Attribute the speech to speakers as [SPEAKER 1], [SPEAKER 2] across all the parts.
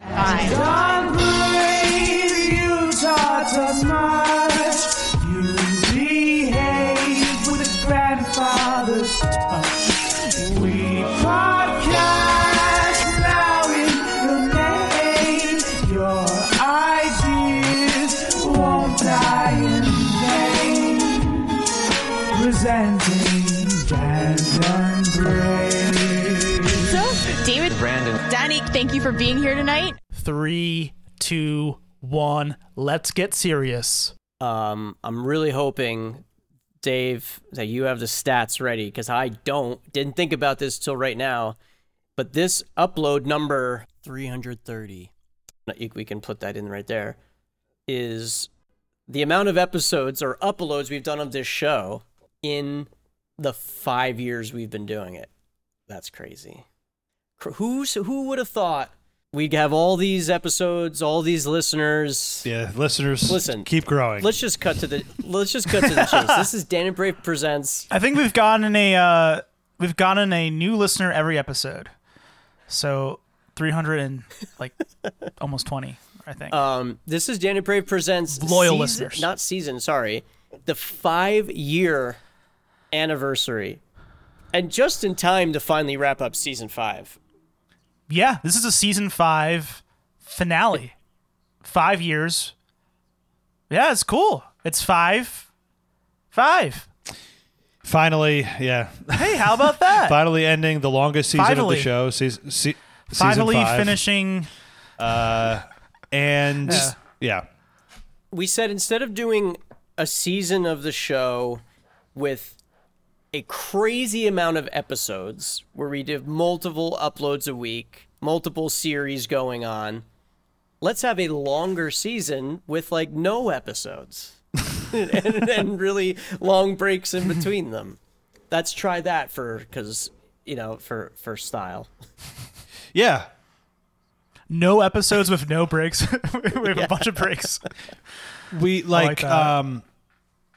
[SPEAKER 1] time.
[SPEAKER 2] God grade, you taught us much. You behave with a grandfather's touch. We podcast now in your name. Your ideas won't die in vain. Presenting Brandon Brave.
[SPEAKER 1] So, David,
[SPEAKER 3] Brandon.
[SPEAKER 1] Danny, thank you for being here tonight.
[SPEAKER 4] Three, two, one. Let's get serious.
[SPEAKER 5] Um, I'm really hoping, Dave, that you have the stats ready because I don't. Didn't think about this till right now. But this upload number 330, you- we can put that in right there, is the amount of episodes or uploads we've done of this show in the five years we've been doing it. That's crazy. Cr- Who's, who would have thought we'd have all these episodes, all these listeners?
[SPEAKER 6] Yeah, listeners,
[SPEAKER 5] Listen,
[SPEAKER 6] keep growing.
[SPEAKER 5] Let's just cut to the let's just cut to the chase. This is Dan and Brave presents.
[SPEAKER 4] I think we've gotten a uh, we've gotten a new listener every episode. So three hundred and like almost twenty, I think.
[SPEAKER 5] Um, this is Dan and Brave presents
[SPEAKER 4] Loyal
[SPEAKER 5] season-
[SPEAKER 4] listeners.
[SPEAKER 5] not season. Sorry, the five year anniversary, and just in time to finally wrap up season five.
[SPEAKER 4] yeah, this is a season five finale. Five years. Yeah, it's cool. It's five. Five.
[SPEAKER 6] finally, yeah,
[SPEAKER 4] Hey, how about that?
[SPEAKER 6] finally ending the longest season of
[SPEAKER 4] Finally.
[SPEAKER 6] the show, season, se-
[SPEAKER 4] Finally
[SPEAKER 6] season five,
[SPEAKER 4] finishing.
[SPEAKER 6] and yeah.
[SPEAKER 5] We said instead of doing a season of the show with a crazy amount of episodes where we did multiple uploads a week, multiple series going on. Let's have a longer season with like no episodes and, and really long breaks in between them. Let's try that for because you know for for style.
[SPEAKER 6] yeah,
[SPEAKER 4] No episodes with no breaks. we have a bunch of breaks.
[SPEAKER 6] we like,
[SPEAKER 4] like that.
[SPEAKER 6] um,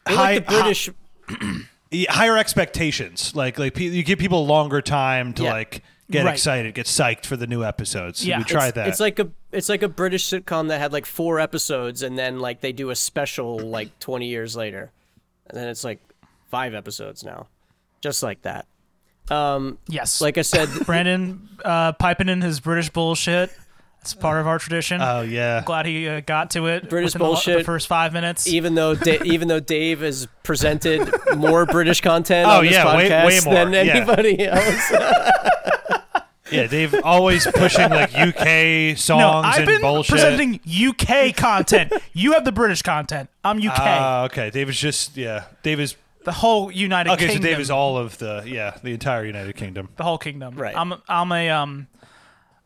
[SPEAKER 5] We're
[SPEAKER 6] high,
[SPEAKER 5] like the British
[SPEAKER 6] hi- higher expectations. Like, like pe- you give people longer time to
[SPEAKER 5] Yeah.
[SPEAKER 6] like get
[SPEAKER 4] Right.
[SPEAKER 6] excited, get psyched for the new episodes.
[SPEAKER 4] Yeah.
[SPEAKER 6] we tried
[SPEAKER 5] it's,
[SPEAKER 6] that.
[SPEAKER 5] It's like a it's like a British sitcom that had like four episodes, and then like they do a special like twenty years later, and then it's like five episodes now, just like that. Um,
[SPEAKER 4] Yes.
[SPEAKER 5] like I said,
[SPEAKER 4] Brandon uh, piping in his British bullshit. That's part of our tradition.
[SPEAKER 6] oh yeah,
[SPEAKER 4] Glad he uh, got to it.
[SPEAKER 5] British
[SPEAKER 4] within the lo- The,
[SPEAKER 5] bullshit.
[SPEAKER 4] first five minutes.
[SPEAKER 5] even though da- even though Dave has presented more British content
[SPEAKER 6] Oh,
[SPEAKER 5] on this
[SPEAKER 6] yeah, way-
[SPEAKER 5] podcast
[SPEAKER 6] way more,
[SPEAKER 5] than
[SPEAKER 6] yeah.
[SPEAKER 5] anybody else,
[SPEAKER 6] yeah. They've always pushing like UK songs
[SPEAKER 4] no, I've
[SPEAKER 6] and
[SPEAKER 4] been
[SPEAKER 6] bullshit.
[SPEAKER 4] presenting UK content. you have the British content. I'm UK.
[SPEAKER 6] Ah, okay. David's just yeah. David's
[SPEAKER 4] the whole United
[SPEAKER 6] okay.
[SPEAKER 4] Kingdom.
[SPEAKER 6] So David's all of the yeah, the entire United Kingdom.
[SPEAKER 4] the whole kingdom.
[SPEAKER 5] Right.
[SPEAKER 4] I'm I'm a um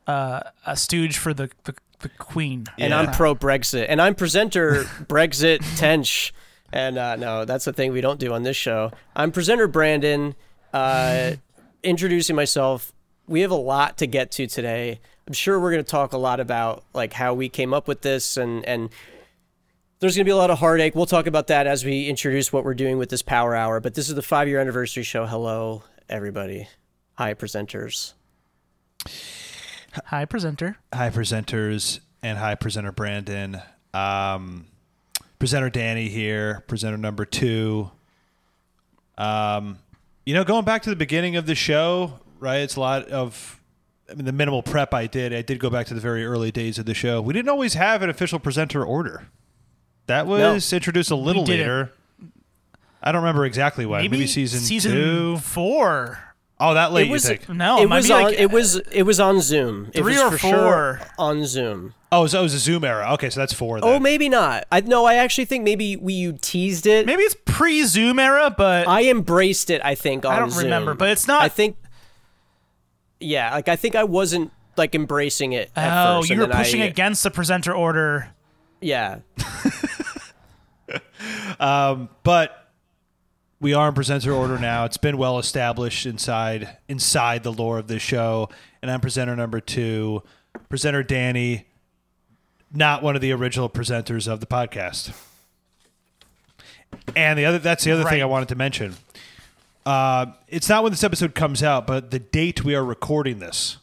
[SPEAKER 4] uh, a stooge for the the, the Queen.
[SPEAKER 5] and I'm pro Brexit, and I'm presenter Brexit Tench, and uh, no, that's the thing we don't do on this show. I'm presenter Brandon, uh, introducing myself. We have a lot to get to today. I'm sure we're going to talk a lot about like how we came up with this, and and there's going to be a lot of heartache. We'll talk about that as we introduce what we're doing with this Power Hour. But this is the five year anniversary show. Hello, everybody. Hi, presenters.
[SPEAKER 4] Hi, presenter.
[SPEAKER 6] hi presenters and hi presenter brandon um presenter danny here presenter number two um you know going back to the beginning of the show right it's a lot of i mean the minimal prep i did i did go back to the very early days of the show we didn't always have an official presenter order that was introduced a little
[SPEAKER 4] didn't.
[SPEAKER 6] later i don't remember exactly why maybe, season, two
[SPEAKER 4] four.
[SPEAKER 6] oh that late
[SPEAKER 5] It was-
[SPEAKER 6] you think
[SPEAKER 4] No,
[SPEAKER 5] it
[SPEAKER 4] might
[SPEAKER 5] was
[SPEAKER 4] be
[SPEAKER 5] on.
[SPEAKER 4] like,
[SPEAKER 5] it was it was on Zoom. It
[SPEAKER 4] Three
[SPEAKER 5] was
[SPEAKER 4] or
[SPEAKER 5] for sure
[SPEAKER 4] four.
[SPEAKER 5] on Zoom.
[SPEAKER 6] oh so it was a zoom era okay so that's four then.
[SPEAKER 5] Oh, maybe not. I no, I actually think maybe we you teased it.
[SPEAKER 4] maybe it's pre Zoom era, but
[SPEAKER 5] I embraced it. I think on
[SPEAKER 4] don't
[SPEAKER 5] Zoom.
[SPEAKER 4] remember, but it's not-
[SPEAKER 5] I think. Yeah, like I think I wasn't like embracing it. At
[SPEAKER 4] oh,
[SPEAKER 5] first,
[SPEAKER 4] you
[SPEAKER 5] and
[SPEAKER 4] were
[SPEAKER 5] then I-
[SPEAKER 4] pushing against the presenter order.
[SPEAKER 5] Yeah,
[SPEAKER 6] but we are in presenter order now. It's been well established inside inside the lore of this show, and I'm presenter number two, presenter Danny, not one of the original presenters of the podcast. And the other that's the other thing I
[SPEAKER 4] Right.
[SPEAKER 6] wanted to mention. Uh, it's not when this episode comes out, but the date we are recording this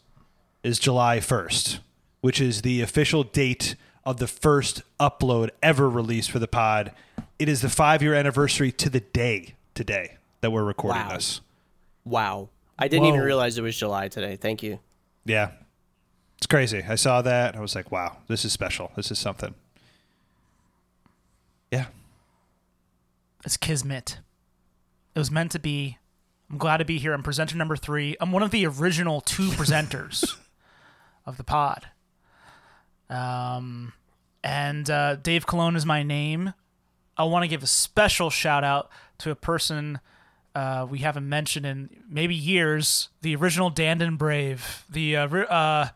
[SPEAKER 6] is July 1st. which is the official date of the first upload ever released for the pod. It is the five year anniversary to the day today that we're recording
[SPEAKER 5] Wow.
[SPEAKER 6] this.
[SPEAKER 5] Wow. I didn't even
[SPEAKER 4] Whoa.
[SPEAKER 5] realize it was July today. Thank you.
[SPEAKER 6] Yeah. It's crazy. I saw that. and I was like, wow, this is special. This is something. Yeah.
[SPEAKER 4] It's kismet. It was meant to be. I'm glad to be here. I'm presenter number three. I'm one of the original two presenters of the pod. Um, and uh, Dave Cologne is my name. I want to give a special shout out to a person uh, we haven't mentioned in maybe years. The original Dandon Brave, the uh, ri- uh,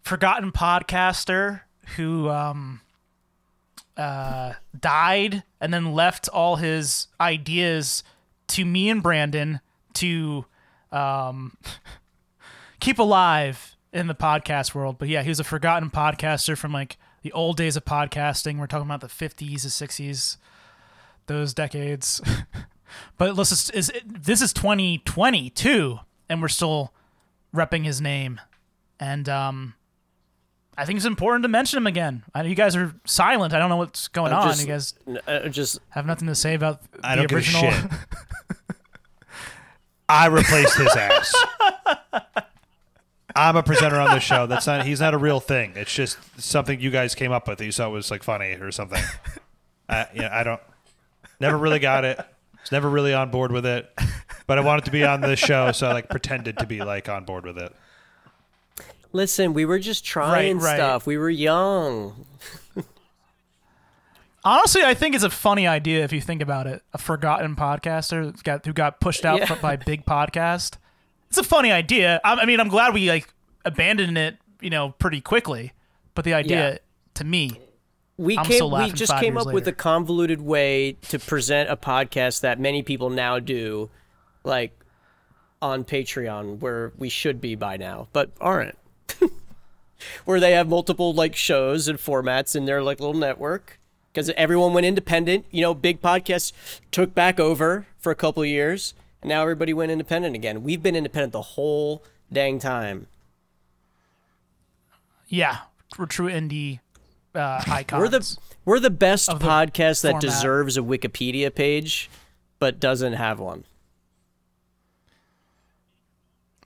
[SPEAKER 4] forgotten podcaster who um, died and then left all his ideas to me and Brandon to um, keep alive in the podcast world. But yeah, he was a forgotten podcaster from like the old days of podcasting. We're talking about the 50s, the 60s, those decades. but let's just, is this is 2020 too, and we're still repping his name. And um, I think it's important to mention him again. I, you guys are silent. I don't know what's going
[SPEAKER 5] I'm
[SPEAKER 4] on.
[SPEAKER 5] just-
[SPEAKER 4] you guys
[SPEAKER 5] N- uh, just
[SPEAKER 4] have nothing to say about
[SPEAKER 6] I
[SPEAKER 4] the
[SPEAKER 6] don't
[SPEAKER 4] original.
[SPEAKER 6] give a shit. I replaced his ass. I'm a presenter on the show. That's not he's not a real thing. It's just something you guys came up with that you thought was like funny or something. I yeah, I don't never really got it. Was never really on board with it. But I wanted to be on the show, so I like pretended to be like on board with it.
[SPEAKER 5] listen. We were just trying
[SPEAKER 4] right.
[SPEAKER 5] stuff. We were young.
[SPEAKER 4] Honestly, I think it's a funny idea if you think about it. A forgotten podcaster that's got who got pushed out
[SPEAKER 5] Yeah.
[SPEAKER 4] fr- by big podcast. It's a funny idea. I, I mean, I'm glad we like abandoned it, you know, pretty quickly. But the idea
[SPEAKER 5] Yeah.
[SPEAKER 4] to me,
[SPEAKER 5] We
[SPEAKER 4] I'm
[SPEAKER 5] came.
[SPEAKER 4] still
[SPEAKER 5] we
[SPEAKER 4] laughing
[SPEAKER 5] just
[SPEAKER 4] five
[SPEAKER 5] came up
[SPEAKER 4] years
[SPEAKER 5] with a
[SPEAKER 4] later.
[SPEAKER 5] convoluted way to present a podcast that many people now do, like on Patreon, where we should be by now, but aren't. where they have multiple like shows and formats in their like little network because everyone went independent. You know, big podcasts took back over for a couple of years, and now everybody went independent again. We've been independent the whole dang time.
[SPEAKER 4] yeah, we're true indie uh, icons.
[SPEAKER 5] We're the we're the best
[SPEAKER 4] the
[SPEAKER 5] podcast that
[SPEAKER 4] format.
[SPEAKER 5] deserves a Wikipedia page, but doesn't have one.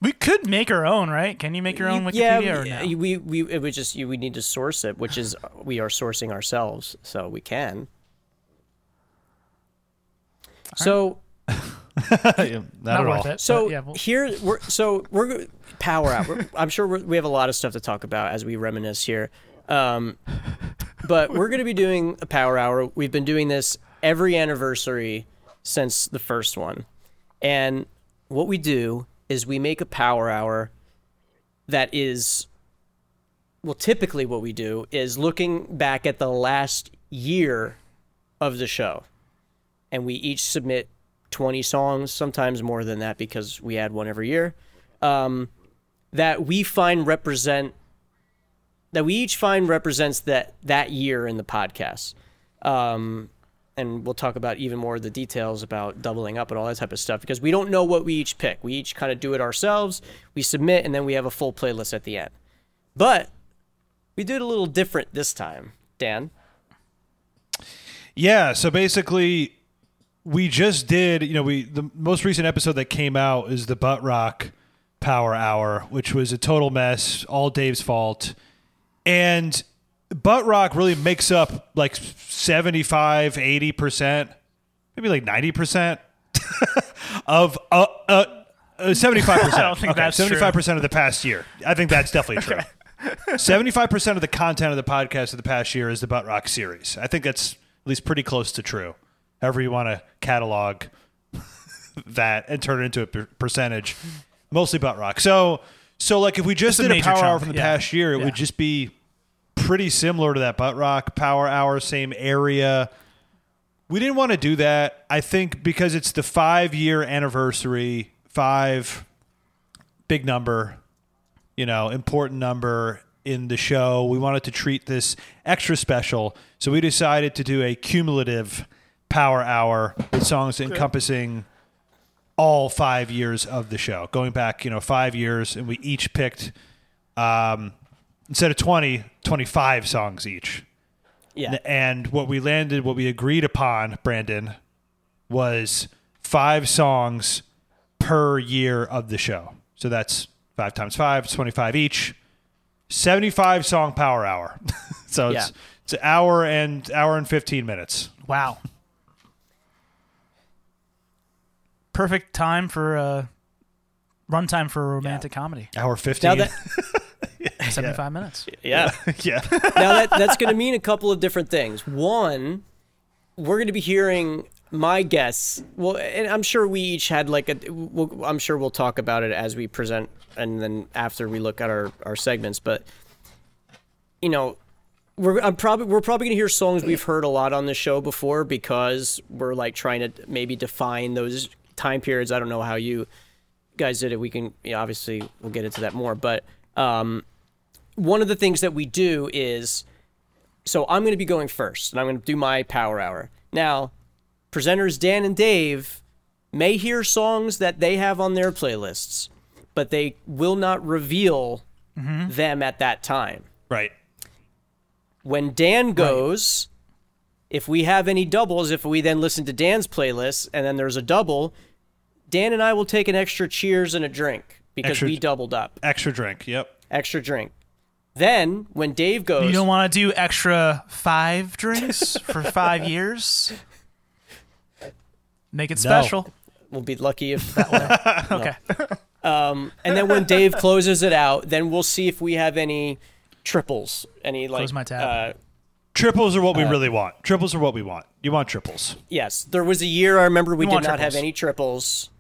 [SPEAKER 4] we could make our own, right? Can you make your own Wikipedia
[SPEAKER 5] yeah,
[SPEAKER 4] or no?
[SPEAKER 5] we, uh, we we it was just we need to source it, which is we are sourcing ourselves, so we can. So
[SPEAKER 6] not,
[SPEAKER 4] Not
[SPEAKER 6] at
[SPEAKER 4] worth
[SPEAKER 6] all.
[SPEAKER 4] it.
[SPEAKER 5] so
[SPEAKER 4] but yeah, we'll-
[SPEAKER 5] here we're so we're go- power out. We're, I'm sure we're, we have a lot of stuff to talk about as we reminisce here, um, but we're going to be doing a power hour. We've been doing this every anniversary since the first one, and what we do is we make a power hour that is well typically what we do is looking back at the last year of the show and we each submit 20 songs sometimes more than that because we add one every year um, that we find represent that we each find represents that that year in the podcast um, and we'll talk about even more of the details about doubling up and all that type of stuff because we don't know what we each pick we each kind of do it ourselves we submit and then we have a full playlist at the end but we did a little different this time dan
[SPEAKER 6] Yeah, so basically we just did, you know, we the most recent episode that came out is the Butt Rock Power Hour, which was a total mess, all Dave's fault. And Butt Rock really makes up like 75, 80%, maybe like 90% of uh, uh, uh, 75%.
[SPEAKER 4] I don't think
[SPEAKER 6] okay,
[SPEAKER 4] that's true.
[SPEAKER 6] 75% of the past year. I think that's definitely true. 75% of the content of the podcast of the past year is the Butt Rock series. I think that's at least pretty close to true. However, you want to catalog that and turn it into a per- percentage, mostly Butt Rock. So, so like if we just
[SPEAKER 4] It's a
[SPEAKER 6] did a
[SPEAKER 4] major
[SPEAKER 6] power hour
[SPEAKER 4] chunk,
[SPEAKER 6] from the
[SPEAKER 4] yeah.
[SPEAKER 6] past year, it
[SPEAKER 4] Yeah.
[SPEAKER 6] would just be pretty similar to that Butt Rock power hour, same area. We didn't want to do that. I think because it's the five year anniversary, five big number, you know, important number in the show. We wanted to treat this extra special. So we decided to do a cumulative power hour with songs encompassing all five years of the show, going back, you know, five years. And we each picked um, instead of 20, 25 songs each.
[SPEAKER 5] Yeah.
[SPEAKER 6] N- And what we landed, what we agreed upon, Brandon, was five songs per year of the show. So that's five times five, it's 25 each, 75 song power hour. so it's,
[SPEAKER 5] Yeah.
[SPEAKER 6] it's an hour and hour and 15 minutes.
[SPEAKER 4] Wow. Perfect time for uh, runtime for a romantic comedy.
[SPEAKER 6] Hour 15.
[SPEAKER 5] Now that
[SPEAKER 4] 75 minutes.
[SPEAKER 5] yeah.
[SPEAKER 6] yeah.
[SPEAKER 5] now that that's going to mean a couple of different things. One, we're going to be hearing my guess. Well, and I'm sure we each had like a. We'll, I'm sure we'll talk about it as we present, and then after we look at our our segments. But you know, we're I'm probably we're probably going to hear songs we've heard a lot on the show before because we're like trying to maybe define those time periods. I don't know how you guys did it. We can you know, obviously we'll get into that more, but um one of the things that we do is so I'm going to be going first and I'm going to do my power hour. Now, presenters Dan and Dave may hear songs that they have on their playlists, but they will not reveal them at that time.
[SPEAKER 6] Right.
[SPEAKER 5] When Dan goes, if we have any doubles, if we then listen to Dan's playlist and then there's a double, Dan and I will take an extra cheers and a drink because
[SPEAKER 6] Extra-
[SPEAKER 5] we doubled up.
[SPEAKER 6] Extra drink. Yep.
[SPEAKER 5] Extra drink. Then when Dave goes,
[SPEAKER 4] You don't want to do extra five drinks for five years? Make it special.
[SPEAKER 5] We'll be lucky if
[SPEAKER 4] Okay.
[SPEAKER 5] Um, And then when Dave closes it out, then we'll see if we have any triples, any like
[SPEAKER 4] Close my tab.
[SPEAKER 5] Uh,
[SPEAKER 6] Triples are what we really want. Triples are what we want. You want triples.
[SPEAKER 5] yes, there was a year I remember we
[SPEAKER 4] You
[SPEAKER 5] did not
[SPEAKER 4] want
[SPEAKER 5] have
[SPEAKER 4] triples.
[SPEAKER 5] any triples.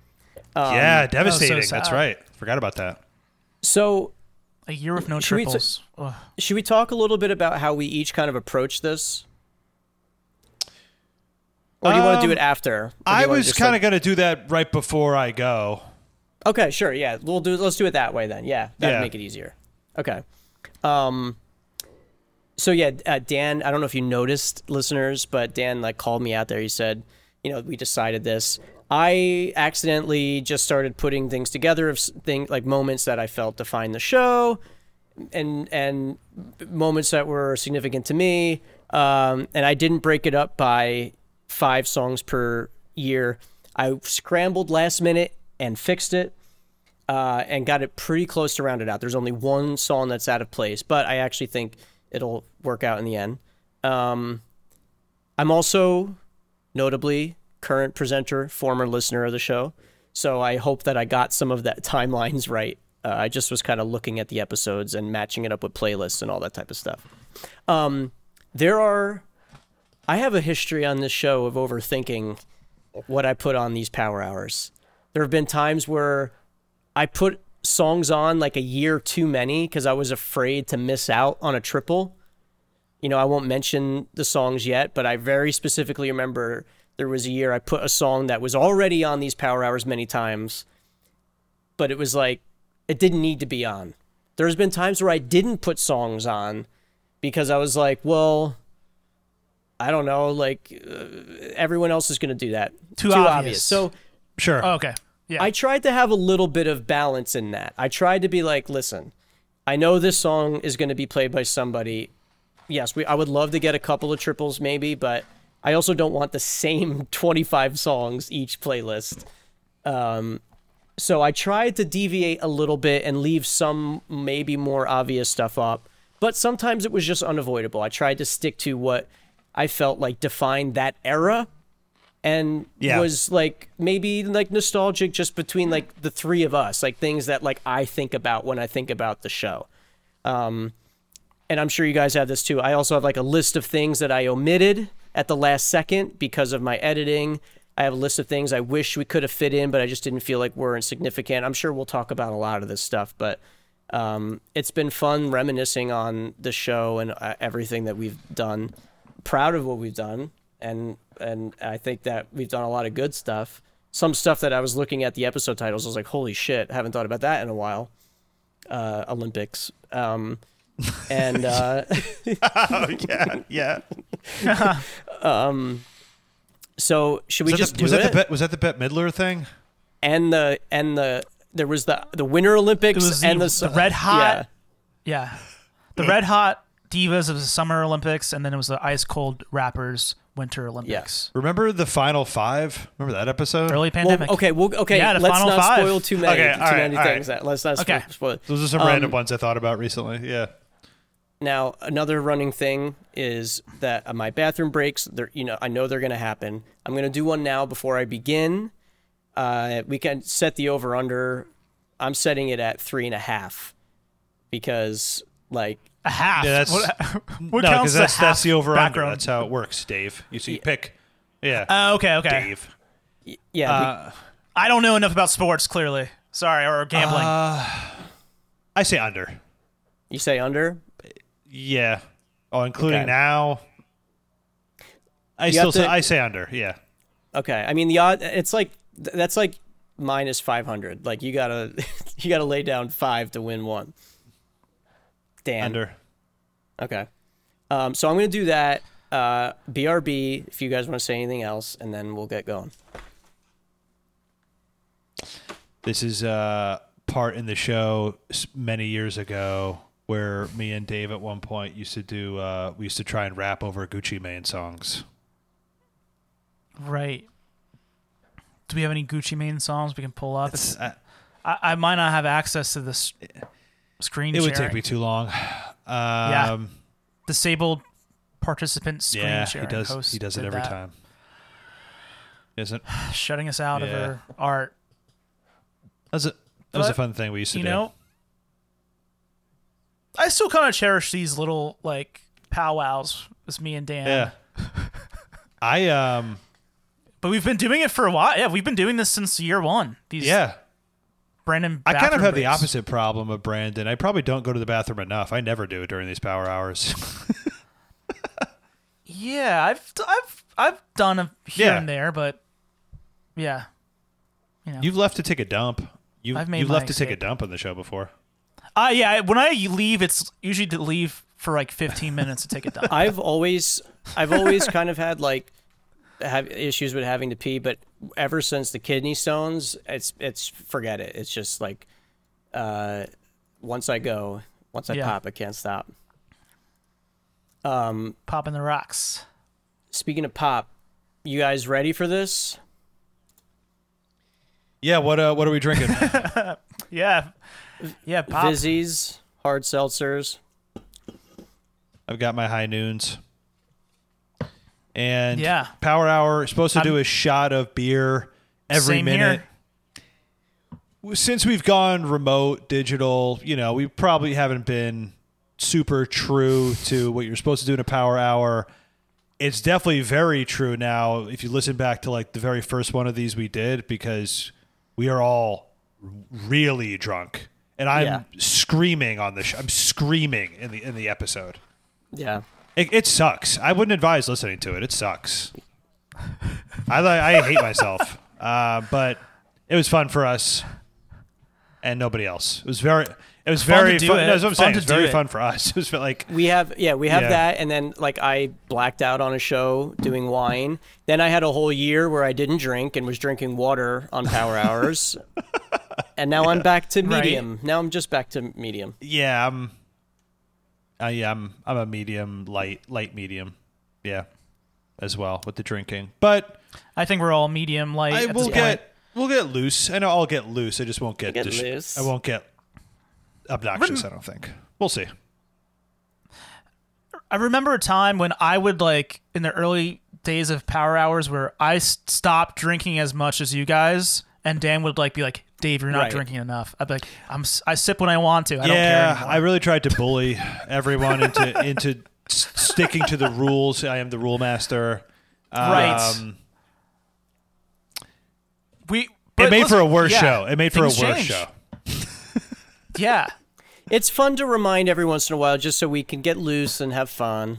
[SPEAKER 5] um, oh,
[SPEAKER 6] yeah, devastating. That's
[SPEAKER 4] sad.
[SPEAKER 6] right. Forgot about that.
[SPEAKER 5] So
[SPEAKER 4] A year with no
[SPEAKER 5] Should we t-
[SPEAKER 4] triples. Ugh.
[SPEAKER 5] should we talk a little bit about how we each kind of approach this? Or do you want to do it
[SPEAKER 6] Um,
[SPEAKER 5] after? Or do
[SPEAKER 6] I
[SPEAKER 5] you wanna
[SPEAKER 6] was
[SPEAKER 5] just,
[SPEAKER 6] kind of
[SPEAKER 5] like-
[SPEAKER 6] going to do that right before I go.
[SPEAKER 5] Okay, sure. Yeah, we'll do. Let's do it that way then. Yeah, that'd
[SPEAKER 6] Yeah.
[SPEAKER 5] make it easier. Okay. Um. So yeah, uh, Dan. I don't know if you noticed, listeners, but Dan like called me out there. He said, you know, we decided this. I accidentally just started putting things together of s- thing like moments that I felt define the show, and and moments that were significant to me. Um, and I didn't break it up by five songs per year. I scrambled last minute and fixed it uh, and got it pretty close to rounded out. There's only one song that's out of place, but I actually think it'll work out in the end. Um, I'm also notably current presenter, former listener of the show, so I hope that I got some of that timelines right. Uh, I just was kind of looking at the episodes and matching it up with playlists and all that type of stuff. Um, there are, I have a history on this show of overthinking what I put on these power hours. There have been times where I put songs on like a year too many because I was afraid to miss out on a triple. You know, I won't mention the songs yet, but I very specifically remember there was a year I put a song that was already on these power hours many times, but it was like it didn't need to be on. There's been times where I didn't put songs on because I was like, well, I don't know, like uh, everyone else is going to do that.
[SPEAKER 4] Too obvious.
[SPEAKER 5] So
[SPEAKER 6] Sure.
[SPEAKER 4] Oh, okay. Yeah.
[SPEAKER 5] I tried to have a little bit of balance in that. I tried to be like, listen, I know this song is going to be played by somebody. Yes, we. I would love to get a couple of triples, maybe, but I also don't want the same 25 songs each playlist. Um, so I tried to deviate a little bit and leave some maybe more obvious stuff up, but sometimes it was just unavoidable. I tried to stick to what I felt like defined that era and
[SPEAKER 6] Yeah.
[SPEAKER 5] was like maybe like nostalgic just between like the three of us, like things that like I think about when I think about the show. Um and I'm sure you guys have this too. I also have like a list of things that I omitted at the last second because of my editing. I have a list of things I wish we could have fit in, but I just didn't feel like were insignificant. I'm sure we'll talk about a lot of this stuff, but um, it's been fun reminiscing on the show and uh, everything that we've done. Proud of what we've done, and and I think that we've done a lot of good stuff. Some stuff that I was looking at the episode titles, I was like, "Holy shit! Haven't thought about that in a while." Uh, Olympics, um, and uh,
[SPEAKER 6] yeah. Yeah.
[SPEAKER 5] so should we
[SPEAKER 6] Was,
[SPEAKER 5] just
[SPEAKER 6] that,
[SPEAKER 5] do
[SPEAKER 6] the, was,
[SPEAKER 5] it?
[SPEAKER 6] that the Bet, was that the Bet Midler thing?
[SPEAKER 5] and the and the there was the the Winter Olympics
[SPEAKER 4] was the-
[SPEAKER 5] and the,
[SPEAKER 4] the Red Hot.
[SPEAKER 5] Yeah.
[SPEAKER 4] yeah. the Red Hot Divas of the Summer Olympics, and then it was the Ice Cold Rappers Winter Olympics.
[SPEAKER 6] Remember the final five? Remember that episode?
[SPEAKER 4] Early
[SPEAKER 5] Well,
[SPEAKER 4] pandemic.
[SPEAKER 5] okay, well, okay.
[SPEAKER 4] Yeah, the
[SPEAKER 5] let's
[SPEAKER 4] final
[SPEAKER 5] not
[SPEAKER 4] five.
[SPEAKER 5] spoil too many,
[SPEAKER 6] Okay,
[SPEAKER 5] too
[SPEAKER 6] all right,
[SPEAKER 5] many
[SPEAKER 6] all right.
[SPEAKER 5] things. That Let's not
[SPEAKER 4] Okay.
[SPEAKER 5] spo- spoil. it.
[SPEAKER 6] Those are some
[SPEAKER 5] Um,
[SPEAKER 6] random ones I thought about recently. Yeah.
[SPEAKER 5] Now, another running thing is that uh, my bathroom breaks. They're, you know, I know they're going to happen. I'm going to do one now before I begin. Uh, we can set the over under. I'm setting it at three and a half because, like,
[SPEAKER 4] A half.
[SPEAKER 6] Yeah, that's-
[SPEAKER 4] what, what
[SPEAKER 6] no,
[SPEAKER 4] counts as
[SPEAKER 6] because
[SPEAKER 4] a
[SPEAKER 6] that's that's
[SPEAKER 4] half
[SPEAKER 6] the over under.
[SPEAKER 4] background?
[SPEAKER 6] That's how it works, Dave. You see, you pick. Yeah,
[SPEAKER 5] Uh,
[SPEAKER 4] Oh, okay, okay.
[SPEAKER 6] Dave.
[SPEAKER 5] yeah, we-
[SPEAKER 6] Uh,
[SPEAKER 4] I don't know enough about sports, clearly. Sorry, or gambling.
[SPEAKER 6] Uh, I say under.
[SPEAKER 5] you say under.
[SPEAKER 6] Yeah. Oh, including
[SPEAKER 5] Okay.
[SPEAKER 6] now. I
[SPEAKER 5] have
[SPEAKER 6] still say
[SPEAKER 5] to-
[SPEAKER 6] I say under. Yeah.
[SPEAKER 5] Okay, I mean the odd. It's like th- that's like minus five hundred. Like you gotta, you gotta lay down five to win one. Damn.
[SPEAKER 6] Under.
[SPEAKER 5] Okay. Um, so I'm going to do that. Uh, BRB, if you guys want to say anything else, and then we'll get going.
[SPEAKER 6] This is uh part in the show s- many years ago where me and Dave at one point used to do uh we used to try and rap over Gucci Mane songs.
[SPEAKER 4] right. Do we have any Gucci Mane songs we can pull up? It's,
[SPEAKER 6] I-
[SPEAKER 4] I, I might not have access to this screen.
[SPEAKER 6] it would take
[SPEAKER 4] sharing. Ah,
[SPEAKER 6] me too long. Um
[SPEAKER 4] Yeah. Disabled participant screen
[SPEAKER 6] yeah, he
[SPEAKER 4] sharing.
[SPEAKER 6] does
[SPEAKER 4] host
[SPEAKER 6] he does it
[SPEAKER 4] did
[SPEAKER 6] every
[SPEAKER 4] that.
[SPEAKER 6] time. Isn't
[SPEAKER 4] Shutting us out
[SPEAKER 6] Yeah.
[SPEAKER 4] of our art.
[SPEAKER 6] That's a that was a
[SPEAKER 4] But,
[SPEAKER 6] fun thing we used to
[SPEAKER 4] you
[SPEAKER 6] do.
[SPEAKER 4] know i still kind of cherish these little like powwows with me and dan
[SPEAKER 6] yeah.
[SPEAKER 4] um,
[SPEAKER 6] I um
[SPEAKER 4] but we've been doing it for a while yeah we've been doing this since year one these
[SPEAKER 6] yeah.
[SPEAKER 4] brandon
[SPEAKER 6] I kind of
[SPEAKER 4] bathroom
[SPEAKER 6] have the
[SPEAKER 4] breaks.
[SPEAKER 6] opposite problem of Brandon. I probably don't go to the bathroom enough. I never do during these power hours.
[SPEAKER 4] yeah i've i've i've done a here
[SPEAKER 6] Yeah.
[SPEAKER 4] and there but yeah
[SPEAKER 6] You've left to take a dump. You,
[SPEAKER 4] I've made
[SPEAKER 6] you've
[SPEAKER 4] my
[SPEAKER 6] left to take a
[SPEAKER 4] escape.
[SPEAKER 6] dump on the show before.
[SPEAKER 4] uh yeah I- when i leave it's usually to leave for like 15 minutes to take a dump
[SPEAKER 5] I've always, I've always kind of had like have issues with having to pee, but ever since the kidney stones, it's it's forget it. It's just like, uh, once I go, once I
[SPEAKER 4] Yeah.
[SPEAKER 5] pop, I can't stop.
[SPEAKER 4] popping the rocks
[SPEAKER 5] Speaking of pop, you guys ready for this?
[SPEAKER 6] Yeah, what uh, what are we drinking?
[SPEAKER 4] yeah yeah pop.
[SPEAKER 5] Fizzies, hard seltzers.
[SPEAKER 6] I've got my high noons. And
[SPEAKER 4] Yeah.
[SPEAKER 6] power hour supposed to do
[SPEAKER 4] I'm-
[SPEAKER 6] a shot of beer every
[SPEAKER 4] Same
[SPEAKER 6] minute.
[SPEAKER 4] here.
[SPEAKER 6] Since we've gone remote digital, you know, we probably haven't been super true to what you're supposed to do in a power hour. It's definitely very true now if you listen back to like the very first one of these we did because we are all really drunk and I'm
[SPEAKER 5] Yeah.
[SPEAKER 6] screaming on the sh- I'm screaming in the in the episode.
[SPEAKER 5] Yeah.
[SPEAKER 6] It, it sucks. I wouldn't advise listening to it. It sucks. I li- I hate myself. Uh, but it was fun for us and nobody else. It was very. It was
[SPEAKER 4] Fun to
[SPEAKER 6] very
[SPEAKER 4] do
[SPEAKER 6] fun.
[SPEAKER 4] it.
[SPEAKER 6] No, that's what I'm
[SPEAKER 4] Fun
[SPEAKER 6] saying.
[SPEAKER 4] to
[SPEAKER 6] It was very
[SPEAKER 4] do it.
[SPEAKER 6] fun for us. It was like
[SPEAKER 5] We have yeah, we have
[SPEAKER 6] Yeah.
[SPEAKER 5] that and then like I blacked out on a show doing wine. Then I had a whole year where I didn't drink and was drinking water on power hours. and now I'm back to
[SPEAKER 4] Right.
[SPEAKER 5] medium. Now I'm just back to medium.
[SPEAKER 6] yeah. I'm. Uh, yeah, I'm. I'm a medium light, light medium. Yeah, as well with the drinking. But
[SPEAKER 4] i think we're all medium light
[SPEAKER 6] I
[SPEAKER 4] at
[SPEAKER 6] will
[SPEAKER 4] this point.
[SPEAKER 6] get. We'll get loose. I know I'll get loose. I just won't get.
[SPEAKER 5] Get
[SPEAKER 6] dis-
[SPEAKER 5] loose.
[SPEAKER 6] I won't get obnoxious. I don't think. We'll see.
[SPEAKER 4] I remember a time when I would like in the early days of power hours where I s- stopped drinking as much as you guys, and Dan would like be like, "Dave, you're not
[SPEAKER 5] Right.
[SPEAKER 4] drinking enough." I'd be like, "I'm s- I sip when I want to. I don't care."
[SPEAKER 6] yeah,
[SPEAKER 4] anymore."
[SPEAKER 6] I really tried to bully everyone into into s- sticking to the rules. I am the rule master.
[SPEAKER 4] Right. we
[SPEAKER 6] Um, it
[SPEAKER 4] but
[SPEAKER 6] made for a
[SPEAKER 4] listen-
[SPEAKER 6] worse
[SPEAKER 4] yeah,
[SPEAKER 6] show. It made for a worse
[SPEAKER 4] things change.
[SPEAKER 6] show.
[SPEAKER 4] Yeah,
[SPEAKER 5] It's fun to remind every once in a while just so we can get loose and have fun.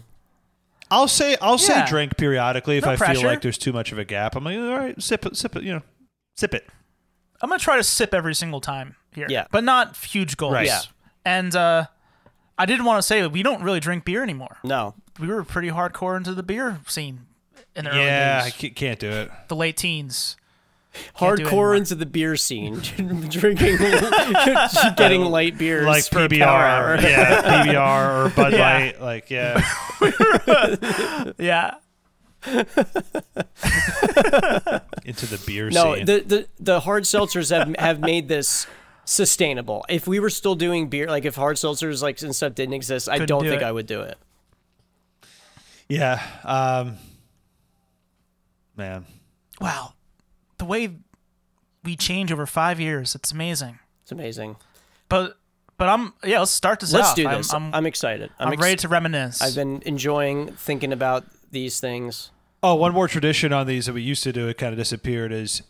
[SPEAKER 6] I'll say I'll
[SPEAKER 4] Yeah.
[SPEAKER 6] say drink periodically if
[SPEAKER 4] No
[SPEAKER 6] I
[SPEAKER 4] pressure.
[SPEAKER 6] feel like there's too much of a gap. I'm like, all right, sip it, sip it, you know, sip it.
[SPEAKER 4] I'm gonna try to sip every single time here.
[SPEAKER 5] Yeah.
[SPEAKER 4] but not huge gulps.
[SPEAKER 6] Right. Yeah.
[SPEAKER 4] and uh, I did want to say that we don't really drink beer anymore.
[SPEAKER 5] No.
[SPEAKER 4] We were pretty hardcore into the beer scene in the
[SPEAKER 6] yeah,
[SPEAKER 4] early
[SPEAKER 6] I
[SPEAKER 4] days,
[SPEAKER 6] ca- can't do it.
[SPEAKER 4] the late teens. do anymore.
[SPEAKER 5] Hardcore into the beer scene, drinking, getting light beers,
[SPEAKER 6] like
[SPEAKER 5] per power
[SPEAKER 6] PBR,
[SPEAKER 5] hour.
[SPEAKER 6] yeah, PBR or Bud
[SPEAKER 4] Yeah.
[SPEAKER 6] Light, like yeah,
[SPEAKER 4] Yeah.
[SPEAKER 6] into the beer
[SPEAKER 5] No,
[SPEAKER 6] scene.
[SPEAKER 5] the, the the hard seltzers have have made this sustainable. If we were still doing beer, like if hard seltzers like and stuff didn't exist, I
[SPEAKER 4] Couldn't
[SPEAKER 5] don't
[SPEAKER 4] do
[SPEAKER 5] think
[SPEAKER 4] it.
[SPEAKER 5] I would do it.
[SPEAKER 6] yeah, um, man,
[SPEAKER 4] Wow. The way we change over five years, it's amazing.
[SPEAKER 5] It's amazing.
[SPEAKER 4] But but I'm yeah. Let's start this.
[SPEAKER 5] Let's
[SPEAKER 4] off.
[SPEAKER 5] do this.
[SPEAKER 4] I'm,
[SPEAKER 5] I'm,
[SPEAKER 4] I'm, I'm,
[SPEAKER 5] excited. I'm, ex-
[SPEAKER 4] ready to reminisce.
[SPEAKER 5] I've been enjoying thinking about these things.
[SPEAKER 6] Oh, one more tradition on these that we used to do, it kind of disappeared, is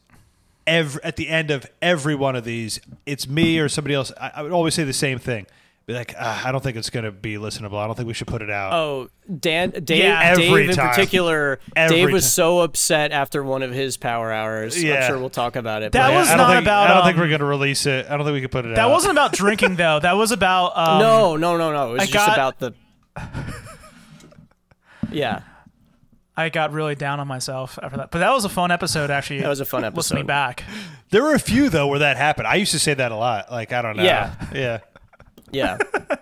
[SPEAKER 6] every, at the end of every one of these, it's me or somebody else. I, I would always say the same thing. Be like, ah, I don't think it's going to be listenable. I don't think we should put it out.
[SPEAKER 5] Oh, Dan, Dave,
[SPEAKER 4] Yeah,
[SPEAKER 6] every
[SPEAKER 5] Dave in
[SPEAKER 6] time.
[SPEAKER 5] particular.
[SPEAKER 6] Every
[SPEAKER 5] Dave was
[SPEAKER 6] time.
[SPEAKER 5] so upset after one of his power hours. I'm
[SPEAKER 6] Yeah.
[SPEAKER 5] sure we'll talk about it.
[SPEAKER 4] That
[SPEAKER 5] but-
[SPEAKER 6] Yeah,
[SPEAKER 4] was
[SPEAKER 6] I don't
[SPEAKER 4] not
[SPEAKER 6] think,
[SPEAKER 4] about,
[SPEAKER 6] I don't
[SPEAKER 4] um,
[SPEAKER 6] think we're going to release it. I don't think we could put it out.
[SPEAKER 4] that wasn't about drinking though. That was about um,
[SPEAKER 5] no, no, no, no. It was
[SPEAKER 4] I
[SPEAKER 5] just
[SPEAKER 4] got-
[SPEAKER 5] about the. yeah,
[SPEAKER 4] I got really down on myself after that. But that was a fun episode, actually.
[SPEAKER 5] That was a fun
[SPEAKER 4] Listen me
[SPEAKER 5] episode.
[SPEAKER 4] back.
[SPEAKER 6] There were a few though where that happened. I used to say that a lot. Like I don't know.
[SPEAKER 5] Yeah.
[SPEAKER 6] yeah.
[SPEAKER 5] yeah.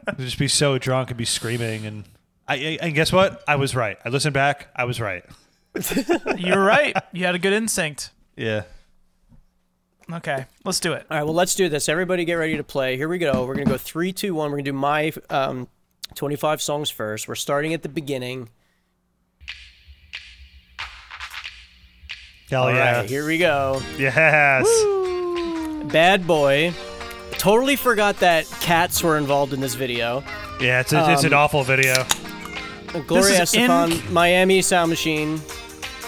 [SPEAKER 6] I'd just be so drunk and be screaming and. I, I- and guess what? I was right. I listened back. I was right.
[SPEAKER 4] You were right. You had a good instinct.
[SPEAKER 6] Yeah.
[SPEAKER 4] Okay, let's do it.
[SPEAKER 5] All right, well, let's do this. Everybody get ready to play. Here we go. We're going to go three, two, one. We're going to do my um, 25 songs first. We're starting at the beginning.
[SPEAKER 6] Hell
[SPEAKER 5] All right,
[SPEAKER 6] Oh, yeah.
[SPEAKER 5] here we go.
[SPEAKER 6] Yes.
[SPEAKER 5] Bad Boy. Totally forgot that cats were involved in this video.
[SPEAKER 6] Yeah, it's, a, it's
[SPEAKER 4] Um,
[SPEAKER 6] an awful video.
[SPEAKER 5] Gloria
[SPEAKER 4] is in-
[SPEAKER 5] Estefan, Miami Sound Machine.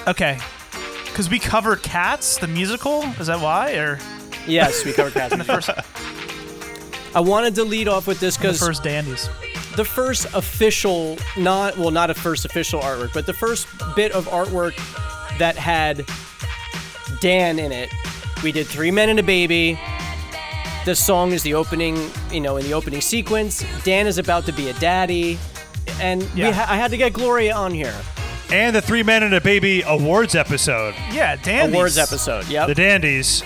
[SPEAKER 4] Okay, because we covered Cats the musical. Is that why? Or
[SPEAKER 5] Yes, we covered cats. in the first. I wanted to lead off with this
[SPEAKER 4] the
[SPEAKER 5] because
[SPEAKER 4] first Dandies?
[SPEAKER 5] the first official not well not a first official artwork but the first bit of artwork that had dan in it we did three men and a baby this song is the opening you know in the opening sequence dan is about to be a daddy and
[SPEAKER 4] Yeah.
[SPEAKER 5] we ha- i had to get gloria on here
[SPEAKER 6] and the Three Men and a Baby awards episode,
[SPEAKER 4] Yeah, Dandies.
[SPEAKER 5] awards episode yep
[SPEAKER 6] the Dandies.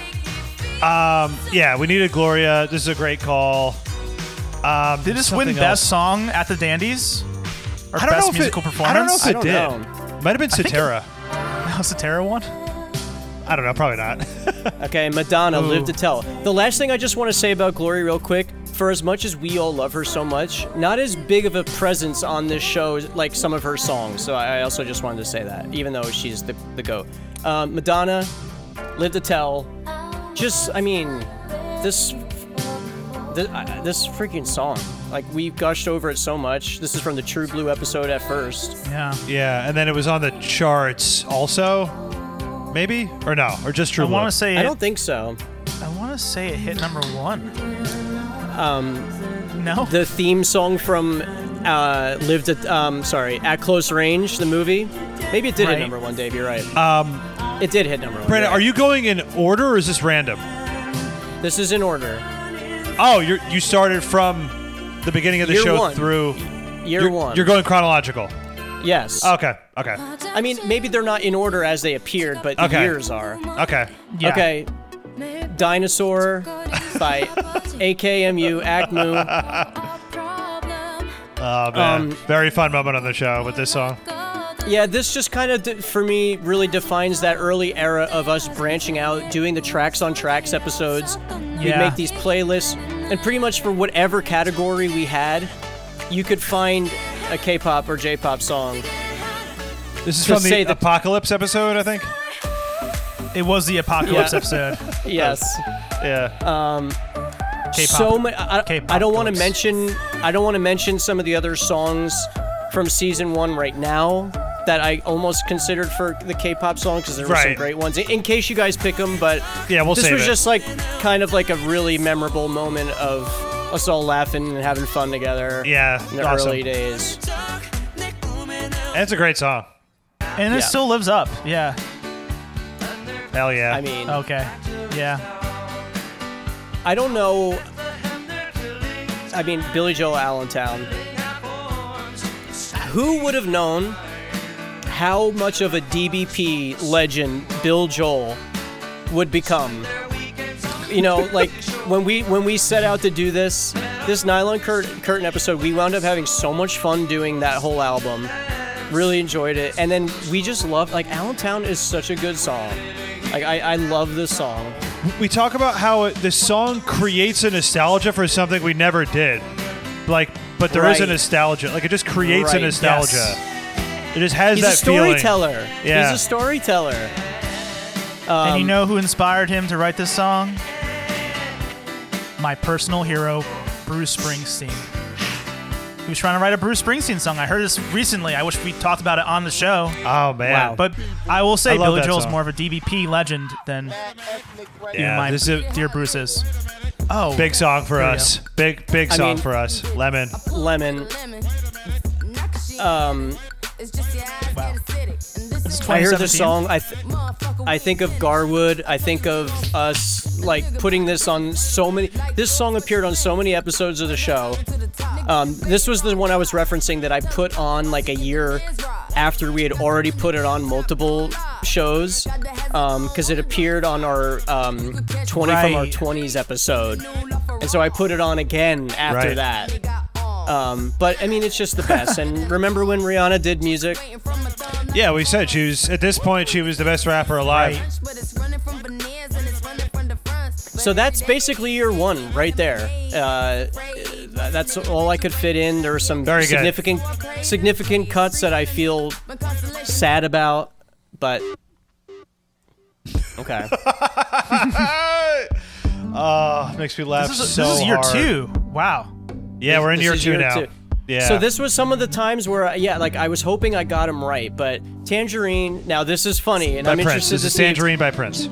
[SPEAKER 6] Um, yeah, we needed Gloria. This is a great call. Um,
[SPEAKER 4] Did this win
[SPEAKER 6] something
[SPEAKER 4] best
[SPEAKER 6] else.
[SPEAKER 4] song at the Dandies? Or
[SPEAKER 6] I don't
[SPEAKER 4] best
[SPEAKER 6] know if
[SPEAKER 4] musical
[SPEAKER 6] it,
[SPEAKER 4] performance?
[SPEAKER 6] I don't know if
[SPEAKER 5] I
[SPEAKER 6] it
[SPEAKER 5] don't
[SPEAKER 6] did.
[SPEAKER 5] know.
[SPEAKER 6] Might have been
[SPEAKER 4] think it-
[SPEAKER 6] Satara.
[SPEAKER 4] That was a Terra one.
[SPEAKER 6] I don't know. Probably not.
[SPEAKER 5] Okay, Madonna,
[SPEAKER 4] Ooh.
[SPEAKER 5] live to tell. The last thing I just want to say about Glory, real quick, for as much as we all love her so much, not as big of a presence on this show as, like some of her songs. So I I also just wanted to say that, even though she's the, the GOAT. Um, Madonna, live to tell. Just, I mean, this. This, I- this freaking song. Like, we gushed over it so much. This is from the True Blue episode at first.
[SPEAKER 4] Yeah.
[SPEAKER 6] yeah, and then it was on the charts also, maybe or no, or just
[SPEAKER 4] I
[SPEAKER 6] True
[SPEAKER 4] want
[SPEAKER 6] Blue.
[SPEAKER 4] to say
[SPEAKER 5] I
[SPEAKER 4] it,
[SPEAKER 5] don't think so.
[SPEAKER 4] I want to say it hit number one. Um, no.
[SPEAKER 5] the theme song from uh, lived at um, sorry at close range the movie maybe it did
[SPEAKER 4] Right.
[SPEAKER 5] hit number one dave you're right um it did hit number one
[SPEAKER 6] Brandon,
[SPEAKER 5] you're
[SPEAKER 6] are you going in order or is this random?
[SPEAKER 5] right. this is in order
[SPEAKER 6] Oh, you you started from the beginning of the
[SPEAKER 5] Year
[SPEAKER 6] show
[SPEAKER 5] one.
[SPEAKER 6] through.
[SPEAKER 5] year
[SPEAKER 6] you're,
[SPEAKER 5] one
[SPEAKER 6] You're Uh, going chronological.
[SPEAKER 5] yes
[SPEAKER 6] Okay. Okay.
[SPEAKER 5] i mean maybe they're not in order as they appeared but the
[SPEAKER 6] Okay.
[SPEAKER 5] years are
[SPEAKER 6] Okay.
[SPEAKER 4] Yeah.
[SPEAKER 5] okay dinosaur by akmu acmu
[SPEAKER 6] Oh man,
[SPEAKER 5] Um,
[SPEAKER 6] very fun moment on the show with this song.
[SPEAKER 5] yeah this just kind of d- for me really defines that early era of us branching out doing the tracks on tracks episodes We'd
[SPEAKER 4] Yeah.
[SPEAKER 5] make these playlists, and pretty much for whatever category we had, you could find a K-pop or J-pop song.
[SPEAKER 6] This is
[SPEAKER 5] Just
[SPEAKER 6] from the
[SPEAKER 5] say that-
[SPEAKER 6] apocalypse episode, I think.
[SPEAKER 4] It was the apocalypse
[SPEAKER 5] Yeah.
[SPEAKER 4] episode.
[SPEAKER 5] Yes.
[SPEAKER 6] Yeah.
[SPEAKER 4] uh, K-pop.
[SPEAKER 5] So ma- I, I,
[SPEAKER 4] K-pop
[SPEAKER 5] I don't want to
[SPEAKER 4] groups.
[SPEAKER 5] mention. I don't want to mention some of the other songs from season one right now that I almost considered for the K-pop song because there were some
[SPEAKER 6] Right.
[SPEAKER 5] great ones. In, in case you guys pick them, but
[SPEAKER 6] Yeah, we'll
[SPEAKER 5] this
[SPEAKER 6] save
[SPEAKER 5] was
[SPEAKER 6] it.
[SPEAKER 5] just like kind of like a really memorable moment of us all laughing and having fun together.
[SPEAKER 6] Yeah,
[SPEAKER 5] In the
[SPEAKER 6] awesome.
[SPEAKER 5] early days.
[SPEAKER 6] and it's a great song.
[SPEAKER 4] and it
[SPEAKER 5] yeah.
[SPEAKER 4] still lives up. Yeah.
[SPEAKER 6] Hell yeah.
[SPEAKER 5] I mean.
[SPEAKER 4] Okay. Yeah.
[SPEAKER 5] I don't know. I mean, Billy Joel Allentown. Who would have known how much of a DBP legend Bill Joel would become. You know, like when we when we set out to do this, this nylon cur- curtain episode, we wound up having so much fun doing that whole album. Really enjoyed it, and then we just love like Allentown is such a good song. Like I, I love this song.
[SPEAKER 6] We talk about how it, this song creates a nostalgia for something we never did. Like, but there is a
[SPEAKER 5] Right.
[SPEAKER 6] nostalgia. Like, it just creates
[SPEAKER 5] Right,
[SPEAKER 6] a nostalgia. It just has
[SPEAKER 5] He's
[SPEAKER 6] that
[SPEAKER 5] a storyteller.
[SPEAKER 6] feeling. Yeah.
[SPEAKER 5] He's a storyteller.
[SPEAKER 4] and
[SPEAKER 6] Um,
[SPEAKER 4] you know who inspired him to write this song? My personal hero, Bruce Springsteen. He was trying to write a Bruce Springsteen song. I heard this recently. I wish we talked about it on the show.
[SPEAKER 6] oh man.
[SPEAKER 5] Wow.
[SPEAKER 4] But I will say
[SPEAKER 6] I love
[SPEAKER 4] Billy
[SPEAKER 6] that
[SPEAKER 4] Joel's
[SPEAKER 6] song.
[SPEAKER 4] more of a DBP legend than
[SPEAKER 6] yeah,
[SPEAKER 4] even my
[SPEAKER 6] this is a
[SPEAKER 4] dear Bruce is. Oh,
[SPEAKER 6] big song for
[SPEAKER 4] There you
[SPEAKER 6] us. Big big
[SPEAKER 5] I
[SPEAKER 6] song
[SPEAKER 5] mean-
[SPEAKER 6] for us. Lemon.
[SPEAKER 5] Lemon.
[SPEAKER 3] Um,
[SPEAKER 4] Wow.
[SPEAKER 3] this
[SPEAKER 5] I heard this
[SPEAKER 4] 2017.
[SPEAKER 5] song. I th- I think of Garwood. I think of us like putting this on so many. This song appeared on so many episodes of the show. Um, this was the one I was referencing that I put on like a year after we had already put it on multiple shows because it appeared on our um, 20 from our
[SPEAKER 4] Right.
[SPEAKER 5] 20s episode. And so I put it on again after
[SPEAKER 6] Right.
[SPEAKER 5] that. Um, but I mean, it's just the best. and remember when Rihanna did music?
[SPEAKER 6] Yeah, we said she was at this point she was the best rapper alive.
[SPEAKER 5] So that's basically year one right there. Uh, that's all I could fit in. There are some
[SPEAKER 6] Very good.
[SPEAKER 5] significant significant cuts that I feel sad about, but okay.
[SPEAKER 6] Oh, makes me laugh
[SPEAKER 4] this is,
[SPEAKER 6] so
[SPEAKER 4] this is year
[SPEAKER 6] hard.
[SPEAKER 4] two. Wow.
[SPEAKER 6] Yeah, we're in
[SPEAKER 5] This
[SPEAKER 6] year
[SPEAKER 5] is
[SPEAKER 6] two
[SPEAKER 5] year
[SPEAKER 6] now.
[SPEAKER 5] two.
[SPEAKER 6] Yeah.
[SPEAKER 5] So this was some of the times where I, yeah, like I was hoping I got him right, but Tangerine. Now this is funny, and
[SPEAKER 6] by
[SPEAKER 5] I'm
[SPEAKER 6] Prince.
[SPEAKER 5] interested
[SPEAKER 6] This
[SPEAKER 5] to
[SPEAKER 6] is
[SPEAKER 5] see.
[SPEAKER 6] Tangerine by Prince.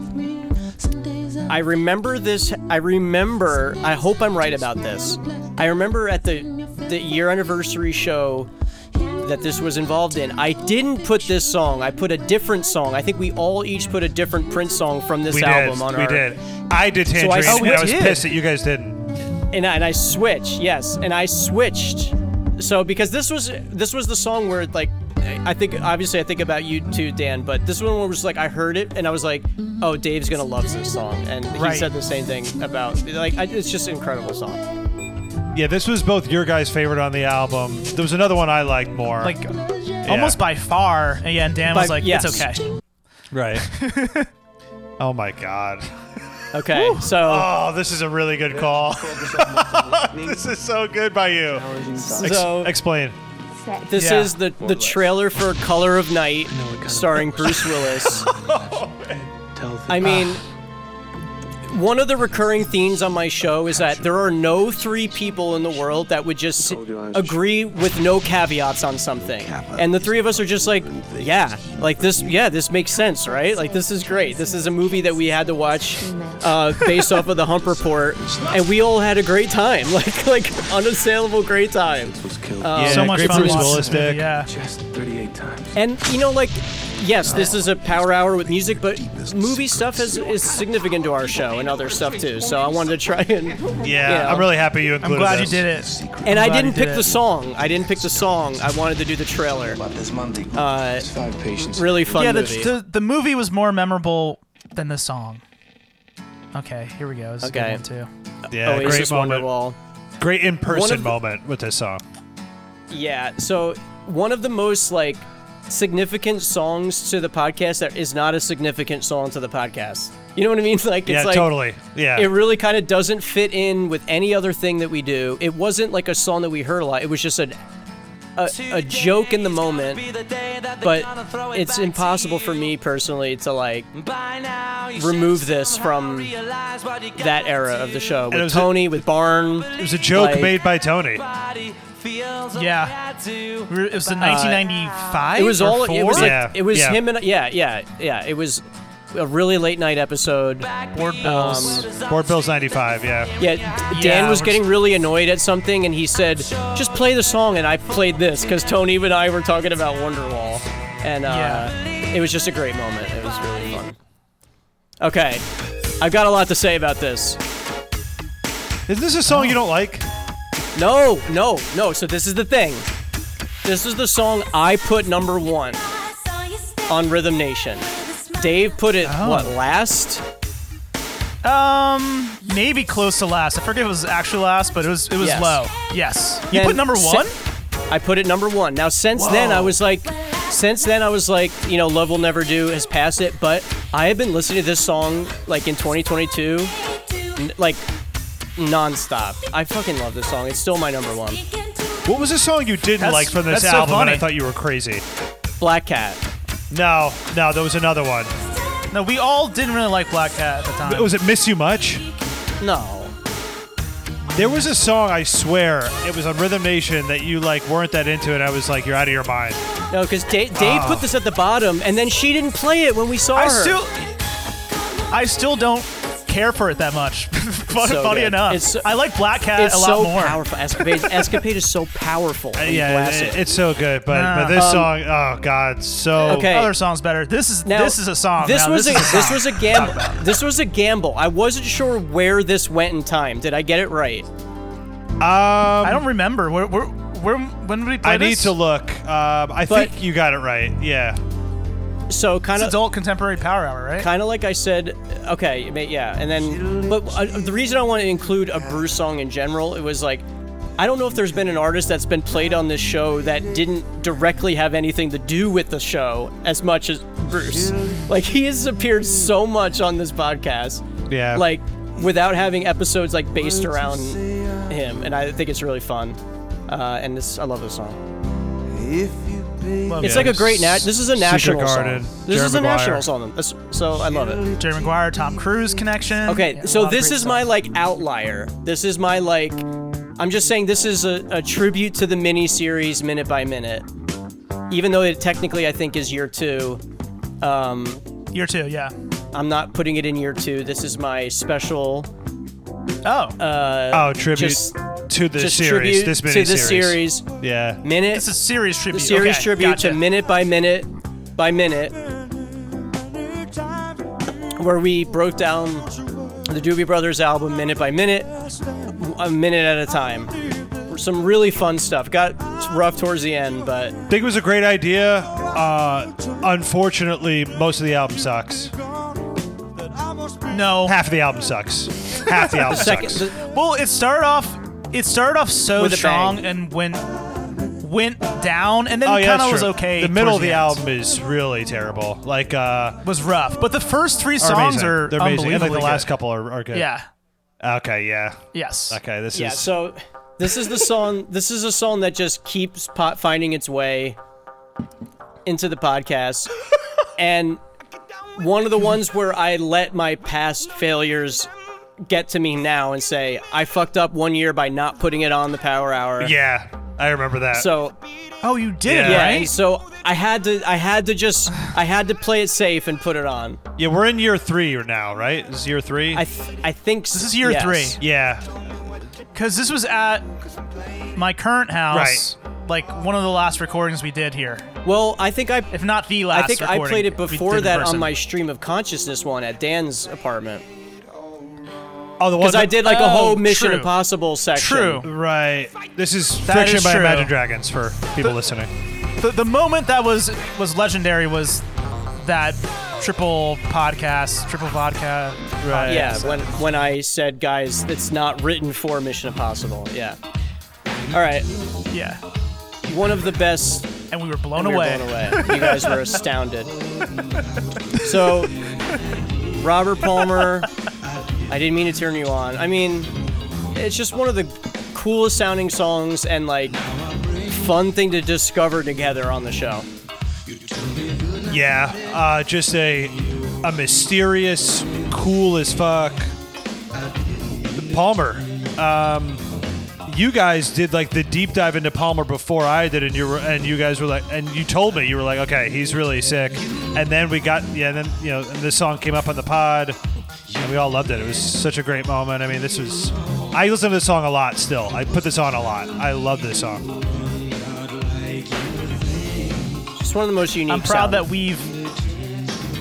[SPEAKER 5] I remember this. I remember. I hope I'm right about this. I remember at the the year anniversary show that this was involved in. I didn't put this song. I put a different song. I think we all each put a different Prince song from this
[SPEAKER 6] We
[SPEAKER 5] album
[SPEAKER 6] did.
[SPEAKER 5] on
[SPEAKER 6] we
[SPEAKER 5] our.
[SPEAKER 6] did. I did
[SPEAKER 5] I
[SPEAKER 6] Tangerine. and
[SPEAKER 5] switched-
[SPEAKER 6] I was
[SPEAKER 4] Oh, we
[SPEAKER 6] pissed
[SPEAKER 4] did.
[SPEAKER 6] that you guys didn't.
[SPEAKER 5] and I, and I switched. Yes, and I switched. So because this was this was the song where like I think obviously I think about you too, Dan, but this one was like I heard it and I was like, oh, Dave's gonna love this song, and he
[SPEAKER 4] Right.
[SPEAKER 5] said the same thing about like I, it's just an incredible song.
[SPEAKER 6] Yeah, this was both your guys' favorite on the album. There was another one I liked more.
[SPEAKER 4] Like almost by far. And yeah, and Dan
[SPEAKER 5] By-
[SPEAKER 4] was like,
[SPEAKER 5] yes.
[SPEAKER 4] it's okay.
[SPEAKER 6] right. oh my god.
[SPEAKER 5] Okay, so
[SPEAKER 6] Oh, this is a really good call. this is so good by you. Ex-
[SPEAKER 5] so
[SPEAKER 6] explain.
[SPEAKER 5] this
[SPEAKER 4] yeah.
[SPEAKER 5] is the the trailer for Color of Night, starring Bruce Willis.
[SPEAKER 6] Oh,
[SPEAKER 5] I
[SPEAKER 6] Ah.
[SPEAKER 5] mean. One of the recurring themes on my show is that there are no three people in the world that would just agree with no caveats on something. And the three of us are just like, yeah, like this, yeah, this makes sense, right? Like, this is great. This is a movie that we had to watch uh, based off of the Hump Report, and we all had a great time. Like, like unassailable great time. Uh,
[SPEAKER 6] yeah,
[SPEAKER 4] so much
[SPEAKER 6] great
[SPEAKER 4] fun.
[SPEAKER 6] Bruce
[SPEAKER 4] watching
[SPEAKER 6] Willis
[SPEAKER 4] this movie,
[SPEAKER 6] dick.
[SPEAKER 4] Yeah.
[SPEAKER 5] And you know, like, yes, this is a power hour with music, but movie stuff is, is significant to our show and other stuff too. So I wanted to try and
[SPEAKER 6] Yeah,
[SPEAKER 5] Yeah.
[SPEAKER 6] I'm really happy you included
[SPEAKER 4] I'm glad you
[SPEAKER 6] this.
[SPEAKER 4] did it.
[SPEAKER 5] and I
[SPEAKER 4] glad you
[SPEAKER 5] didn't
[SPEAKER 4] did
[SPEAKER 5] pick
[SPEAKER 4] it.
[SPEAKER 5] the song. I didn't pick the song. I wanted to do the trailer. Uh, really fun
[SPEAKER 4] Yeah, the,
[SPEAKER 5] movie.
[SPEAKER 4] the, the movie was more memorable than the song. Okay, here we go. This is
[SPEAKER 5] Okay.
[SPEAKER 4] a good one too.
[SPEAKER 6] Yeah,
[SPEAKER 5] Oasis
[SPEAKER 6] great moment.
[SPEAKER 5] Wonderwall.
[SPEAKER 6] Great in
[SPEAKER 5] One
[SPEAKER 6] person
[SPEAKER 5] of the-
[SPEAKER 6] moment with this song.
[SPEAKER 5] Yeah. So one of the most like significant songs to the podcast that is not a significant song to the podcast. You know what I mean? Like it's
[SPEAKER 6] Yeah,
[SPEAKER 5] like
[SPEAKER 6] totally. Yeah.
[SPEAKER 5] it really kind of doesn't fit in with any other thing that we do. It wasn't like a song that we heard a lot. It was just a a, a joke in the moment. But it's impossible for me personally to like remove this from that era of the show
[SPEAKER 6] it
[SPEAKER 5] with
[SPEAKER 6] was a-
[SPEAKER 5] Tony, with Barn.
[SPEAKER 6] it was a joke
[SPEAKER 5] like-
[SPEAKER 6] made by Tony.
[SPEAKER 4] Yeah, Re- it was in 1995.
[SPEAKER 5] Uh, It was
[SPEAKER 4] or
[SPEAKER 5] all. It was
[SPEAKER 4] four?
[SPEAKER 5] like
[SPEAKER 6] Yeah,
[SPEAKER 5] it was
[SPEAKER 6] yeah.
[SPEAKER 5] him and yeah, yeah, yeah. It was a really late night episode.
[SPEAKER 4] board bills.
[SPEAKER 6] Um, Board Bill's 95, yeah.
[SPEAKER 5] Yeah, Dan
[SPEAKER 4] Yeah,
[SPEAKER 5] was
[SPEAKER 4] we're-
[SPEAKER 5] getting really annoyed at something, and he said, "Just play the song." And I played this because Tony and I were talking about Wonderwall, and uh, it was just a great moment. It was really fun. Okay, I've got a lot to say about this.
[SPEAKER 6] Isn't this a song you don't like?
[SPEAKER 5] No, no, no. So this is the thing. This is the song I put number Oh, one on Rhythm Nation. Dave put it what last?
[SPEAKER 4] Um, maybe close to last. I forget if it was actually last, but it was it was
[SPEAKER 5] Yes.
[SPEAKER 4] low. Yes. You put
[SPEAKER 5] And
[SPEAKER 4] number
[SPEAKER 5] se-
[SPEAKER 4] one.
[SPEAKER 5] I put it number one. Now since then I was like, since then I was like, you know, Love Will Never Do has passed it, but I have been listening to this song like in 2022, n- like nonstop. I fucking love this song. It's still my number one.
[SPEAKER 6] What was the song you didn't
[SPEAKER 4] That's-
[SPEAKER 6] like from this
[SPEAKER 4] that's so
[SPEAKER 6] album? and I
[SPEAKER 4] funny.
[SPEAKER 6] thought you were crazy.
[SPEAKER 5] Black Cat.
[SPEAKER 6] No, no, there was another one.
[SPEAKER 4] No, we all didn't really like Black Cat at the time.
[SPEAKER 6] Was it "Miss You Much"?
[SPEAKER 5] No.
[SPEAKER 6] There was a song I swear it was on Rhythm Nation that you like weren't that into, and I was like, "You're out of your mind."
[SPEAKER 5] No, because Dave, Dave put this at the bottom, and then she didn't play it when we saw
[SPEAKER 4] Ah. I
[SPEAKER 5] her.
[SPEAKER 4] still, I still don't care for it that much. Fun,
[SPEAKER 5] so
[SPEAKER 4] funny
[SPEAKER 5] good.
[SPEAKER 4] enough,
[SPEAKER 5] It's so-
[SPEAKER 4] I like Black Cat
[SPEAKER 5] it's
[SPEAKER 4] a lot
[SPEAKER 5] so
[SPEAKER 4] more. Uh,
[SPEAKER 5] powerful. Escapade, Escapade is so powerful. and
[SPEAKER 6] yeah, it-
[SPEAKER 5] classic.
[SPEAKER 6] it's so good, but but this song, oh god, so
[SPEAKER 5] Okay.
[SPEAKER 4] Other songs better. This is
[SPEAKER 5] Now,
[SPEAKER 4] this is a song.
[SPEAKER 5] This
[SPEAKER 4] now.
[SPEAKER 5] was
[SPEAKER 4] this
[SPEAKER 5] a,
[SPEAKER 4] is
[SPEAKER 5] this
[SPEAKER 4] song.
[SPEAKER 5] was a gamble. this was a gamble. I wasn't sure where this went in time. Did I get it right?
[SPEAKER 6] Um, I,
[SPEAKER 4] I don't remember. Where, where, where when did we play
[SPEAKER 6] need
[SPEAKER 4] this?
[SPEAKER 6] to look. Um, I
[SPEAKER 5] But-
[SPEAKER 6] think you got it right. Yeah,
[SPEAKER 5] So
[SPEAKER 4] It's
[SPEAKER 5] kind of
[SPEAKER 4] adult contemporary power hour, right?
[SPEAKER 5] kind of like I said. Okay, ma- yeah, and then but uh, the reason I want to include a Bruce song in general, it was like. I don't know if there's been an artist that's been played on this show that didn't directly have anything to do with the show as much as Bruce. Like he has appeared so much on this podcast.
[SPEAKER 6] yeah.
[SPEAKER 5] Like without having episodes like based around him, and I think it's really fun. Uh, and this, I love this song.
[SPEAKER 4] Love
[SPEAKER 5] It's
[SPEAKER 4] it.
[SPEAKER 5] like a great nat. This is a
[SPEAKER 6] Secret
[SPEAKER 5] national
[SPEAKER 6] Garden,
[SPEAKER 5] song. This
[SPEAKER 6] Jerry
[SPEAKER 5] is a
[SPEAKER 6] Maguire.
[SPEAKER 5] national song. This- So I love it.
[SPEAKER 4] Jerry Maguire, Tom Cruise connection.
[SPEAKER 5] Okay,
[SPEAKER 4] Yeah, a
[SPEAKER 5] so
[SPEAKER 4] lot of
[SPEAKER 5] this
[SPEAKER 4] great
[SPEAKER 5] is my
[SPEAKER 4] songs.
[SPEAKER 5] like outlier. This is my like. I'm just saying this is a, a tribute to the mini series minute by minute. Even though it technically I think is year two, um,
[SPEAKER 4] year two. Yeah.
[SPEAKER 5] I'm not putting it in year two. This is my special.
[SPEAKER 4] Oh,
[SPEAKER 5] Uh,
[SPEAKER 6] oh, tribute
[SPEAKER 5] just-
[SPEAKER 6] to the
[SPEAKER 5] just
[SPEAKER 6] series.
[SPEAKER 5] tribute
[SPEAKER 6] This mini
[SPEAKER 5] to the series
[SPEAKER 6] Yeah.
[SPEAKER 5] minute
[SPEAKER 4] it's a series
[SPEAKER 5] the
[SPEAKER 4] tribute.
[SPEAKER 5] series
[SPEAKER 4] Okay,
[SPEAKER 5] tribute
[SPEAKER 4] gotcha.
[SPEAKER 5] to minute by minute by minute where we broke down the doobie brothers album minute by minute a minute at a time some really fun stuff got rough towards the end but
[SPEAKER 6] I think it was a great idea. Uh, unfortunately, most of the album sucks.
[SPEAKER 4] No.
[SPEAKER 6] Half of the album sucks. Half the album
[SPEAKER 5] second
[SPEAKER 6] sucks.
[SPEAKER 5] the,
[SPEAKER 4] Well, it started off it started off so
[SPEAKER 5] With a
[SPEAKER 4] strong
[SPEAKER 5] bang.
[SPEAKER 4] and went went down and then
[SPEAKER 6] oh yeah,
[SPEAKER 4] kind of
[SPEAKER 6] that's
[SPEAKER 4] was
[SPEAKER 6] true.
[SPEAKER 4] okay.
[SPEAKER 6] The middle
[SPEAKER 4] towards
[SPEAKER 6] of the,
[SPEAKER 4] end.
[SPEAKER 6] album is really terrible. Like uh,
[SPEAKER 4] was rough, but the first three
[SPEAKER 6] are
[SPEAKER 4] songs
[SPEAKER 6] amazing.
[SPEAKER 4] are
[SPEAKER 6] they're amazing. And like
[SPEAKER 4] unbelievably
[SPEAKER 6] the last
[SPEAKER 4] good.
[SPEAKER 6] couple are, are good.
[SPEAKER 4] Yeah.
[SPEAKER 6] Okay. Yeah.
[SPEAKER 4] Yes.
[SPEAKER 6] Okay. This
[SPEAKER 5] yeah
[SPEAKER 6] is.
[SPEAKER 5] so this is the song this is a song that just keeps po- finding its way into the podcast and one of the ones where I let my past failures get to me now and say I fucked up one year by not putting it on the power hour.
[SPEAKER 6] yeah. I remember that.
[SPEAKER 5] So
[SPEAKER 4] Oh, you did,
[SPEAKER 6] Yeah.
[SPEAKER 5] yeah,
[SPEAKER 4] right?
[SPEAKER 5] and so I had to I had to just I had to play it safe and put it on.
[SPEAKER 6] yeah, we're in year three now, right? This is year three.
[SPEAKER 5] I th- I think
[SPEAKER 4] This is year three.
[SPEAKER 6] yeah.
[SPEAKER 4] Because this was at my current house. Like one of the last recordings we did here,
[SPEAKER 5] Well, I think I
[SPEAKER 4] if not the last.
[SPEAKER 5] I think I
[SPEAKER 4] recording
[SPEAKER 5] played it
[SPEAKER 4] we did
[SPEAKER 5] before
[SPEAKER 4] in
[SPEAKER 5] that on
[SPEAKER 4] person.
[SPEAKER 5] my stream of consciousness one at Dan's apartment
[SPEAKER 6] Oh, the one
[SPEAKER 5] because I did like a whole
[SPEAKER 4] Oh,
[SPEAKER 5] Mission
[SPEAKER 4] true.
[SPEAKER 5] Impossible section.
[SPEAKER 4] True.
[SPEAKER 6] Right. This is
[SPEAKER 4] That
[SPEAKER 6] fiction
[SPEAKER 4] is
[SPEAKER 6] by
[SPEAKER 4] true.
[SPEAKER 6] Imagine Dragons for people listening.
[SPEAKER 4] The, the moment that was was legendary was that triple podcast, triple vodka.
[SPEAKER 6] Right.
[SPEAKER 5] Yeah, when when I said, guys, it's not written for Mission Impossible. Yeah. All right,
[SPEAKER 4] Yeah.
[SPEAKER 5] one of the best.
[SPEAKER 4] And we were blown
[SPEAKER 5] we were
[SPEAKER 4] away.
[SPEAKER 5] blown away. You guys were astounded. So, Robert Palmer. I didn't mean to turn you on. I mean, it's just one of the coolest sounding songs and like fun thing to discover together on the show.
[SPEAKER 6] Yeah, uh, just a a mysterious, cool as fuck Palmer. Um, you guys did like the deep dive into Palmer before I did, and you were and you guys were like, and you told me you were like, okay, he's really sick, and then we got yeah, then you know, and this song came up on the pod. And we all loved it. It was such a great moment. I mean, this was. I listen to this song a lot still. I put this on a lot. I love this song.
[SPEAKER 5] It's one of the most unique.
[SPEAKER 4] I'm proud
[SPEAKER 5] sound-
[SPEAKER 4] that we've.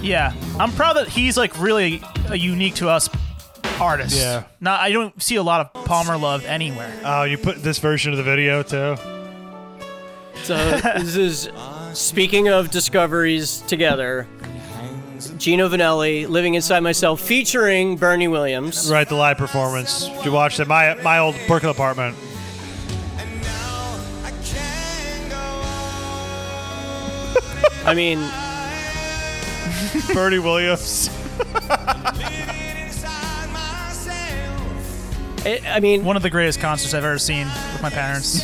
[SPEAKER 4] Yeah, I'm proud that he's like really a unique to us artist.
[SPEAKER 6] Yeah.
[SPEAKER 4] Now I don't see a lot of Palmer love anywhere.
[SPEAKER 6] Oh, you put this version of the video too?
[SPEAKER 5] So this is speaking of discoveries together. Gino Vanelli, Living Inside Myself, featuring Bernie Williams.
[SPEAKER 6] Right, the live performance. You watched it. My my old Brooklyn apartment.
[SPEAKER 5] I mean,
[SPEAKER 6] Bernie Williams.
[SPEAKER 5] it, I mean
[SPEAKER 4] One of the greatest concerts I've ever seen with my parents.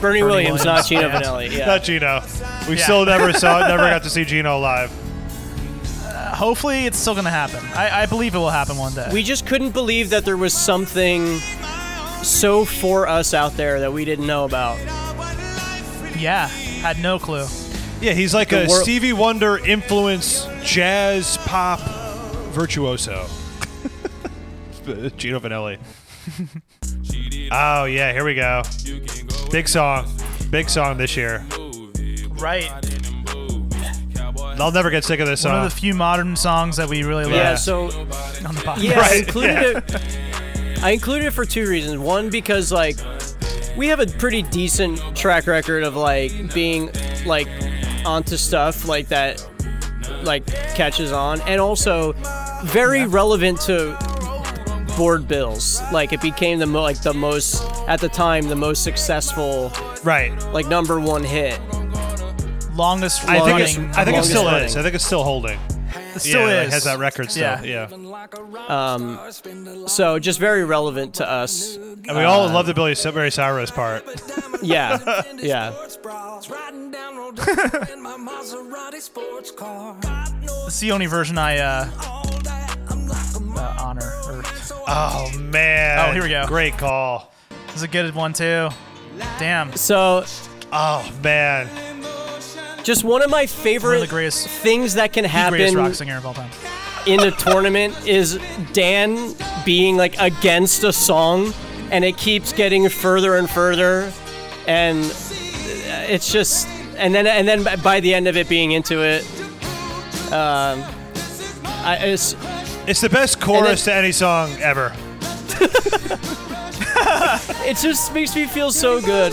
[SPEAKER 5] Bernie,
[SPEAKER 4] Williams,
[SPEAKER 5] Williams, not Gino
[SPEAKER 4] yeah.
[SPEAKER 5] Vanelli. Yeah.
[SPEAKER 6] Not Gino. We
[SPEAKER 4] Yeah.
[SPEAKER 6] still never saw, never got to see Gino live.
[SPEAKER 4] Hopefully, it's still gonna happen. I, I believe it will happen one day.
[SPEAKER 5] we just couldn't believe that there was something so for us out there that we didn't know about.
[SPEAKER 4] yeah, had no clue.
[SPEAKER 6] Yeah, he's like
[SPEAKER 5] The
[SPEAKER 6] a
[SPEAKER 5] wor-
[SPEAKER 6] Stevie Wonder influence jazz pop virtuoso. Gino Vanelli. oh yeah, here we go. Big song, big song this year.
[SPEAKER 4] Right.
[SPEAKER 6] I'll never get sick of this
[SPEAKER 4] One
[SPEAKER 6] song.
[SPEAKER 4] of the few modern songs that we really love
[SPEAKER 5] Yeah, so
[SPEAKER 4] on the podcast.
[SPEAKER 5] yeah, I
[SPEAKER 6] Right,
[SPEAKER 5] included
[SPEAKER 6] yeah.
[SPEAKER 5] it. I included it for two reasons. One, because like we have a pretty decent track record of like being like onto stuff like that, like catches on, and also very relevant to board bills. Like it became the mo- like the most at the time the most successful
[SPEAKER 6] right.
[SPEAKER 5] like number one hit.
[SPEAKER 4] Longest
[SPEAKER 6] I
[SPEAKER 4] running.
[SPEAKER 6] think it's, I think it
[SPEAKER 5] Longest
[SPEAKER 6] still
[SPEAKER 5] running.
[SPEAKER 6] is. I think it's still holding.
[SPEAKER 4] it still
[SPEAKER 6] yeah,
[SPEAKER 4] is.
[SPEAKER 6] It has that record still.
[SPEAKER 4] Yeah.
[SPEAKER 6] Yeah.
[SPEAKER 5] Um, So just very relevant to us.
[SPEAKER 6] And we
[SPEAKER 4] Uh,
[SPEAKER 6] all love the Billy Barry Cyrus part.
[SPEAKER 5] Yeah, yeah.
[SPEAKER 4] It's the only version I uh, uh, honor. Or,
[SPEAKER 6] Oh man.
[SPEAKER 4] Oh, here we go.
[SPEAKER 6] Great call.
[SPEAKER 4] it's a good one too. Damn.
[SPEAKER 5] So
[SPEAKER 6] Oh man.
[SPEAKER 5] just one of my
[SPEAKER 4] One
[SPEAKER 5] favorite
[SPEAKER 4] of the greatest-
[SPEAKER 5] things that can happen
[SPEAKER 4] Greatest rock singer of all time.
[SPEAKER 5] in a tournament is Dan being like against a song and it keeps getting further and further and it's just and then and then by the end of it being into it um I, it's,
[SPEAKER 6] It's the best chorus
[SPEAKER 5] it-
[SPEAKER 6] to any song ever.
[SPEAKER 5] it just makes me feel so good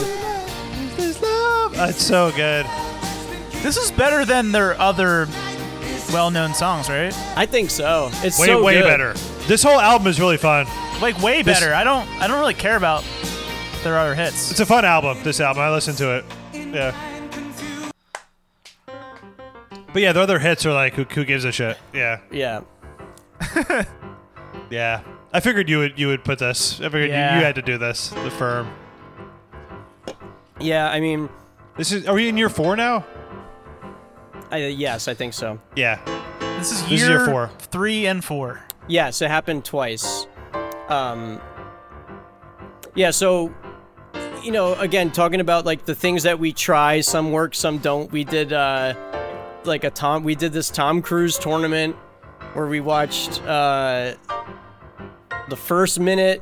[SPEAKER 6] That's so good.
[SPEAKER 4] This is better than their other well-known songs, right?
[SPEAKER 5] i think so it's
[SPEAKER 6] Way
[SPEAKER 5] so
[SPEAKER 6] way
[SPEAKER 5] good.
[SPEAKER 6] better. This whole album is really fun.
[SPEAKER 4] Like way
[SPEAKER 6] This-
[SPEAKER 4] better. I don't. I don't really care about their other hits.
[SPEAKER 6] It's a fun album. This album, I listened to it. Yeah. But yeah, the other hits are like, who, who gives a shit? Yeah,
[SPEAKER 5] yeah
[SPEAKER 6] yeah. I figured you would you would put this. I figured you,
[SPEAKER 4] Yeah.
[SPEAKER 6] you had to do this. The firm.
[SPEAKER 5] yeah i mean
[SPEAKER 6] This is. Are we in year four now?
[SPEAKER 5] I, yes i think so
[SPEAKER 6] Yeah.
[SPEAKER 4] This is year,
[SPEAKER 6] is year four.
[SPEAKER 4] three and four.
[SPEAKER 5] Yes, it happened twice. Um, yeah, so you know, again, talking about like the things that we try, some work, some don't. We did uh, like a Tom, we did this Tom Cruise tournament where we watched uh, the first minute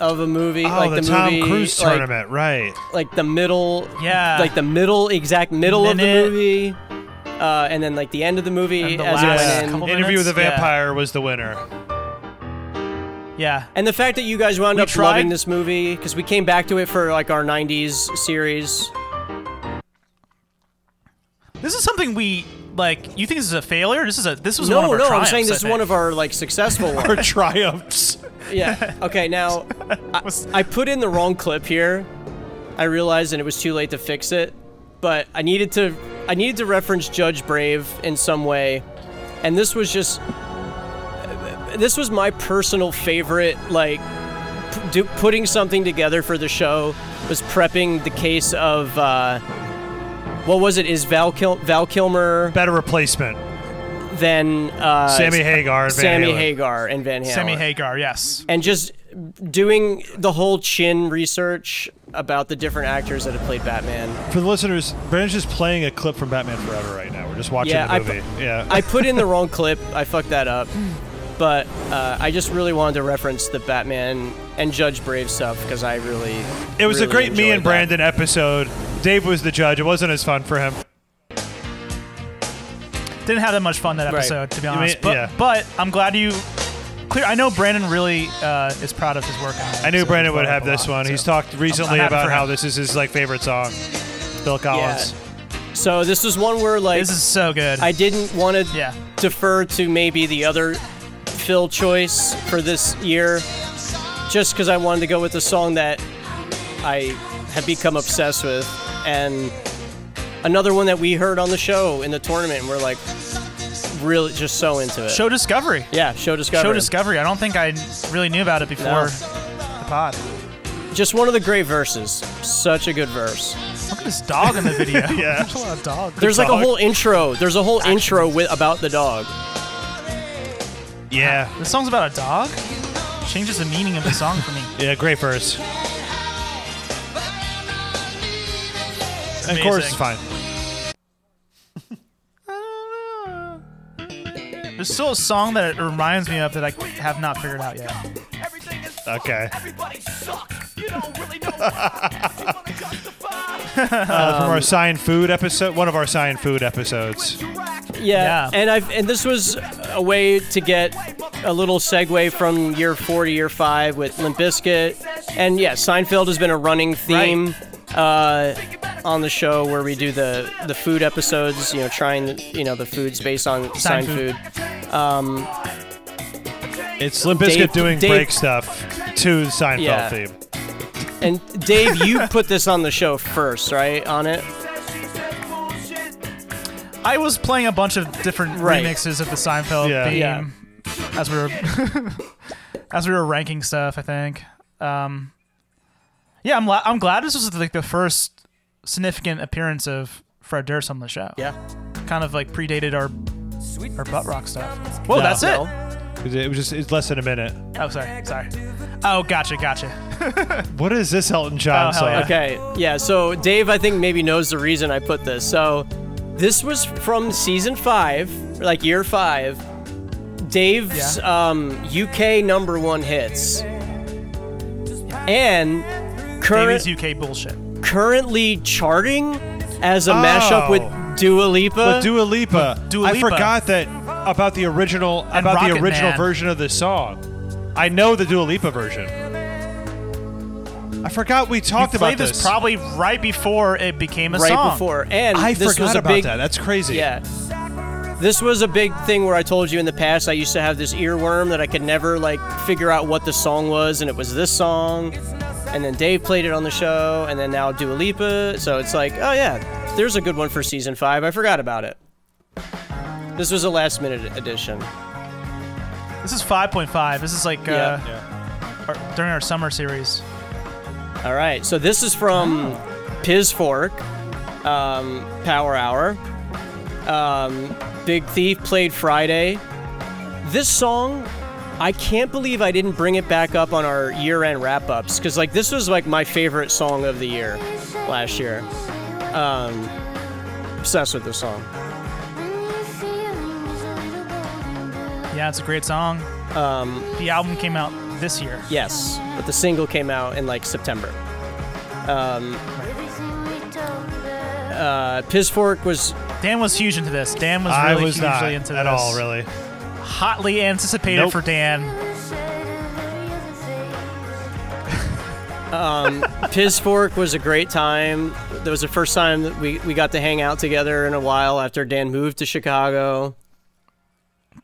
[SPEAKER 5] of a movie,
[SPEAKER 6] Oh,
[SPEAKER 5] like
[SPEAKER 6] the,
[SPEAKER 5] the,
[SPEAKER 6] Tom
[SPEAKER 5] movie,
[SPEAKER 6] Cruise
[SPEAKER 5] like-
[SPEAKER 6] tournament, right?
[SPEAKER 5] like the middle,
[SPEAKER 4] Yeah.
[SPEAKER 5] like the middle, exact middle
[SPEAKER 4] Minute.
[SPEAKER 5] of the movie. Uh, and then like the end of the movie
[SPEAKER 4] And the
[SPEAKER 5] as
[SPEAKER 4] last
[SPEAKER 5] it went in.
[SPEAKER 4] couple
[SPEAKER 6] Interview with the
[SPEAKER 4] minutes? Yeah.
[SPEAKER 6] Vampire was the winner.
[SPEAKER 4] Yeah.
[SPEAKER 5] And the fact that you guys wound
[SPEAKER 4] We
[SPEAKER 5] up
[SPEAKER 4] tried-
[SPEAKER 5] loving this movie because we came back to it for like our '90s series.
[SPEAKER 4] This is something we like. You think this is a failure? This is a. This was
[SPEAKER 5] no,
[SPEAKER 4] one of our
[SPEAKER 5] no, I'm
[SPEAKER 4] triumphs,
[SPEAKER 5] saying
[SPEAKER 4] I
[SPEAKER 5] this is
[SPEAKER 4] think.
[SPEAKER 5] one of our like successful
[SPEAKER 6] Her
[SPEAKER 5] ones.
[SPEAKER 6] triumphs.
[SPEAKER 5] yeah. Okay, now I,
[SPEAKER 4] Was-
[SPEAKER 5] I put in the wrong clip here. I realized, and it was too late to fix it. But I needed to, I needed to reference Judge Brave in some way, and this was just, this was my personal favorite. Like, p- do, putting something together for the show was prepping the case of. Uh, what was it? Is Val, Kil- Val Kilmer
[SPEAKER 6] Better replacement.
[SPEAKER 5] than uh,
[SPEAKER 6] Sammy Hagar. and Van
[SPEAKER 5] Sammy
[SPEAKER 6] Halen.
[SPEAKER 5] Hagar and Van Halen?
[SPEAKER 4] Sammy Hagar. Yes.
[SPEAKER 5] and just doing the whole chin research about the different actors that have played Batman.
[SPEAKER 6] For the listeners, Brandon's just playing a clip from Batman Forever right now. We're just watching
[SPEAKER 5] Yeah, I
[SPEAKER 6] the movie. yeah.
[SPEAKER 5] I put in the wrong clip. I fucked that up. But uh, I just really wanted to reference the Batman and Judge Brave stuff because I really.
[SPEAKER 6] it was
[SPEAKER 5] really
[SPEAKER 6] a great me
[SPEAKER 5] enjoyed
[SPEAKER 6] and
[SPEAKER 5] that.
[SPEAKER 6] Brandon episode. Dave was the judge. It wasn't as fun for him.
[SPEAKER 4] Didn't have that much fun that
[SPEAKER 5] Right.
[SPEAKER 4] episode, to be
[SPEAKER 6] mean-
[SPEAKER 4] honest. but
[SPEAKER 6] yeah.
[SPEAKER 4] but I'm glad you. Clear. I know Brandon really uh, is proud of his work. On that
[SPEAKER 6] I knew
[SPEAKER 4] episode.
[SPEAKER 6] Brandon
[SPEAKER 4] He brought
[SPEAKER 6] would
[SPEAKER 4] it
[SPEAKER 6] have
[SPEAKER 4] up a
[SPEAKER 6] this
[SPEAKER 4] lot,
[SPEAKER 6] one.
[SPEAKER 4] so.
[SPEAKER 6] He's talked recently
[SPEAKER 4] happy
[SPEAKER 6] about
[SPEAKER 4] for
[SPEAKER 6] how
[SPEAKER 4] him.
[SPEAKER 6] this is his like favorite song, Bill Collins.
[SPEAKER 5] Yeah. So this was one where like
[SPEAKER 4] This is so good.
[SPEAKER 5] I didn't want to
[SPEAKER 4] Yeah.
[SPEAKER 5] defer to maybe the other Phil choice for this year, just because I wanted to go with a song that I have become obsessed with, and another one that we heard on the show in the tournament. And we're like, really, just so into it.
[SPEAKER 4] show discovery.
[SPEAKER 5] yeah, show discovery.
[SPEAKER 4] Show discovery. I don't think I really knew about it before
[SPEAKER 5] No.
[SPEAKER 4] the pod.
[SPEAKER 5] just one of the great verses. Such a good verse.
[SPEAKER 4] Look at this dog in the video. yeah, there's a lot of dogs.
[SPEAKER 5] There's like
[SPEAKER 6] dog.
[SPEAKER 5] a whole intro. There's a whole intro with about the dog.
[SPEAKER 6] Yeah.
[SPEAKER 4] This song's about a dog. Changes the meaning of the song for me.
[SPEAKER 6] Yeah, great verse. And
[SPEAKER 4] Amazing.
[SPEAKER 6] chorus is fine.
[SPEAKER 4] There's still a song that it reminds me of that I have not figured out yet.
[SPEAKER 6] Okay.
[SPEAKER 3] Everybody sucks. You don't really know why. You wanna justify
[SPEAKER 6] Uh,
[SPEAKER 3] Um,
[SPEAKER 6] from our sign food episode, one of our sign food episodes.
[SPEAKER 3] your act.
[SPEAKER 5] Yeah,
[SPEAKER 4] Yeah.
[SPEAKER 5] and I've and this was a way to get a little segue from year four to year five with Limp Bizkit, and yeah, Seinfeld has been a running theme uh, on the show where we do the the food episodes. You know, trying you know the foods based on sign,
[SPEAKER 4] Sign
[SPEAKER 5] food.
[SPEAKER 4] food.
[SPEAKER 6] It's Limp Bizkit
[SPEAKER 5] Dave-
[SPEAKER 6] doing
[SPEAKER 5] Dave-
[SPEAKER 6] break stuff to Seinfeld
[SPEAKER 5] Yeah.
[SPEAKER 6] theme.
[SPEAKER 5] And Dave, you put this on the show first, right? On it,
[SPEAKER 4] I was playing a bunch of different
[SPEAKER 5] Right.
[SPEAKER 4] remixes of the Seinfeld
[SPEAKER 6] Yeah.
[SPEAKER 4] theme
[SPEAKER 5] Yeah.
[SPEAKER 4] as we were as we were ranking stuff. I think. Um, yeah, I'm la- I'm glad this was like the first significant appearance of Fred Durst on the show.
[SPEAKER 5] yeah.
[SPEAKER 4] Kind of like predated our our butt rock stuff. Whoa,
[SPEAKER 6] No.
[SPEAKER 4] that's
[SPEAKER 5] No?
[SPEAKER 4] it.
[SPEAKER 6] It was just it's less than a minute.
[SPEAKER 4] Oh, sorry, sorry. Oh, gotcha, gotcha.
[SPEAKER 6] What is this Elton John
[SPEAKER 4] Oh, hell
[SPEAKER 6] song?
[SPEAKER 4] yeah.
[SPEAKER 5] Okay, yeah, so Dave, I think, maybe knows the reason I put this. So, this was from season five, or, like year five. Dave's um, UK number one hits. And current,
[SPEAKER 4] Davies UK bullshit.
[SPEAKER 5] currently charting as a mashup
[SPEAKER 6] Oh.
[SPEAKER 5] with Dua Lipa.
[SPEAKER 6] With Uh, Dua Lipa.
[SPEAKER 4] Dua
[SPEAKER 6] I
[SPEAKER 4] Lipa.
[SPEAKER 6] forgot that about the original about the
[SPEAKER 4] Rocket
[SPEAKER 6] original
[SPEAKER 4] Man.
[SPEAKER 6] version of this song. I know the Dua Lipa version. I forgot we
[SPEAKER 4] You
[SPEAKER 6] talked
[SPEAKER 4] played
[SPEAKER 6] about
[SPEAKER 4] this,
[SPEAKER 6] this.
[SPEAKER 4] probably right before it became a
[SPEAKER 5] right
[SPEAKER 4] song.
[SPEAKER 5] before. And
[SPEAKER 6] I
[SPEAKER 5] this
[SPEAKER 6] forgot
[SPEAKER 5] was a
[SPEAKER 6] about
[SPEAKER 5] big,
[SPEAKER 6] that. That's crazy.
[SPEAKER 5] Yeah. This was a big thing where I told you in the past I used to have this earworm that I could never like figure out what the song was, and it was this song. And then Dave played it on the show, and then now Dua Lipa. So it's like, oh yeah, there's a good one for season five. I forgot about it. This was a last minute edition.
[SPEAKER 4] This is 5.5. This is like uh,
[SPEAKER 5] Yeah.
[SPEAKER 4] our- during our summer series.
[SPEAKER 5] All right, so this is from Pizfork, um, Power Hour. Um, Big Thief played Friday. This song, I can't believe I didn't bring it back up on our year-end wrap-ups because, like, this was like my favorite song of the year last year. Um, obsessed with this song.
[SPEAKER 4] Yeah, it's a great song.
[SPEAKER 5] Um,
[SPEAKER 4] The album came out this year.
[SPEAKER 5] yes, but the single came out in like September. Um, uh, Pizfork was
[SPEAKER 4] Dan was huge into this. Dan was
[SPEAKER 6] I
[SPEAKER 4] really
[SPEAKER 6] was
[SPEAKER 4] hugely
[SPEAKER 6] not
[SPEAKER 4] into
[SPEAKER 6] at
[SPEAKER 4] this.
[SPEAKER 6] all really.
[SPEAKER 4] Hotly anticipated
[SPEAKER 6] Nope.
[SPEAKER 4] for Dan.
[SPEAKER 5] Pizfork was a great time. That was the first time that we, we got to hang out together in a while after Dan moved to Chicago.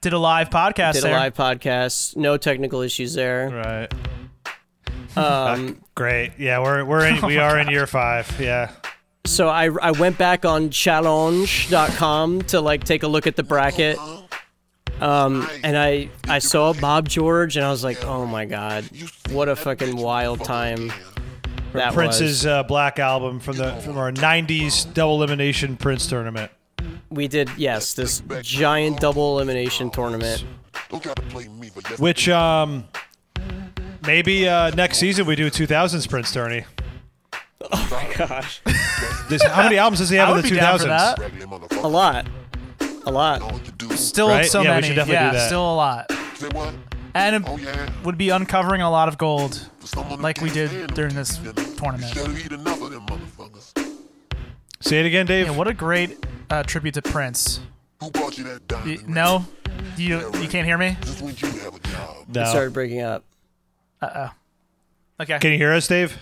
[SPEAKER 4] Did a live podcast
[SPEAKER 5] Did a
[SPEAKER 4] there.
[SPEAKER 5] live podcast. No technical issues there.
[SPEAKER 6] Right. Um, great. Yeah, we're we're in,
[SPEAKER 4] Oh
[SPEAKER 6] we are in year five. Yeah.
[SPEAKER 5] So I, I went back on challenge.com to like take a look at the bracket. Um, and I, I saw Bob George and I was like, oh my God, what a fucking wild time that was.
[SPEAKER 6] Prince's uh, Black album from the from our '90s double elimination Prince tournament.
[SPEAKER 5] We did, yes, this giant double elimination tournament.
[SPEAKER 6] Which um, maybe uh, next season we do 2000s Prince tourney.
[SPEAKER 5] Oh Gosh,
[SPEAKER 6] This, how many albums does he
[SPEAKER 4] I
[SPEAKER 6] have in
[SPEAKER 4] would
[SPEAKER 6] the
[SPEAKER 4] be down for
[SPEAKER 6] 2000s?
[SPEAKER 4] that.
[SPEAKER 5] a lot. A lot.
[SPEAKER 4] Still
[SPEAKER 6] Right?
[SPEAKER 4] so
[SPEAKER 6] Yeah, we
[SPEAKER 4] many.
[SPEAKER 6] should definitely
[SPEAKER 4] yeah,
[SPEAKER 6] do that.
[SPEAKER 4] still a lot. And it would be uncovering a lot of gold like we did during this tournament.
[SPEAKER 6] Say it again, Dave.
[SPEAKER 4] Yeah, what a great uh, tribute to Prince.
[SPEAKER 3] Who bought you that
[SPEAKER 4] Y-
[SPEAKER 3] diamond?
[SPEAKER 4] No? You, you can't hear me?
[SPEAKER 3] Just when you have a job.
[SPEAKER 6] No.
[SPEAKER 5] Started breaking up.
[SPEAKER 4] Okay.
[SPEAKER 6] Can you hear us, Dave?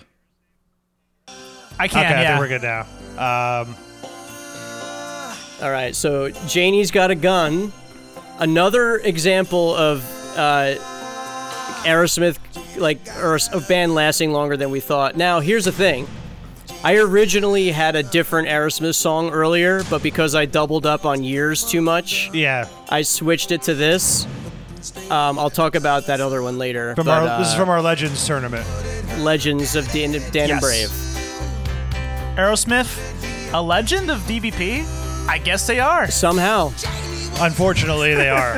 [SPEAKER 4] I can,
[SPEAKER 6] okay, I
[SPEAKER 4] yeah.
[SPEAKER 6] think we're good now. Um,
[SPEAKER 5] All right, so Janie's got a gun. Another example of uh, Aerosmith, like, or a band lasting longer than we thought. Now, here's the thing. I originally had a different Aerosmith song earlier, but because I doubled up on years too much,
[SPEAKER 6] Yeah,
[SPEAKER 5] I switched it to this. Um, I'll talk about that other one later.
[SPEAKER 6] from
[SPEAKER 5] but,
[SPEAKER 6] our this is
[SPEAKER 5] uh,
[SPEAKER 6] from our Legends tournament.
[SPEAKER 5] Legends of Dan, Dan
[SPEAKER 4] Yes.
[SPEAKER 5] and Brave.
[SPEAKER 4] Aerosmith, a legend of DBP? I guess they are.
[SPEAKER 5] Somehow,
[SPEAKER 6] Unfortunately, they are.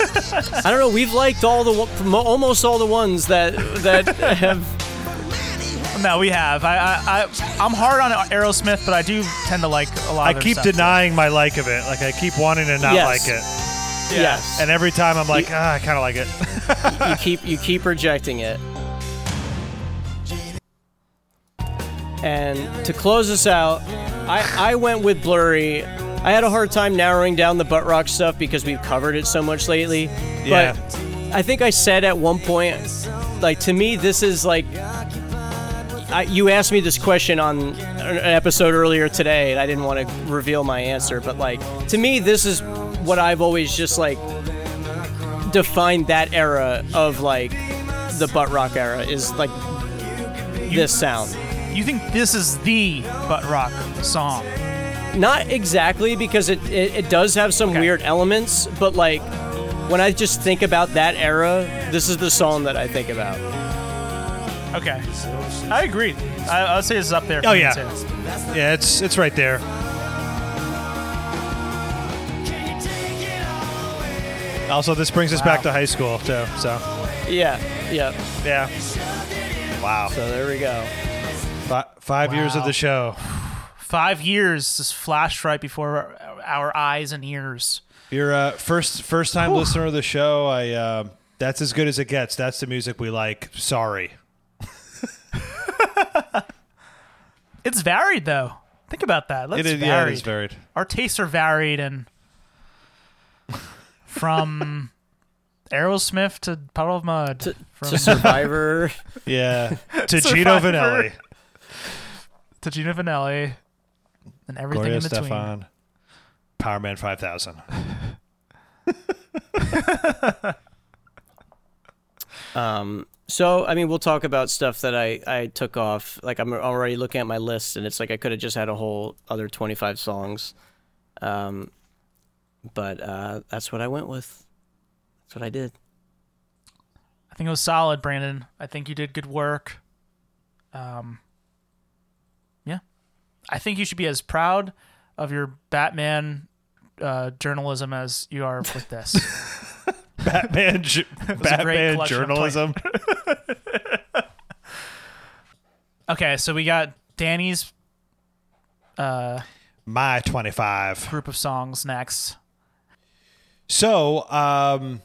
[SPEAKER 5] I don't know. We've liked all the one- mo- almost all the ones that that have.
[SPEAKER 4] No, we have. I, I, I, I'm hard on Aerosmith, but I do tend to like a lot.
[SPEAKER 6] I
[SPEAKER 4] of their
[SPEAKER 6] keep
[SPEAKER 4] stuff.
[SPEAKER 6] denying my like of it. Like I keep wanting to not
[SPEAKER 5] Yes.
[SPEAKER 6] like it,
[SPEAKER 5] Yes.
[SPEAKER 6] and every time I'm like, ah, I kind of like it.
[SPEAKER 5] you keep you keep rejecting it. And to close us out, I, I went with blurry. I had a hard time narrowing down the butt rock stuff because we've covered it so much lately.
[SPEAKER 6] Yeah.
[SPEAKER 5] But I think I said at one point, like to me, this is like. I, you asked me this question on an episode earlier today, and I didn't want to reveal my answer. But like to me, this is what I've always just like defined that era of like the butt rock era is like this sound.
[SPEAKER 4] You think this is the butt rock song?
[SPEAKER 5] Not exactly because it, it, it does have some
[SPEAKER 4] Okay.
[SPEAKER 5] weird elements, but like when I just think about that era, this is the song that I think about.
[SPEAKER 4] Okay, I agree. I, I'll say this is up there. for
[SPEAKER 6] Oh,
[SPEAKER 4] me,
[SPEAKER 6] yeah.
[SPEAKER 4] too.
[SPEAKER 6] Yeah, it's it's right there. Also, this brings us back to high school too. So,
[SPEAKER 5] Yeah, yeah.
[SPEAKER 6] yeah. Wow.
[SPEAKER 5] So there we go.
[SPEAKER 6] Fi five years of
[SPEAKER 4] Wow.
[SPEAKER 6] the show.
[SPEAKER 4] Five years just flashed right before our, our eyes and ears.
[SPEAKER 6] If you're a first first time listener of the show, I uh, that's as good as it gets. That's the music we like. Sorry.
[SPEAKER 4] It's varied though. Think about that. That's
[SPEAKER 6] It is,
[SPEAKER 4] varied.
[SPEAKER 6] yeah, it is varied.
[SPEAKER 4] Our tastes are varied, and from Aerosmith to Puddle of Mud, from
[SPEAKER 5] To Survivor.
[SPEAKER 6] Yeah. to Gino
[SPEAKER 4] Survivor.
[SPEAKER 6] Vanelli.
[SPEAKER 4] to Gina Vanelli, and everything
[SPEAKER 6] Gloria
[SPEAKER 4] in between.
[SPEAKER 6] Stefan. Power Man 5000.
[SPEAKER 5] um, so I mean, we'll talk about stuff that I I took off. Like I'm already looking at my list, and it's like I could have just had a whole other 25 songs. Um, but uh, that's what I went with. That's what I did.
[SPEAKER 4] I think it was solid, Brandon. I think you did good work. Um, yeah, I think you should be as proud of your Batman uh, journalism as you are with this.
[SPEAKER 6] Batman, ju- Batman
[SPEAKER 4] collection of
[SPEAKER 6] journalism.
[SPEAKER 4] okay, so we got Danny's uh,
[SPEAKER 6] My 25.
[SPEAKER 4] group of songs next.
[SPEAKER 6] So, um,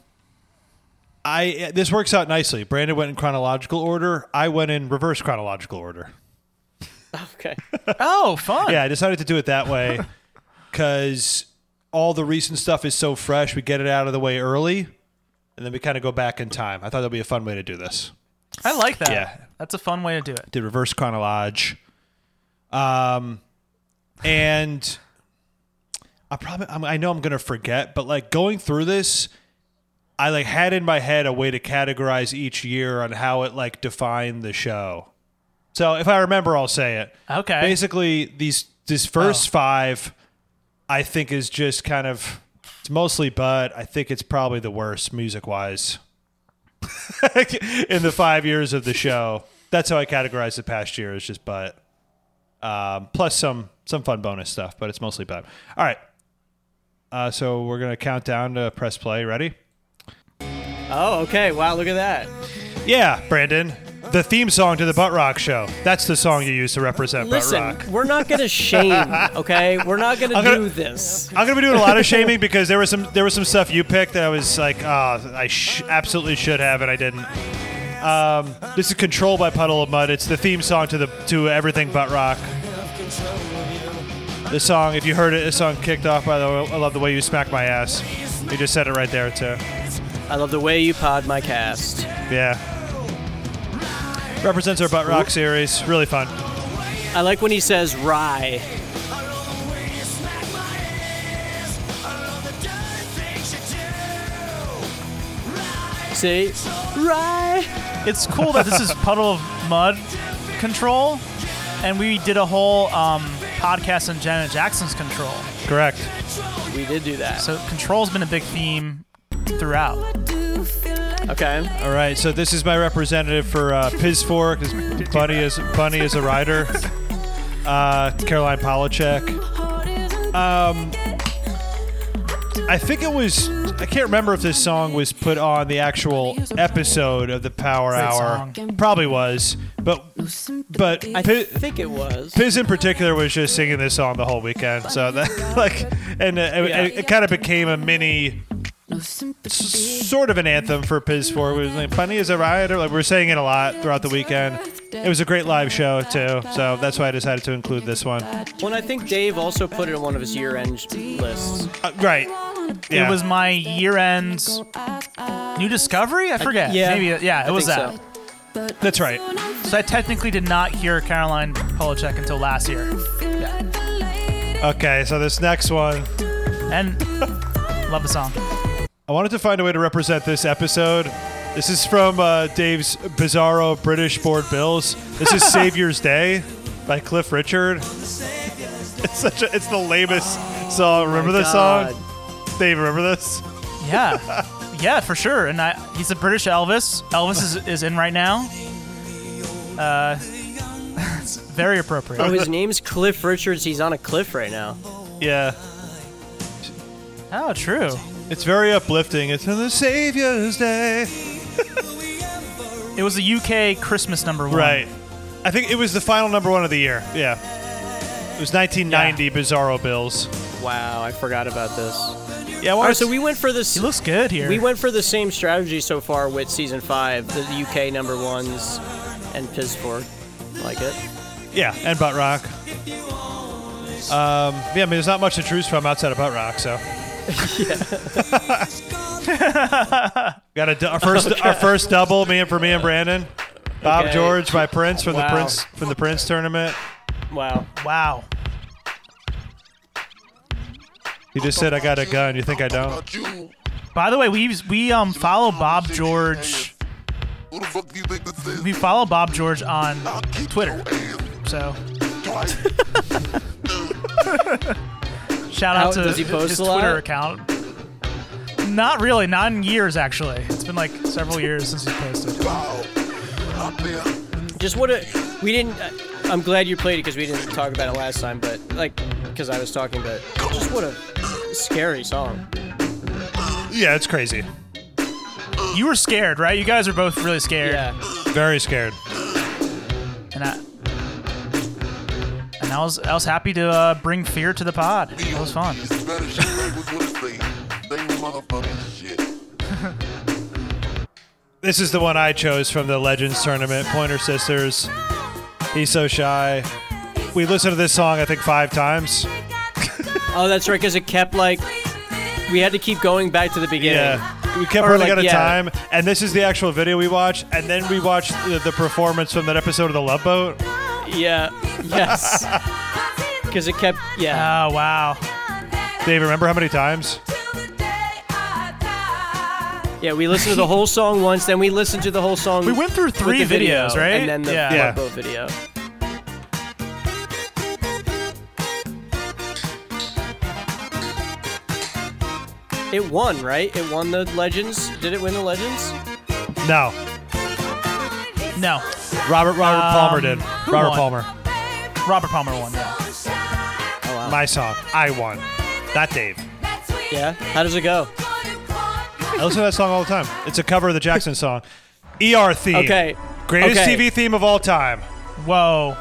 [SPEAKER 6] I this works out nicely. Brandon went in chronological order. I went in reverse chronological order.
[SPEAKER 5] Okay.
[SPEAKER 4] Oh, fun!
[SPEAKER 6] Yeah, I decided to do it that way because all the recent stuff is so fresh. We get it out of the way early, and then we kind of go back in time. I thought that'd be a fun way to do this.
[SPEAKER 4] I like that.
[SPEAKER 6] Yeah.
[SPEAKER 4] that's a fun way to do it.
[SPEAKER 6] Did reverse chronology. Um, and I probably I'm, I know I'm gonna forget, but like going through this, I like had in my head a way to categorize each year on how it like defined the show. So if I remember, I'll say it.
[SPEAKER 4] Okay.
[SPEAKER 6] Basically, these this first five, I think is just kind of it's mostly but I think it's probably the worst music wise in the five years of the show. That's how I categorize the past year is just but. Um, plus some some fun bonus stuff, but it's mostly bad. All right. Uh, so we're gonna count down to press play. Ready?
[SPEAKER 5] Oh, okay. Wow, look at that.
[SPEAKER 6] Yeah, Brandon. The theme song to the Butt Rock Show. That's the song you use to represent
[SPEAKER 5] Listen,
[SPEAKER 6] Butt Rock.
[SPEAKER 5] we're not gonna shame. Okay, we're not gonna,
[SPEAKER 6] I'm gonna-
[SPEAKER 5] do this.
[SPEAKER 6] I'm gonna be doing a lot of shaming because there was some there was some stuff you picked that I was like, oh, I sh- absolutely should have and I didn't. Um, this is "Control" by Puddle of Mud. It's the theme song to the to everything but rock. This song, if you heard it, this song kicked off by the I love the way you smack my ass. You just said it right there too.
[SPEAKER 5] I love the way you pod my cast.
[SPEAKER 6] Yeah. Represents our butt rock series. Really fun.
[SPEAKER 5] I like when he says "rye." say right.
[SPEAKER 4] It's cool that this is puddle of mud control, and we did a whole um, podcast on Janet Jackson's control.
[SPEAKER 6] Correct.
[SPEAKER 5] We did do that.
[SPEAKER 4] So control's been a big theme throughout.
[SPEAKER 5] Okay.
[SPEAKER 6] All right, so this is my representative for uh, Pizfork. Is Bunny is Bunny is a rider. Uh, Caroline Polachek. Um, I think it was. I can't remember if this song was put on the actual episode of the Power
[SPEAKER 4] Great
[SPEAKER 6] Hour.
[SPEAKER 4] song.
[SPEAKER 6] Probably was, but but
[SPEAKER 5] I
[SPEAKER 6] Pi-
[SPEAKER 5] think it was.
[SPEAKER 6] Piz in particular was just singing this song the whole weekend, so that like, and uh, it,
[SPEAKER 5] Yeah.
[SPEAKER 6] it, kind of became a mini, s- sort of an anthem for Piz Four. It was like funny as a rider. Like we were saying it a lot throughout the weekend. It was a great live show too, so that's why I decided to include this one. Uh,
[SPEAKER 5] Well, and I think Dave also put it on one of his year-end lists.
[SPEAKER 6] Uh, right? Yeah.
[SPEAKER 4] It was my year end new discovery. I forget.
[SPEAKER 5] yeah.
[SPEAKER 4] Maybe. Yeah. It
[SPEAKER 5] I
[SPEAKER 4] was
[SPEAKER 5] think
[SPEAKER 4] that.
[SPEAKER 5] so.
[SPEAKER 6] That's right.
[SPEAKER 4] So. I technically did not hear Caroline Polachek until last year,
[SPEAKER 6] Okay, so this next one,
[SPEAKER 4] and love the song.
[SPEAKER 6] I wanted to find a way to represent this episode. This is from uh, Dave's Bizarro British Board Bills. This is Savior's Day by Cliff Richard. It's such a, it's the lamest song. Remember this
[SPEAKER 5] God.
[SPEAKER 6] song? Dave, remember this?
[SPEAKER 4] Yeah. Yeah, for sure. And I, he's a British Elvis. Elvis is, is in right now. Uh, it's very appropriate.
[SPEAKER 5] Oh, his name's Cliff Richards. He's on a cliff right now.
[SPEAKER 6] Yeah.
[SPEAKER 4] Oh, true.
[SPEAKER 6] It's very uplifting. It's on the Savior's Day.
[SPEAKER 4] It was a UK Christmas number one.
[SPEAKER 6] Right. I think it was the final number one of the year. Yeah. It was 1990 Bizarro Bills.
[SPEAKER 5] Wow, I forgot about this. All
[SPEAKER 6] Yeah, I wanted
[SPEAKER 5] right, so
[SPEAKER 6] to-
[SPEAKER 5] we went for this.
[SPEAKER 4] He looks good here.
[SPEAKER 5] We went for the same strategy so far with season five, the UK number ones and Pizfork. Like it.
[SPEAKER 6] Yeah, and Butt Rock. Um, yeah, I mean, there's not much to choose from outside of Butt Rock, so. Got a, du- our first our first double, me and for me and Brandon, Bob
[SPEAKER 5] Okay.
[SPEAKER 6] George by Prince from
[SPEAKER 5] Wow.
[SPEAKER 6] the Prince from the Prince tournament.
[SPEAKER 5] Wow.
[SPEAKER 4] wow.
[SPEAKER 6] He just said, "I got a gun." You think I don't?
[SPEAKER 4] By the way, we we um follow Bob George.
[SPEAKER 7] Who the fuck do you think this is?
[SPEAKER 4] We follow Bob George on Twitter. So shout out
[SPEAKER 5] How-
[SPEAKER 4] to
[SPEAKER 5] does he
[SPEAKER 4] his
[SPEAKER 5] post a lot?
[SPEAKER 4] Twitter account. Not really, not in years actually. It's been like several years since he posted.
[SPEAKER 5] Just what a. We didn't. uh, I'm glad you played it because we didn't talk about it last time, but like, because I was talking, but just what a scary song.
[SPEAKER 6] Yeah, it's crazy.
[SPEAKER 4] You were scared, right? You guys are both really scared.
[SPEAKER 5] Yeah.
[SPEAKER 6] Very scared.
[SPEAKER 4] And I and I was I was happy to uh, bring fear to the pod. It was fun.
[SPEAKER 7] Spanish language would say, they motherfucking shit.
[SPEAKER 6] This is the one I chose from the Legends tournament, Pointer Sisters. He's so shy. We listened to this song I think five times.
[SPEAKER 5] Oh, that's right, because it kept like. We had to keep going back to the beginning.
[SPEAKER 6] Yeah. We kept
[SPEAKER 5] Or,
[SPEAKER 6] running
[SPEAKER 5] like,
[SPEAKER 6] out of
[SPEAKER 5] yeah.
[SPEAKER 6] time, and this is the actual video we watched, and then we watched the, the performance from that episode of The Love Boat.
[SPEAKER 5] Yeah. Yes. Because it kept. Yeah.
[SPEAKER 4] Oh wow.
[SPEAKER 6] Dave, remember how many times?
[SPEAKER 5] Yeah. We listened to the whole song once, then we listened to the whole song.
[SPEAKER 4] We went through three
[SPEAKER 5] with the video,
[SPEAKER 4] videos, right?
[SPEAKER 5] And then the
[SPEAKER 4] yeah.
[SPEAKER 5] yeah.
[SPEAKER 6] Yeah.
[SPEAKER 5] video. It won, right? It won the Legends. Did it win the Legends?
[SPEAKER 6] No.
[SPEAKER 4] No.
[SPEAKER 6] Robert Robert
[SPEAKER 4] Um,
[SPEAKER 6] Palmer did.
[SPEAKER 4] who
[SPEAKER 6] Robert
[SPEAKER 4] won?
[SPEAKER 6] Palmer.
[SPEAKER 4] Robert Palmer won, yeah.
[SPEAKER 5] Oh.
[SPEAKER 6] My song. I won. Not Dave.
[SPEAKER 5] Yeah. How does it go?
[SPEAKER 6] I listen to that song all the time. It's a cover of the Jackson song. ER theme.
[SPEAKER 5] Okay.
[SPEAKER 6] Greatest
[SPEAKER 5] Okay.
[SPEAKER 6] TV theme of all time.
[SPEAKER 4] Whoa.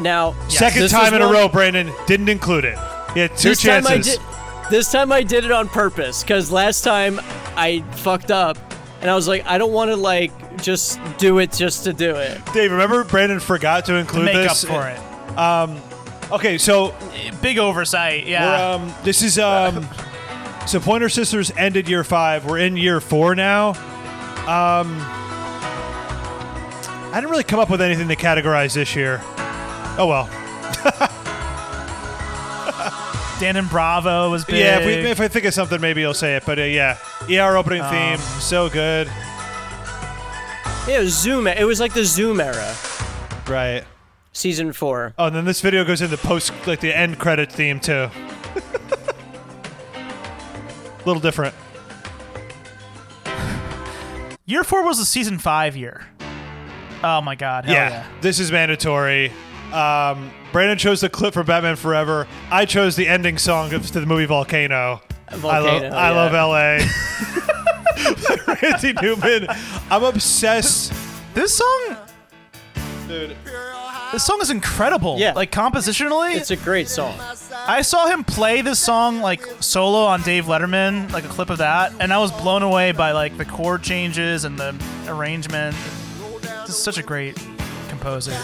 [SPEAKER 5] Now,
[SPEAKER 6] Second
[SPEAKER 5] this
[SPEAKER 6] time
[SPEAKER 5] was
[SPEAKER 6] in a
[SPEAKER 5] one-
[SPEAKER 6] row, Brandon didn't include it. He had two
[SPEAKER 5] this
[SPEAKER 6] chances.
[SPEAKER 5] Time I did, this time I did it on purpose because last time I fucked up, and I was like, I don't want to like just do it just to do it.
[SPEAKER 6] Dave, remember Brandon forgot to include
[SPEAKER 4] Make
[SPEAKER 6] this.
[SPEAKER 4] up for it.
[SPEAKER 6] uh, Okay, so
[SPEAKER 4] Big oversight,
[SPEAKER 6] We're,
[SPEAKER 4] yeah.
[SPEAKER 6] um, this is um, so Pointer Sisters ended year five. We're in year four now. Um, I didn't really come up with anything to categorize this year. Oh well,
[SPEAKER 4] Dan and Bravo was big. Um,
[SPEAKER 6] Yeah, if, we, if I think of something, maybe I'll say it. But uh, yeah, ER opening theme, so good.
[SPEAKER 5] Yeah, it was Zoom. e- It was like the Zoom era,
[SPEAKER 6] Right.
[SPEAKER 5] season four.
[SPEAKER 6] Oh, and then this video goes in the post, like the end credit theme too. little different.
[SPEAKER 4] year four was the season five year. Oh my god, hell yeah.
[SPEAKER 6] yeah, this is mandatory. Um, Brandon chose the clip from Batman Forever. I chose the ending song of, to the movie Volcano. I love,
[SPEAKER 5] Volcano,
[SPEAKER 6] I
[SPEAKER 5] yeah.
[SPEAKER 6] love L.A. Randy Newman. I'm obsessed.
[SPEAKER 4] This song,
[SPEAKER 6] Dude,
[SPEAKER 4] this song is incredible.
[SPEAKER 5] Yeah.
[SPEAKER 4] like compositionally,
[SPEAKER 5] It's a great song.
[SPEAKER 4] I saw him play this song like solo on Dave Letterman, like a clip of that, and I was blown away by like the chord changes and the arrangement. This is such a great composer,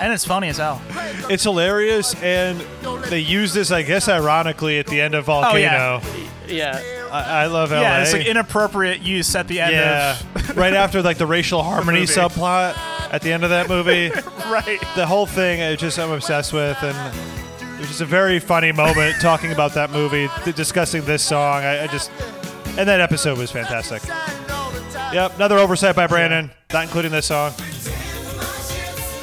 [SPEAKER 4] and it's funny as hell.
[SPEAKER 6] it's hilarious, and they use this, I guess, ironically at the end of Volcano.
[SPEAKER 4] Oh, yeah.
[SPEAKER 5] Yeah,
[SPEAKER 6] I, I love L.A.
[SPEAKER 4] Yeah, it's like inappropriate use at the end
[SPEAKER 6] Yeah. right after like the racial harmony
[SPEAKER 4] movie.
[SPEAKER 6] subplot at the end of that movie.
[SPEAKER 4] of right.
[SPEAKER 6] the whole thing I just I'm obsessed with and it was just a very funny moment talking about that movie th- discussing this song I, I just and that episode was fantastic yep another oversight by Brandon not including this song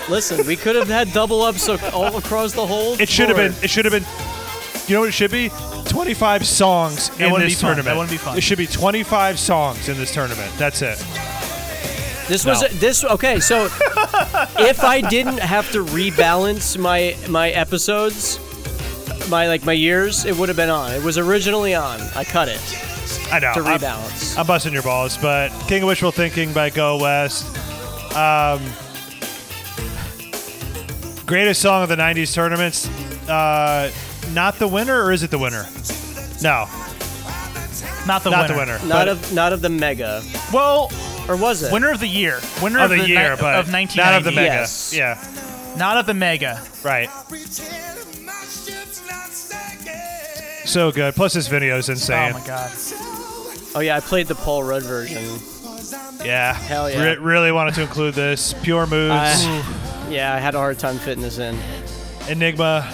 [SPEAKER 5] listen, we could have had double ups ac- all across the whole.
[SPEAKER 6] it should have
[SPEAKER 5] floor.
[SPEAKER 6] been it should have been you know what it should be 25 songs in
[SPEAKER 4] wouldn't
[SPEAKER 6] this
[SPEAKER 4] be fun.
[SPEAKER 6] tournament
[SPEAKER 4] That wouldn't be fun.
[SPEAKER 6] it should be 25 songs in this tournament that's it
[SPEAKER 5] This was
[SPEAKER 6] No.
[SPEAKER 5] this okay. So if I didn't have to rebalance my my episodes, my like my years, it would have been on. It was originally on. I cut it
[SPEAKER 6] Uh, I know
[SPEAKER 5] to
[SPEAKER 6] I'm-
[SPEAKER 5] rebalance.
[SPEAKER 6] I'm busting your balls, but King of Wishful Thinking by Go West. Um, greatest song of the 90s tournaments. Uh, not the winner, or is it the winner? No,
[SPEAKER 4] Not the winner.
[SPEAKER 6] not the winner.
[SPEAKER 5] not
[SPEAKER 6] uh, but-
[SPEAKER 5] of not of the mega,
[SPEAKER 4] Well,
[SPEAKER 5] or was it?
[SPEAKER 4] winner of the year, winner
[SPEAKER 6] of the,
[SPEAKER 4] ni-
[SPEAKER 6] year, but
[SPEAKER 4] of
[SPEAKER 6] not of the
[SPEAKER 4] 1990,
[SPEAKER 6] mega.
[SPEAKER 5] Yes.
[SPEAKER 6] Yeah,
[SPEAKER 4] not of the mega.
[SPEAKER 6] right. So good. Plus, this video is
[SPEAKER 4] Oh
[SPEAKER 6] insane.
[SPEAKER 4] my god,
[SPEAKER 5] oh yeah, I played the Paul Rudd version.
[SPEAKER 6] Yeah.
[SPEAKER 5] Hell yeah.
[SPEAKER 6] Re- really wanted to include this. Pure Moods,
[SPEAKER 5] I- yeah, I had a hard time fitting this in.
[SPEAKER 6] Enigma,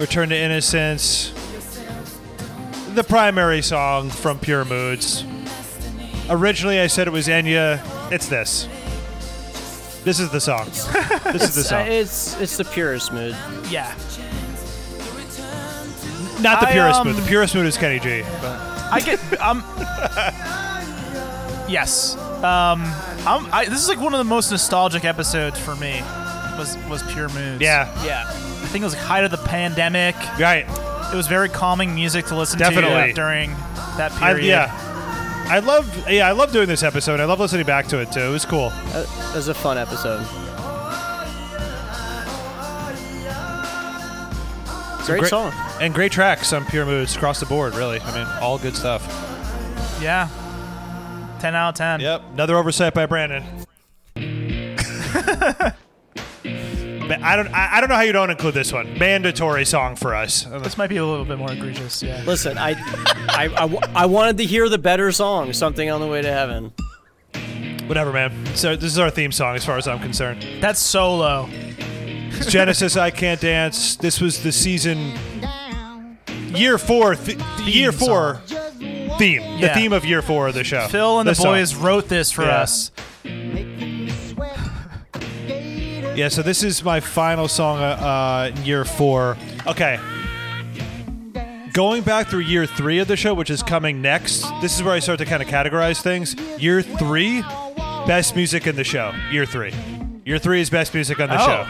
[SPEAKER 6] Return to Innocence. The primary song from Pure Moods. Originally, I said it was Enya. It's this. This is the song. This is the
[SPEAKER 5] Uh,
[SPEAKER 6] song.
[SPEAKER 5] it's it's the purest mood.
[SPEAKER 4] yeah.
[SPEAKER 6] Not the
[SPEAKER 4] I,
[SPEAKER 6] purest
[SPEAKER 4] um,
[SPEAKER 6] mood. The purest mood is Kenny G.
[SPEAKER 4] I get um. yes. Um. I'm, I, this is like one of the most nostalgic episodes for me. Was was pure moods.
[SPEAKER 6] Yeah.
[SPEAKER 5] Yeah,
[SPEAKER 4] I think it was like height of the pandemic.
[SPEAKER 6] Right.
[SPEAKER 4] It was very calming music to listen
[SPEAKER 6] Definitely.
[SPEAKER 4] to during that
[SPEAKER 6] I,
[SPEAKER 4] period.
[SPEAKER 6] yeah. I love. Yeah, I love doing this episode. I love listening back to it too. It was cool.
[SPEAKER 5] it was a fun episode. Great,
[SPEAKER 6] Great-
[SPEAKER 5] song.
[SPEAKER 6] And great tracks on Pure Moods across the board. Really. I mean, all good stuff.
[SPEAKER 4] Yeah. Ten out of ten.
[SPEAKER 6] Yep. Another oversight by Brandon. But I don't. I, I don't know how you don't include this one. Mandatory song for us.
[SPEAKER 4] This might be a little bit more egregious. Yeah.
[SPEAKER 5] Listen, I, I, I, wa- I wanted to hear the better song, "Something on the Way to Heaven."
[SPEAKER 6] Whatever, man. So this is our theme song, as far as I'm concerned.
[SPEAKER 4] That's solo.
[SPEAKER 6] It's Genesis, I Can't Dance. This was the season year four, th- year four theme. The
[SPEAKER 4] Yeah.
[SPEAKER 6] theme of year four of the show.
[SPEAKER 4] Phil and
[SPEAKER 6] This
[SPEAKER 4] the
[SPEAKER 6] song.
[SPEAKER 4] boys wrote this for
[SPEAKER 6] Yeah.
[SPEAKER 4] us.
[SPEAKER 6] Yeah. So this is my final song, uh, uh, year four. Okay. Going back through year three of the show, which is coming next, this is where I start to kind of categorize things. Year three, best music in the show. Year three. Year three is best music on the
[SPEAKER 4] Oh.
[SPEAKER 6] show.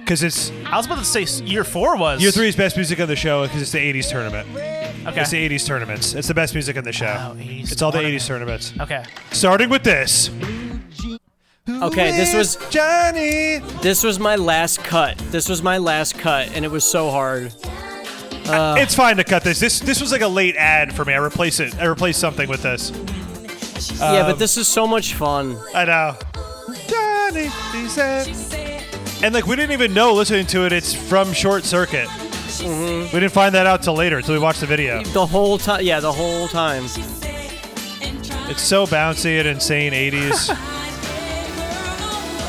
[SPEAKER 6] Because it's
[SPEAKER 4] I was about to say s- year four was
[SPEAKER 6] year three is best music on the show because it's the 80s tournament.
[SPEAKER 4] Okay.
[SPEAKER 6] It's the 80s tournaments. It's the best music in the show.
[SPEAKER 4] Wow, 80s
[SPEAKER 6] it's all the
[SPEAKER 4] tournament.
[SPEAKER 6] 80s tournaments.
[SPEAKER 4] Okay.
[SPEAKER 6] Starting with this.
[SPEAKER 5] Okay, this was
[SPEAKER 6] Johnny.
[SPEAKER 5] this was my last cut. This was my last cut, and it was so hard.
[SPEAKER 6] it's fine to cut this. This this was like a late ad for me. I replace it. I replace something with this.
[SPEAKER 5] yeah,
[SPEAKER 4] Um,
[SPEAKER 5] but this is so much fun.
[SPEAKER 6] I know. uh, Johnny, he said. And like we didn't even know listening to it. It's from Short Circuit. We didn't find that out till later, till we watched the video.
[SPEAKER 5] The whole time, yeah, the whole time.
[SPEAKER 6] It's so bouncy and insane. 80s.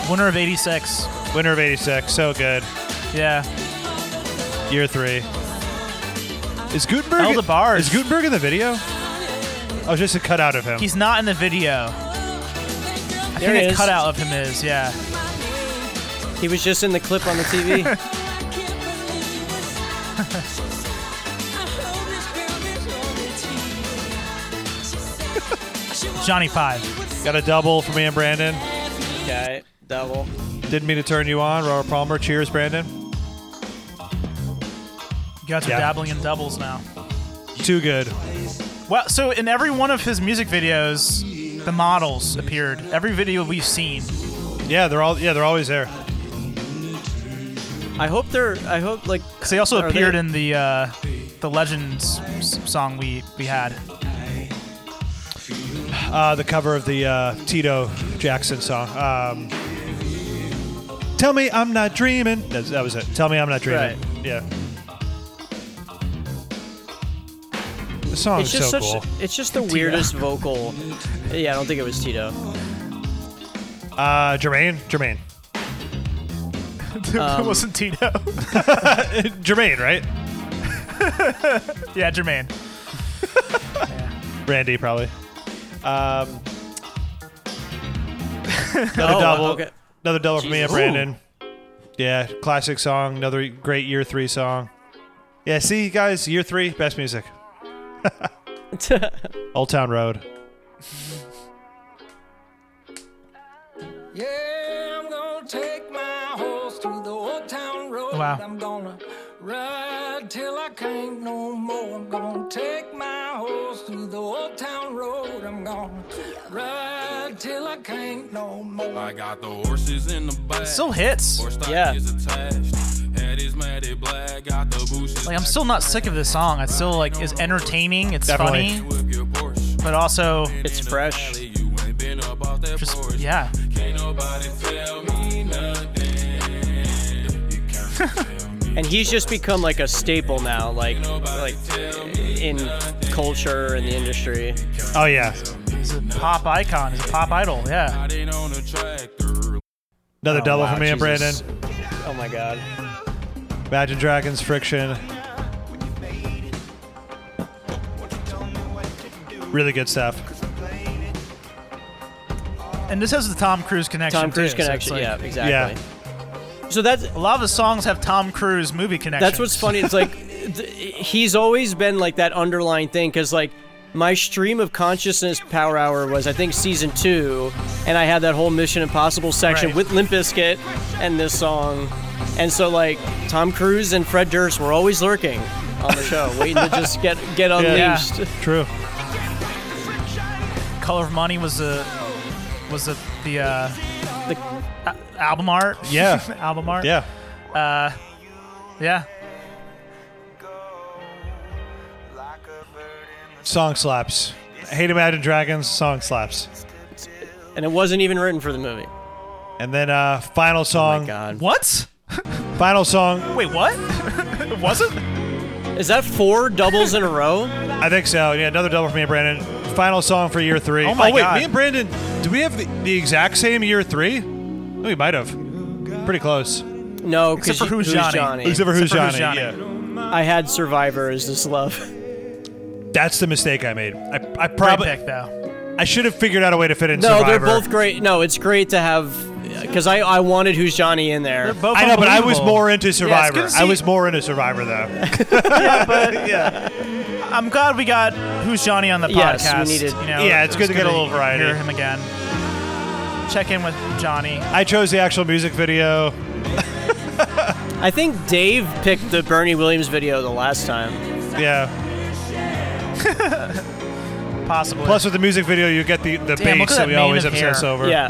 [SPEAKER 4] Winner of '86.
[SPEAKER 6] Winter of '86. So good.
[SPEAKER 4] Yeah.
[SPEAKER 6] Year three. Is Gutenberg
[SPEAKER 4] Eldebarge.
[SPEAKER 6] Is Gutenberg in the video? Oh, just a cutout of him.
[SPEAKER 4] He's not in the video. I
[SPEAKER 5] There
[SPEAKER 4] think
[SPEAKER 5] it
[SPEAKER 4] a
[SPEAKER 5] is.
[SPEAKER 4] cutout of him is, yeah.
[SPEAKER 5] He was just in the clip on the TV.
[SPEAKER 4] Johnny Five.
[SPEAKER 6] Got a double from me and Brandon.
[SPEAKER 5] okay, double.
[SPEAKER 6] Didn't mean to turn you on. Robert Palmer. Cheers, Brandon.
[SPEAKER 4] You guys are
[SPEAKER 6] Yeah.
[SPEAKER 4] dabbling in doubles now.
[SPEAKER 6] Too good.
[SPEAKER 4] Well, so in every one of his music videos, the models appeared. Every video we've seen.
[SPEAKER 6] Yeah, they're all. Yeah, they're always there.
[SPEAKER 5] I hope they're. I hope like.
[SPEAKER 4] 'Cause they also
[SPEAKER 5] Are
[SPEAKER 4] appeared
[SPEAKER 5] they-
[SPEAKER 4] in the uh, the Legends s- song we we had.
[SPEAKER 6] Uh, the cover of the uh, Tito Jackson song. Um, Tell me I'm not dreaming. That's, that was it. Tell me I'm not dreaming. Yeah. The
[SPEAKER 5] It's
[SPEAKER 6] song's
[SPEAKER 5] just
[SPEAKER 6] so
[SPEAKER 5] such.
[SPEAKER 6] cool.
[SPEAKER 5] It's just the weirdest vocal. Yeah, I don't think it was Tito.
[SPEAKER 6] Uh, Jermaine, Jermaine,
[SPEAKER 4] it
[SPEAKER 5] Um,
[SPEAKER 4] wasn't Tito.
[SPEAKER 6] Jermaine, right?
[SPEAKER 4] yeah, Jermaine.
[SPEAKER 6] Randy probably. Um, another
[SPEAKER 5] Oh,
[SPEAKER 6] double.
[SPEAKER 5] okay.
[SPEAKER 6] Another double for me and
[SPEAKER 5] Jesus.
[SPEAKER 6] Brandon. Yeah, classic song. Another great year three song. Yeah, see guys, year three best music. Old Town Road.
[SPEAKER 2] Yeah, I'm gonna take my horse to the old town road.
[SPEAKER 4] Wow.
[SPEAKER 2] I'm gonna ride till I can't no more. I'm gonna take my horse to the old town road. I'm gonna ride till I can't no more.
[SPEAKER 8] I got the horses in the back.
[SPEAKER 4] Still hits.
[SPEAKER 8] Horse stock
[SPEAKER 5] Yeah.
[SPEAKER 8] is attached. Head is matted black. Got the bushes.
[SPEAKER 4] Like I'm still not sick of this song. It's still like is entertaining. It's
[SPEAKER 6] Definitely.
[SPEAKER 4] funny,
[SPEAKER 8] Whip your Porsche.
[SPEAKER 4] but also
[SPEAKER 5] It's fresh.
[SPEAKER 8] Hey, You ain't been up off that
[SPEAKER 4] just
[SPEAKER 8] porch.
[SPEAKER 4] yeah.
[SPEAKER 8] Can't nobody tell me nothing. You can't tell me.
[SPEAKER 5] And he's just become like a staple now, like like in culture and the industry.
[SPEAKER 6] Oh yeah,
[SPEAKER 4] He's a pop icon. He's a pop idol. Yeah.
[SPEAKER 8] I ain't on a tractor.
[SPEAKER 6] another double
[SPEAKER 5] Oh, wow,
[SPEAKER 6] for me
[SPEAKER 5] Jesus.
[SPEAKER 6] and
[SPEAKER 5] Oh my God.
[SPEAKER 6] Brandon. Imagine Dragons friction. Really good stuff.
[SPEAKER 4] And this has the Tom Cruise connection.
[SPEAKER 5] Tom Cruise
[SPEAKER 4] too, so it's
[SPEAKER 5] connection.
[SPEAKER 4] like-
[SPEAKER 5] yeah, exactly. So that's
[SPEAKER 4] A lot of the songs have Tom Cruise movie connections.
[SPEAKER 5] that's what's funny. It's like th- he's always been like that underlying thing because like my stream of consciousness power hour was I think season two, and I had that whole Mission Impossible section
[SPEAKER 4] Right.
[SPEAKER 5] with Limp Bizkit and this song, and so like Tom Cruise and Fred Durst were always lurking on the show, waiting to just get get unleashed.
[SPEAKER 6] True.
[SPEAKER 4] Color of Money was the was the the, uh, the a- album art.
[SPEAKER 6] Yeah.
[SPEAKER 4] album art.
[SPEAKER 6] Yeah.
[SPEAKER 4] yeah.
[SPEAKER 6] Song slaps. Hate Imagine Dragons. Song slaps.
[SPEAKER 5] And it wasn't even written for the movie.
[SPEAKER 6] And then uh, final
[SPEAKER 5] Oh
[SPEAKER 6] song.
[SPEAKER 4] Um,
[SPEAKER 5] my God,
[SPEAKER 4] What?
[SPEAKER 6] Final song.
[SPEAKER 4] Wait, what? it wasn't.
[SPEAKER 5] is that four doubles in a row?
[SPEAKER 6] I think so. Yeah, another double for me and Brandon. Final song for year three.
[SPEAKER 4] Oh my
[SPEAKER 6] wait,
[SPEAKER 4] God.
[SPEAKER 6] me and Brandon, do we have the, the exact same year three? We might have. Pretty close.
[SPEAKER 5] No,
[SPEAKER 4] Except
[SPEAKER 5] 'cause
[SPEAKER 4] for
[SPEAKER 5] you-
[SPEAKER 4] Who's Johnny?
[SPEAKER 6] Except for who's
[SPEAKER 4] Except for Who's
[SPEAKER 6] Johnny.
[SPEAKER 4] Johnny.
[SPEAKER 6] Yeah.
[SPEAKER 5] I had Survivor as this love.
[SPEAKER 6] That's the mistake I made. I, I
[SPEAKER 4] Great
[SPEAKER 6] probably
[SPEAKER 4] pick though.
[SPEAKER 6] I should have figured out a way to fit in
[SPEAKER 5] No,
[SPEAKER 6] Survivor.
[SPEAKER 5] they're both great. No, it's great to have because I, I wanted Who's Johnny in there.
[SPEAKER 4] They're both
[SPEAKER 6] I know, but I was
[SPEAKER 4] unbelievable.
[SPEAKER 6] more into
[SPEAKER 4] Yeah, it's
[SPEAKER 6] Survivor.
[SPEAKER 4] good to
[SPEAKER 6] I
[SPEAKER 4] see-
[SPEAKER 6] was more into Survivor though.
[SPEAKER 4] I'm glad we got Who's Johnny on the
[SPEAKER 5] Yes, we
[SPEAKER 4] podcast.
[SPEAKER 5] needed-
[SPEAKER 4] You know,
[SPEAKER 6] Yeah, it's good to get a little variety.
[SPEAKER 4] Hear him again. Check in with Johnny.
[SPEAKER 6] I chose the actual music video.
[SPEAKER 5] I think Dave picked the Bernie Williams video the last time.
[SPEAKER 6] Yeah.
[SPEAKER 4] Possibly.
[SPEAKER 6] Plus, with the music video, you get the the
[SPEAKER 4] Damn, look
[SPEAKER 6] bass
[SPEAKER 4] at that
[SPEAKER 6] that we
[SPEAKER 4] mane
[SPEAKER 6] always
[SPEAKER 4] of
[SPEAKER 6] obsess
[SPEAKER 4] hair.
[SPEAKER 6] over.
[SPEAKER 5] Yeah,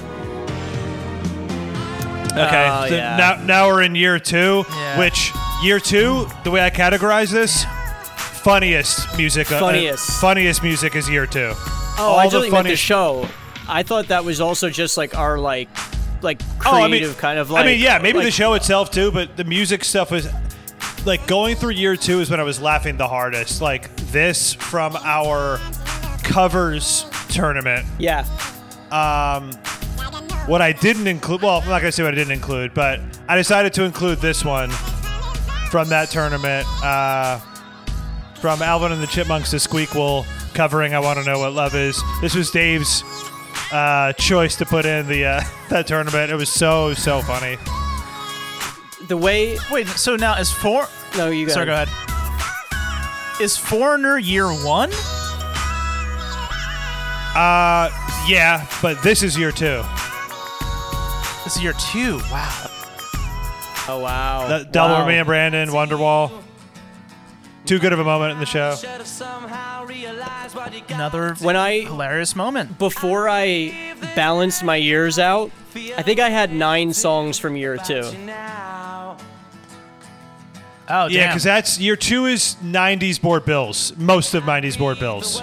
[SPEAKER 6] Okay.
[SPEAKER 5] Oh,
[SPEAKER 6] so
[SPEAKER 5] yeah.
[SPEAKER 6] Now, now we're in year two,
[SPEAKER 4] Yeah.
[SPEAKER 6] which year two, the way I categorize this, funniest music. uh,
[SPEAKER 5] Funniest.
[SPEAKER 6] Uh, funniest music is year two.
[SPEAKER 5] oh,
[SPEAKER 6] All
[SPEAKER 5] I
[SPEAKER 6] the
[SPEAKER 5] just meant
[SPEAKER 6] funny
[SPEAKER 5] the
[SPEAKER 6] sh-
[SPEAKER 5] show. I thought that was also just like our like like creative
[SPEAKER 6] Oh, I mean,
[SPEAKER 5] kind of like.
[SPEAKER 6] I mean, yeah, maybe the
[SPEAKER 5] like-
[SPEAKER 6] show itself too, but the music stuff was like going through year two is when I was laughing the hardest. Like this from our covers tournament.
[SPEAKER 5] Yeah,
[SPEAKER 6] What I didn't include, well, I'm not gonna say what I didn't include, but I decided to include this one from that tournament. Uh, from Alvin and the Chipmunks this week. We'll covering I Want to Know What Love Is. This was Dave's uh, choice to put in the uh, that tournament. It was so so funny.
[SPEAKER 5] The way
[SPEAKER 4] Wait, so now is four?
[SPEAKER 5] no, you guys.
[SPEAKER 4] Sorry, go ahead. Is Foreigner year one?
[SPEAKER 6] Uh, yeah, but this is year two.
[SPEAKER 4] This is year two. Wow.
[SPEAKER 5] Oh wow.
[SPEAKER 6] The double
[SPEAKER 5] Wow.
[SPEAKER 6] me and Brandon Wonderwall. Too good of a moment in the show.
[SPEAKER 4] Another
[SPEAKER 5] When I
[SPEAKER 4] hilarious moment.
[SPEAKER 5] before I balanced my years out, I think I had nine songs from year two.
[SPEAKER 4] Oh,
[SPEAKER 6] Yeah,
[SPEAKER 4] damn.
[SPEAKER 6] because that's year two is '90s board bills, most of '90s board bills,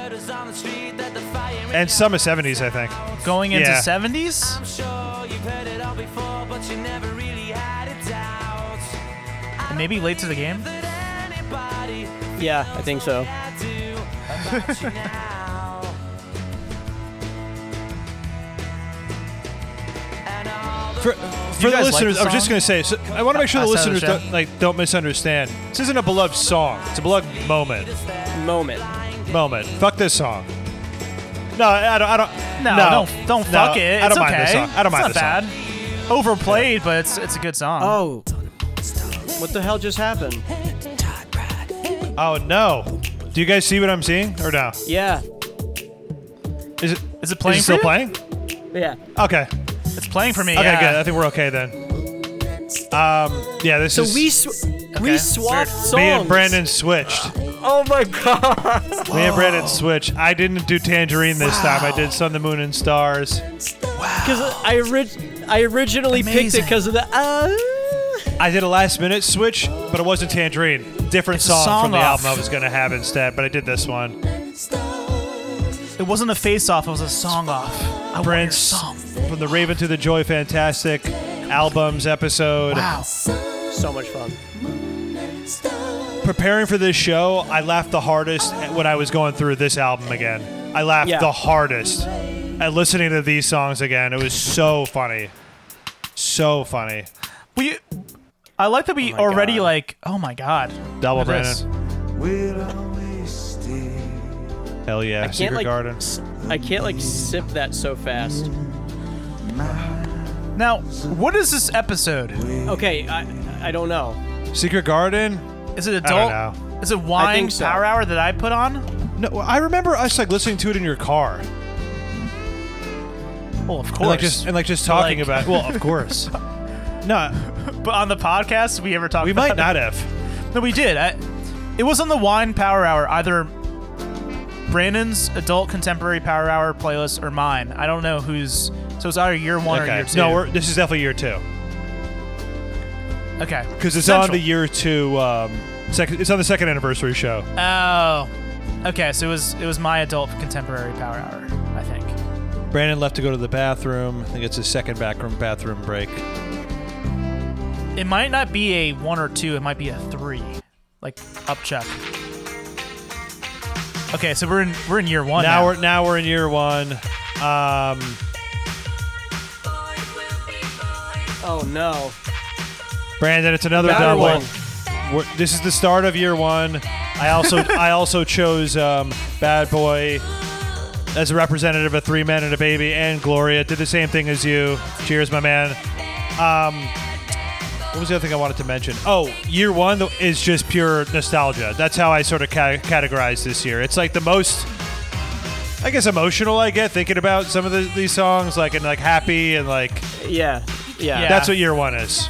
[SPEAKER 6] and some of '70s, I think.
[SPEAKER 4] going into
[SPEAKER 6] yeah.
[SPEAKER 4] 70s? And maybe late to the game?
[SPEAKER 5] Yeah, I think so.
[SPEAKER 6] For, for the
[SPEAKER 4] guys like
[SPEAKER 6] listeners,
[SPEAKER 4] the
[SPEAKER 6] I was just
[SPEAKER 4] song?
[SPEAKER 6] gonna say, so I want to make sure the
[SPEAKER 4] I said it,
[SPEAKER 6] listeners
[SPEAKER 4] yeah.
[SPEAKER 6] don't like don't misunderstand. This isn't a beloved song; it's a beloved moment.
[SPEAKER 5] Moment.
[SPEAKER 6] Moment. Fuck this song. No, I don't. I don't
[SPEAKER 4] No, don't don't
[SPEAKER 6] no,
[SPEAKER 4] fuck it.
[SPEAKER 6] I
[SPEAKER 4] It's
[SPEAKER 6] don't mind
[SPEAKER 4] okay.
[SPEAKER 6] this song. I don't mind
[SPEAKER 4] it's
[SPEAKER 6] this
[SPEAKER 4] not
[SPEAKER 6] song.
[SPEAKER 4] bad. Overplayed, but it's it's a good song.
[SPEAKER 5] Oh. What the hell just happened?
[SPEAKER 6] Oh no! Do you guys see what I'm seeing or no?
[SPEAKER 5] Yeah.
[SPEAKER 6] Is it
[SPEAKER 4] Is it playing
[SPEAKER 6] Is
[SPEAKER 4] for
[SPEAKER 6] it still
[SPEAKER 4] you?
[SPEAKER 6] playing?
[SPEAKER 5] Yeah.
[SPEAKER 6] Okay.
[SPEAKER 4] It's playing for me.
[SPEAKER 6] Okay,
[SPEAKER 4] yeah.
[SPEAKER 6] good. I think we're okay then. Um, yeah, this
[SPEAKER 5] So
[SPEAKER 6] is
[SPEAKER 5] we sw- we
[SPEAKER 4] Okay. Weird.
[SPEAKER 5] swapped songs.
[SPEAKER 6] me and Brandon switched.
[SPEAKER 5] Oh my god.
[SPEAKER 6] Me and Brandon switched. I didn't do Tangerine this time. I did Sun, the Moon, and Stars.
[SPEAKER 5] Because I orig- I originally picked it
[SPEAKER 4] Amazing.
[SPEAKER 5] because of the. Uh,
[SPEAKER 6] I did a last minute switch, but it wasn't Tangerine. Different
[SPEAKER 4] It's a
[SPEAKER 6] song,
[SPEAKER 4] song
[SPEAKER 6] from the
[SPEAKER 4] off.
[SPEAKER 6] album I was gonna have instead, but I did this one.
[SPEAKER 4] It wasn't a face off, it was a song off. I want your
[SPEAKER 6] Prince
[SPEAKER 4] song.
[SPEAKER 6] from the Raven to the Joy, fantastic albums episode.
[SPEAKER 4] Wow.
[SPEAKER 5] so much fun.
[SPEAKER 6] Preparing for this show, I laughed the hardest when I was going through this album again. I laughed
[SPEAKER 5] Yeah.
[SPEAKER 6] the hardest at listening to these songs again. It was so funny, so funny.
[SPEAKER 4] We I like that we
[SPEAKER 5] my
[SPEAKER 4] already
[SPEAKER 5] God.
[SPEAKER 4] like, oh my god.
[SPEAKER 6] Double
[SPEAKER 4] Look at this.
[SPEAKER 6] Brandon. Hell yeah,
[SPEAKER 5] Can't
[SPEAKER 6] Secret
[SPEAKER 5] like.
[SPEAKER 6] Garden.
[SPEAKER 5] s- I can't like sip that so fast.
[SPEAKER 4] Now, what is this episode?
[SPEAKER 5] Okay, I I don't know.
[SPEAKER 6] Secret Garden.
[SPEAKER 4] Is it adult?
[SPEAKER 6] don't know.
[SPEAKER 4] Is it wine
[SPEAKER 5] think so.
[SPEAKER 4] power hour that I put on?
[SPEAKER 6] No, I remember us like listening to it in your car,
[SPEAKER 4] Well, of course.
[SPEAKER 6] and like just and like just talking
[SPEAKER 4] Like-
[SPEAKER 6] about. Well, of course. no,
[SPEAKER 4] but on the podcast, we ever talked
[SPEAKER 6] we
[SPEAKER 4] about
[SPEAKER 6] might
[SPEAKER 4] it?
[SPEAKER 6] not have.
[SPEAKER 4] No, we did. I, it was on the Wine Power Hour, either Brandon's Adult Contemporary Power Hour playlist or mine. I don't know who's. So it's either year one or year two.
[SPEAKER 6] No, we're, this is definitely year two
[SPEAKER 4] okay.
[SPEAKER 6] because it's on
[SPEAKER 4] Central.
[SPEAKER 6] the year two. Um, second, it's on the second anniversary show.
[SPEAKER 4] Oh, okay. So it was it was my Adult Contemporary Power Hour, I think.
[SPEAKER 6] Brandon left to go to the bathroom. I think it's his second backroom bathroom break.
[SPEAKER 4] It might not be a one or two. It might be a three, like upchuck. Okay, so we're in we're in year one now.
[SPEAKER 6] now we're now we're in year one. Um,
[SPEAKER 5] Oh no.
[SPEAKER 6] Brandon, it's another
[SPEAKER 5] Another
[SPEAKER 6] double.
[SPEAKER 5] one.
[SPEAKER 6] We're, this is the start of year one. I also I also chose um, Bad Boy as a representative of Three Men and a Baby, and Gloria did the same thing as you. Cheers, my man. Um, what was the other thing I wanted to mention? Oh, year one th- is just pure nostalgia. That's how I sort of ca- categorize this year. It's like the most. I guess emotional I get thinking about some of the, these songs, like and like happy and like
[SPEAKER 5] Yeah. Yeah.
[SPEAKER 4] Yeah.
[SPEAKER 6] that's what year one is.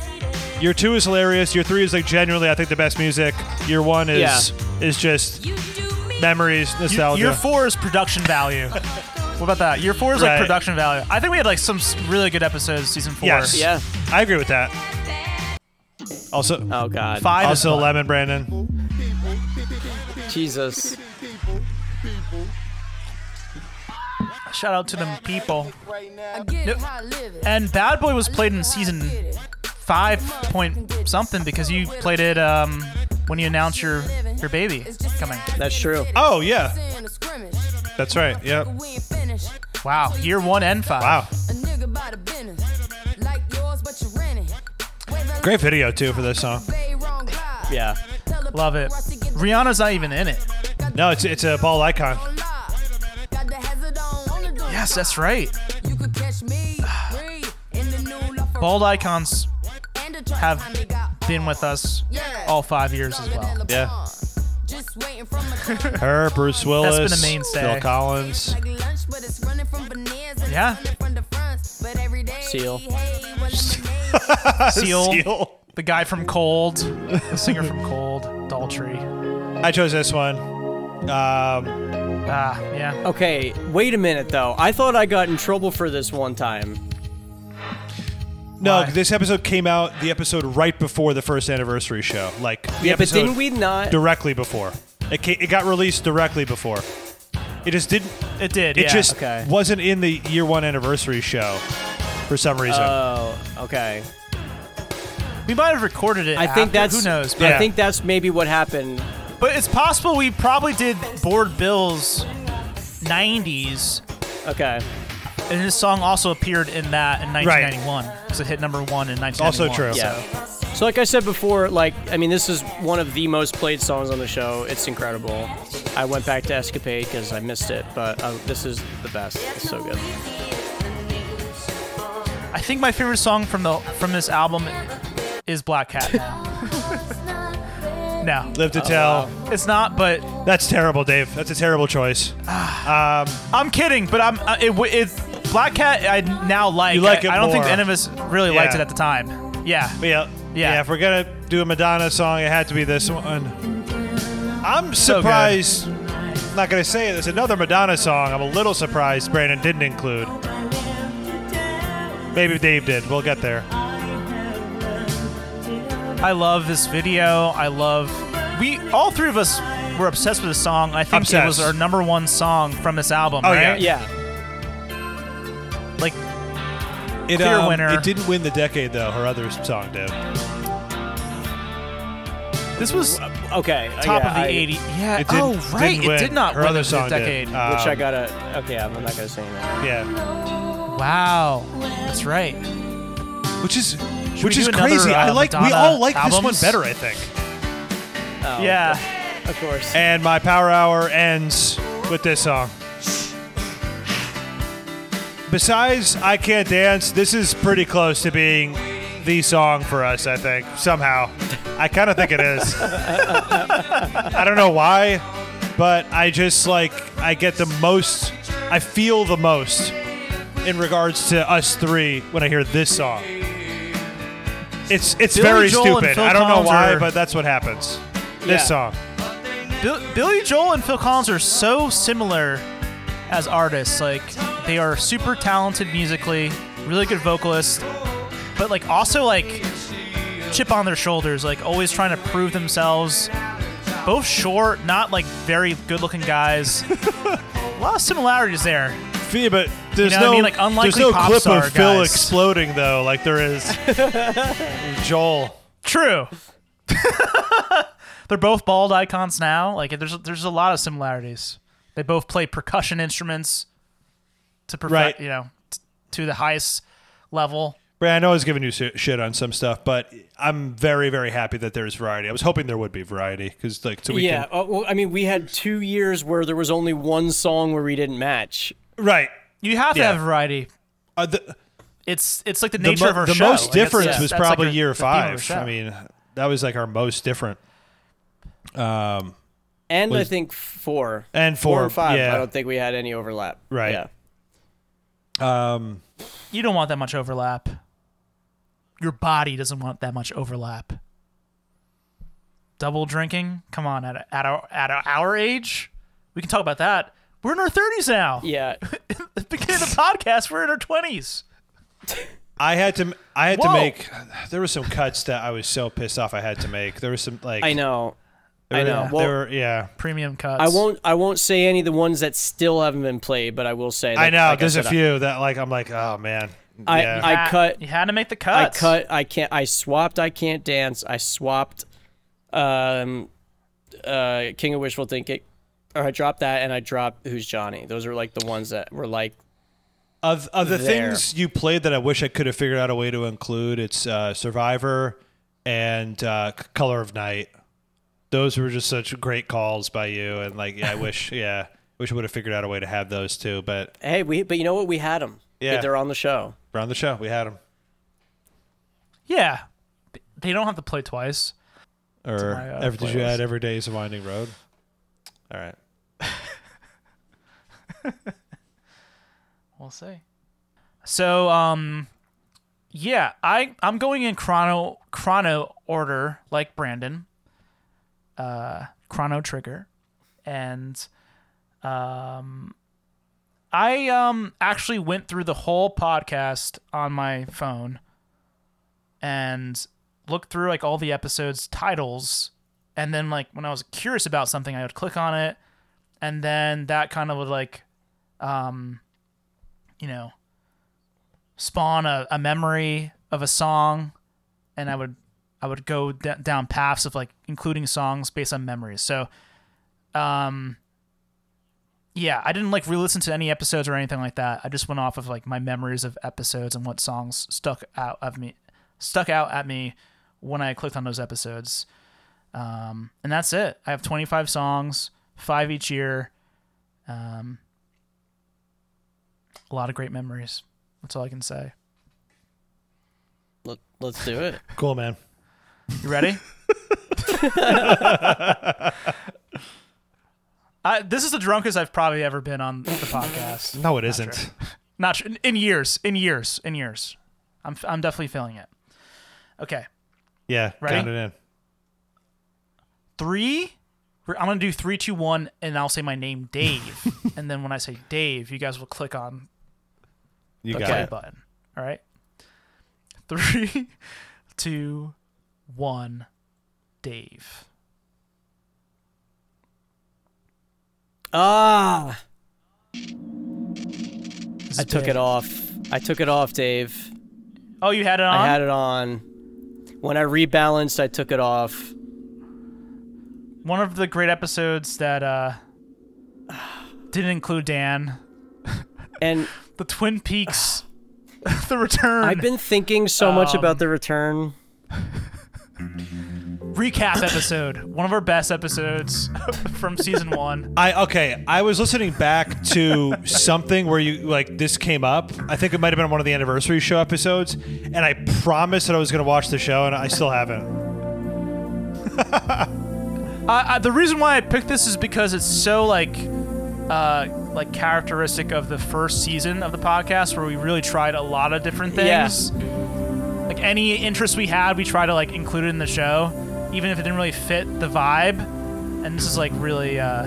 [SPEAKER 6] Year two is hilarious. Year three is like genuinely, I think, the best music. Year one is is just memories,
[SPEAKER 4] Ye-
[SPEAKER 6] nostalgia.
[SPEAKER 4] Year four is production value. what about that? Year four is
[SPEAKER 6] Right.
[SPEAKER 4] like production value. I think we had like some s- really good episodes season four.
[SPEAKER 6] Yes.
[SPEAKER 5] Yeah.
[SPEAKER 6] I agree with that. Also,
[SPEAKER 5] Oh god.
[SPEAKER 4] Five is
[SPEAKER 6] also
[SPEAKER 4] fun.
[SPEAKER 6] Lemon Brandon.
[SPEAKER 5] Jesus.
[SPEAKER 4] Shout out to them people. Nope. And Bad Boy was played in season five point something because you played it um, when you announced your your baby coming.
[SPEAKER 5] That's true.
[SPEAKER 6] Oh yeah, that's right. Yep.
[SPEAKER 4] Wow. Year one and five.
[SPEAKER 6] Wow. Great video too for this song.
[SPEAKER 5] Yeah.
[SPEAKER 4] Love it. Rihanna's not even in it.
[SPEAKER 6] No, it's it's a bald icon.
[SPEAKER 4] Yes, that's right. Bald icons have been with us all five years as well.
[SPEAKER 6] Yeah.
[SPEAKER 9] Just waiting from a
[SPEAKER 6] Her, Bruce Willis,
[SPEAKER 4] been a mainstay.
[SPEAKER 6] Phil Collins.
[SPEAKER 9] like lunch, but it's running from bananas and
[SPEAKER 4] Yeah.
[SPEAKER 9] it's running from the fronts. But every day,
[SPEAKER 5] Seal.
[SPEAKER 9] hey, what lemonade.
[SPEAKER 4] Seal,
[SPEAKER 6] Seal.
[SPEAKER 4] the guy from Cold, the singer from Cold, Daltrey.
[SPEAKER 6] I chose this one. Um,
[SPEAKER 4] Ah, yeah.
[SPEAKER 5] Okay, wait a minute though. I thought I got in trouble for this one time.
[SPEAKER 6] no,
[SPEAKER 4] Why?
[SPEAKER 6] this episode came out the episode right before the first anniversary show. Like the
[SPEAKER 5] Yeah, but
[SPEAKER 6] episode
[SPEAKER 5] didn't we not?
[SPEAKER 6] directly before. It ca it got released directly before. It just didn't.
[SPEAKER 4] It did.
[SPEAKER 6] It
[SPEAKER 4] yeah.
[SPEAKER 6] just
[SPEAKER 5] okay.
[SPEAKER 6] wasn't in the year one anniversary show for some reason.
[SPEAKER 4] Uh,
[SPEAKER 5] Oh, okay.
[SPEAKER 4] we might have recorded it.
[SPEAKER 5] I think
[SPEAKER 4] after,
[SPEAKER 5] that's
[SPEAKER 4] who knows. But,
[SPEAKER 5] I
[SPEAKER 6] Yeah.
[SPEAKER 5] think that's maybe what happened.
[SPEAKER 4] but it's possible we probably did Board Bills '90s,
[SPEAKER 5] Okay.
[SPEAKER 4] and this song also appeared in that in
[SPEAKER 6] Right.
[SPEAKER 4] 1991 because it hit number one in 1991.
[SPEAKER 6] also true.
[SPEAKER 5] Yeah. So like I said before, like I mean this is one of the most played songs on the show. It's incredible. I went back to Escapade cuz I missed it, but uh, this is the best. It's so good.
[SPEAKER 4] I think my favorite song from the from this album is Black Cat. no,
[SPEAKER 6] Live to tell.
[SPEAKER 4] it's not. But
[SPEAKER 6] That's terrible, Dave. That's a terrible choice.
[SPEAKER 4] I'm kidding. But I'm uh, it, w- it Black Cat. I now like.
[SPEAKER 6] You like
[SPEAKER 4] I,
[SPEAKER 6] it
[SPEAKER 4] I don't think
[SPEAKER 6] more.
[SPEAKER 4] any of us really liked
[SPEAKER 6] Yeah.
[SPEAKER 4] it at the time. Yeah.
[SPEAKER 6] But yeah,
[SPEAKER 4] Yeah.
[SPEAKER 6] yeah, If we're gonna do a Madonna song, it had to be this one. I'm
[SPEAKER 4] So good.
[SPEAKER 6] surprised. I'm not gonna say it. There's another Madonna song. I'm a little surprised Brandon didn't include. Maybe Dave did. We'll get there.
[SPEAKER 4] I love this video. I love we all three of us were obsessed with this song. I think it was
[SPEAKER 6] Obsessed.
[SPEAKER 4] our number one song from this album.
[SPEAKER 6] Oh,
[SPEAKER 4] right?
[SPEAKER 5] Yeah.
[SPEAKER 4] Like
[SPEAKER 6] It, um,
[SPEAKER 4] Clear winner.
[SPEAKER 6] It didn't win the decade though. Her other song did.
[SPEAKER 4] this was
[SPEAKER 5] Okay. uh,
[SPEAKER 4] top
[SPEAKER 5] yeah,
[SPEAKER 4] of the
[SPEAKER 5] I-
[SPEAKER 4] 80s. Yeah.
[SPEAKER 6] Uh, It didn't-
[SPEAKER 4] oh right.
[SPEAKER 6] didn't
[SPEAKER 4] It
[SPEAKER 6] win.
[SPEAKER 4] did not
[SPEAKER 6] Her
[SPEAKER 4] win
[SPEAKER 6] other
[SPEAKER 4] the
[SPEAKER 6] song did.
[SPEAKER 4] decade.
[SPEAKER 6] Uh,
[SPEAKER 5] Which I
[SPEAKER 6] Um,
[SPEAKER 5] gotta. Okay, I'm not gonna say anything.
[SPEAKER 6] Yeah.
[SPEAKER 4] wow. That's right.
[SPEAKER 6] Which is
[SPEAKER 4] we
[SPEAKER 6] which
[SPEAKER 4] do
[SPEAKER 6] is
[SPEAKER 4] another,
[SPEAKER 6] crazy.
[SPEAKER 4] uh,
[SPEAKER 6] I like. we
[SPEAKER 4] Madonna
[SPEAKER 6] all like this one
[SPEAKER 4] albums?
[SPEAKER 6] better. I think.
[SPEAKER 5] Oh,
[SPEAKER 4] yeah.
[SPEAKER 5] Of course.
[SPEAKER 6] And my power hour ends with this song. Besides I Can't Dance, this is pretty close to being the song for us, I think, somehow. I kind of think it is. I don't know why, but I just like, I get the most, I feel the most in regards to us three when I hear this song. It's it's
[SPEAKER 4] Billy
[SPEAKER 6] very
[SPEAKER 4] Joel and
[SPEAKER 6] stupid.
[SPEAKER 4] Phil
[SPEAKER 6] I don't know
[SPEAKER 4] Collins
[SPEAKER 6] why,
[SPEAKER 4] are-
[SPEAKER 6] but that's what happens. This
[SPEAKER 5] Yeah.
[SPEAKER 6] song.
[SPEAKER 4] Bill, Billy Joel and Phil Collins are so similar as artists. Like they are super talented musically, really good vocalists, but like also like chip on their shoulders, like always trying to prove themselves. Both short, not like very good-looking guys. A lot of similarities there.
[SPEAKER 6] Yeah, but there's
[SPEAKER 4] know what I
[SPEAKER 6] no
[SPEAKER 4] mean? Like,
[SPEAKER 6] there's
[SPEAKER 4] unlikely
[SPEAKER 6] no
[SPEAKER 4] pop
[SPEAKER 6] clip
[SPEAKER 4] star
[SPEAKER 6] of Phil
[SPEAKER 4] guys.
[SPEAKER 6] exploding though, like there is Joel.
[SPEAKER 4] True. They're both bald icons now. Like there's there's a lot of similarities. They both play percussion instruments to perfect,
[SPEAKER 6] Right.
[SPEAKER 4] you know, t- to the highest level.
[SPEAKER 6] Brad, I know I was giving you shi- shit on some stuff, but I'm very very happy that there's variety. I was hoping there would be variety because like so we
[SPEAKER 5] yeah.
[SPEAKER 6] can
[SPEAKER 5] uh, well, I mean, we had two years where there was only one song where we didn't match.
[SPEAKER 6] right.
[SPEAKER 4] You have to
[SPEAKER 6] Yeah.
[SPEAKER 4] have variety.
[SPEAKER 6] Uh, the
[SPEAKER 4] It's it's like the
[SPEAKER 6] the,
[SPEAKER 4] nature
[SPEAKER 6] mo-
[SPEAKER 4] of our
[SPEAKER 6] the
[SPEAKER 4] show.
[SPEAKER 6] most
[SPEAKER 4] Like, that's-
[SPEAKER 6] difference
[SPEAKER 4] yeah,
[SPEAKER 6] was
[SPEAKER 4] that's like
[SPEAKER 6] probably
[SPEAKER 4] our-
[SPEAKER 6] year
[SPEAKER 4] the theme of our
[SPEAKER 6] five.
[SPEAKER 4] show.
[SPEAKER 6] I mean, that was like our most different.
[SPEAKER 5] And I think four.
[SPEAKER 6] And
[SPEAKER 5] Four
[SPEAKER 6] four,
[SPEAKER 5] and five.
[SPEAKER 6] yeah.
[SPEAKER 5] I don't think we had any overlap.
[SPEAKER 6] Right.
[SPEAKER 5] Yeah.
[SPEAKER 6] Um,
[SPEAKER 4] you don't want that much overlap. Your body doesn't want that much overlap. Double drinking? Come on, at at our at our- our age, we can talk about that. We're in our thirties now.
[SPEAKER 5] Yeah.
[SPEAKER 4] At the beginning of the podcast, we're in our twenties.
[SPEAKER 6] I had to I had
[SPEAKER 4] Whoa.
[SPEAKER 6] to make. There were some cuts that I was so pissed off. I had to make. There was some like
[SPEAKER 5] I know. I
[SPEAKER 6] there-
[SPEAKER 5] know.
[SPEAKER 6] There
[SPEAKER 5] Well,
[SPEAKER 6] were, yeah.
[SPEAKER 4] Premium cuts.
[SPEAKER 5] I won't. I won't say any of the ones that still haven't been played, but I will say.
[SPEAKER 6] I
[SPEAKER 5] like-
[SPEAKER 6] know.
[SPEAKER 5] like
[SPEAKER 6] There's a
[SPEAKER 5] said,
[SPEAKER 6] few that like I'm like, oh man.
[SPEAKER 5] I,
[SPEAKER 6] yeah.
[SPEAKER 5] I,
[SPEAKER 4] Ah,
[SPEAKER 5] cut.
[SPEAKER 4] You had to make the
[SPEAKER 5] I
[SPEAKER 4] cuts.
[SPEAKER 5] cut. I can't. I swapped. I can't dance. I swapped. Um, uh, King of Wishful Thinking. Or I dropped that, and I dropped Who's Johnny. Those are like the ones that were like
[SPEAKER 6] of of the
[SPEAKER 5] there.
[SPEAKER 6] things you played that I wish I could have figured out a way to include, it's uh, Survivor and uh, C- Color of Night. those were just such great calls by you, and like yeah, I wish yeah, wish I would have figured out a way to have those too. But
[SPEAKER 5] Hey, we but you know what? We had them.
[SPEAKER 6] Yeah.
[SPEAKER 5] they're on the show.
[SPEAKER 6] we're on the show, we had them.
[SPEAKER 4] Yeah, they don't have to play twice.
[SPEAKER 6] Or
[SPEAKER 4] my, uh,
[SPEAKER 6] ever, did you
[SPEAKER 4] playlist.
[SPEAKER 6] add every day is a winding road? All right.
[SPEAKER 4] We'll see. So, um, yeah, I I'm going in chrono chrono order like Brandon. Uh, chrono trigger, and um, I um actually went through the whole podcast on my phone, and looked through like all the episodes titles, and then like when I was curious about something, I would click on it, and then that kind of would like you know, spawn a, a memory of a song, and I would I would go d- down paths of like including songs based on memories. So, um, yeah, I didn't like re-listen to any episodes or anything like that. I just went off of like my memories of episodes and what songs stuck out of me, stuck out at me when I clicked on those episodes. Um, and that's it. I have 25 songs, five each year. A lot of great memories. That's all I can say.
[SPEAKER 5] Let, let's do it.
[SPEAKER 6] Cool, man.
[SPEAKER 4] You ready? I, this is the drunkest I've probably ever been on the podcast.
[SPEAKER 6] No, it isn't.
[SPEAKER 4] Not sure. in, in years, in years, in years. I'm I'm definitely feeling it. Okay,
[SPEAKER 6] Yeah,
[SPEAKER 4] Ready?
[SPEAKER 6] count it in.
[SPEAKER 4] three. we're- I'm gonna do three, two, one, and I'll say my name, Dave. and then when I say Dave, you guys will click on
[SPEAKER 6] You
[SPEAKER 4] the
[SPEAKER 6] got
[SPEAKER 4] play
[SPEAKER 6] it.
[SPEAKER 4] button. All right. Three, two, one, Dave.
[SPEAKER 5] Ah,
[SPEAKER 4] This
[SPEAKER 5] I
[SPEAKER 4] is
[SPEAKER 5] took
[SPEAKER 4] big.
[SPEAKER 5] it off. I took it off, Dave.
[SPEAKER 4] Oh, you had it on.
[SPEAKER 5] I had it on. When I rebalanced, I took it off.
[SPEAKER 4] one of the great episodes that uh didn't include Dan.
[SPEAKER 5] And
[SPEAKER 4] The Twin Peaks The Return
[SPEAKER 5] I've been thinking so
[SPEAKER 4] Um,
[SPEAKER 5] much about the return.
[SPEAKER 4] recap episode. One of our best episodes from season one.
[SPEAKER 6] I okay. I was listening back to something where you like this came up. I think it might have been one of the anniversary show episodes, and I promised that I was going to watch the show, and I still haven't.
[SPEAKER 4] I, I, the reason why I picked this is because it's so like uh like characteristic of the first season of the podcast where we really tried a lot of different
[SPEAKER 5] Yeah.
[SPEAKER 4] things. Like any interest we had, we tried to like include it in the show, even if it didn't really fit the vibe. and this is like really uh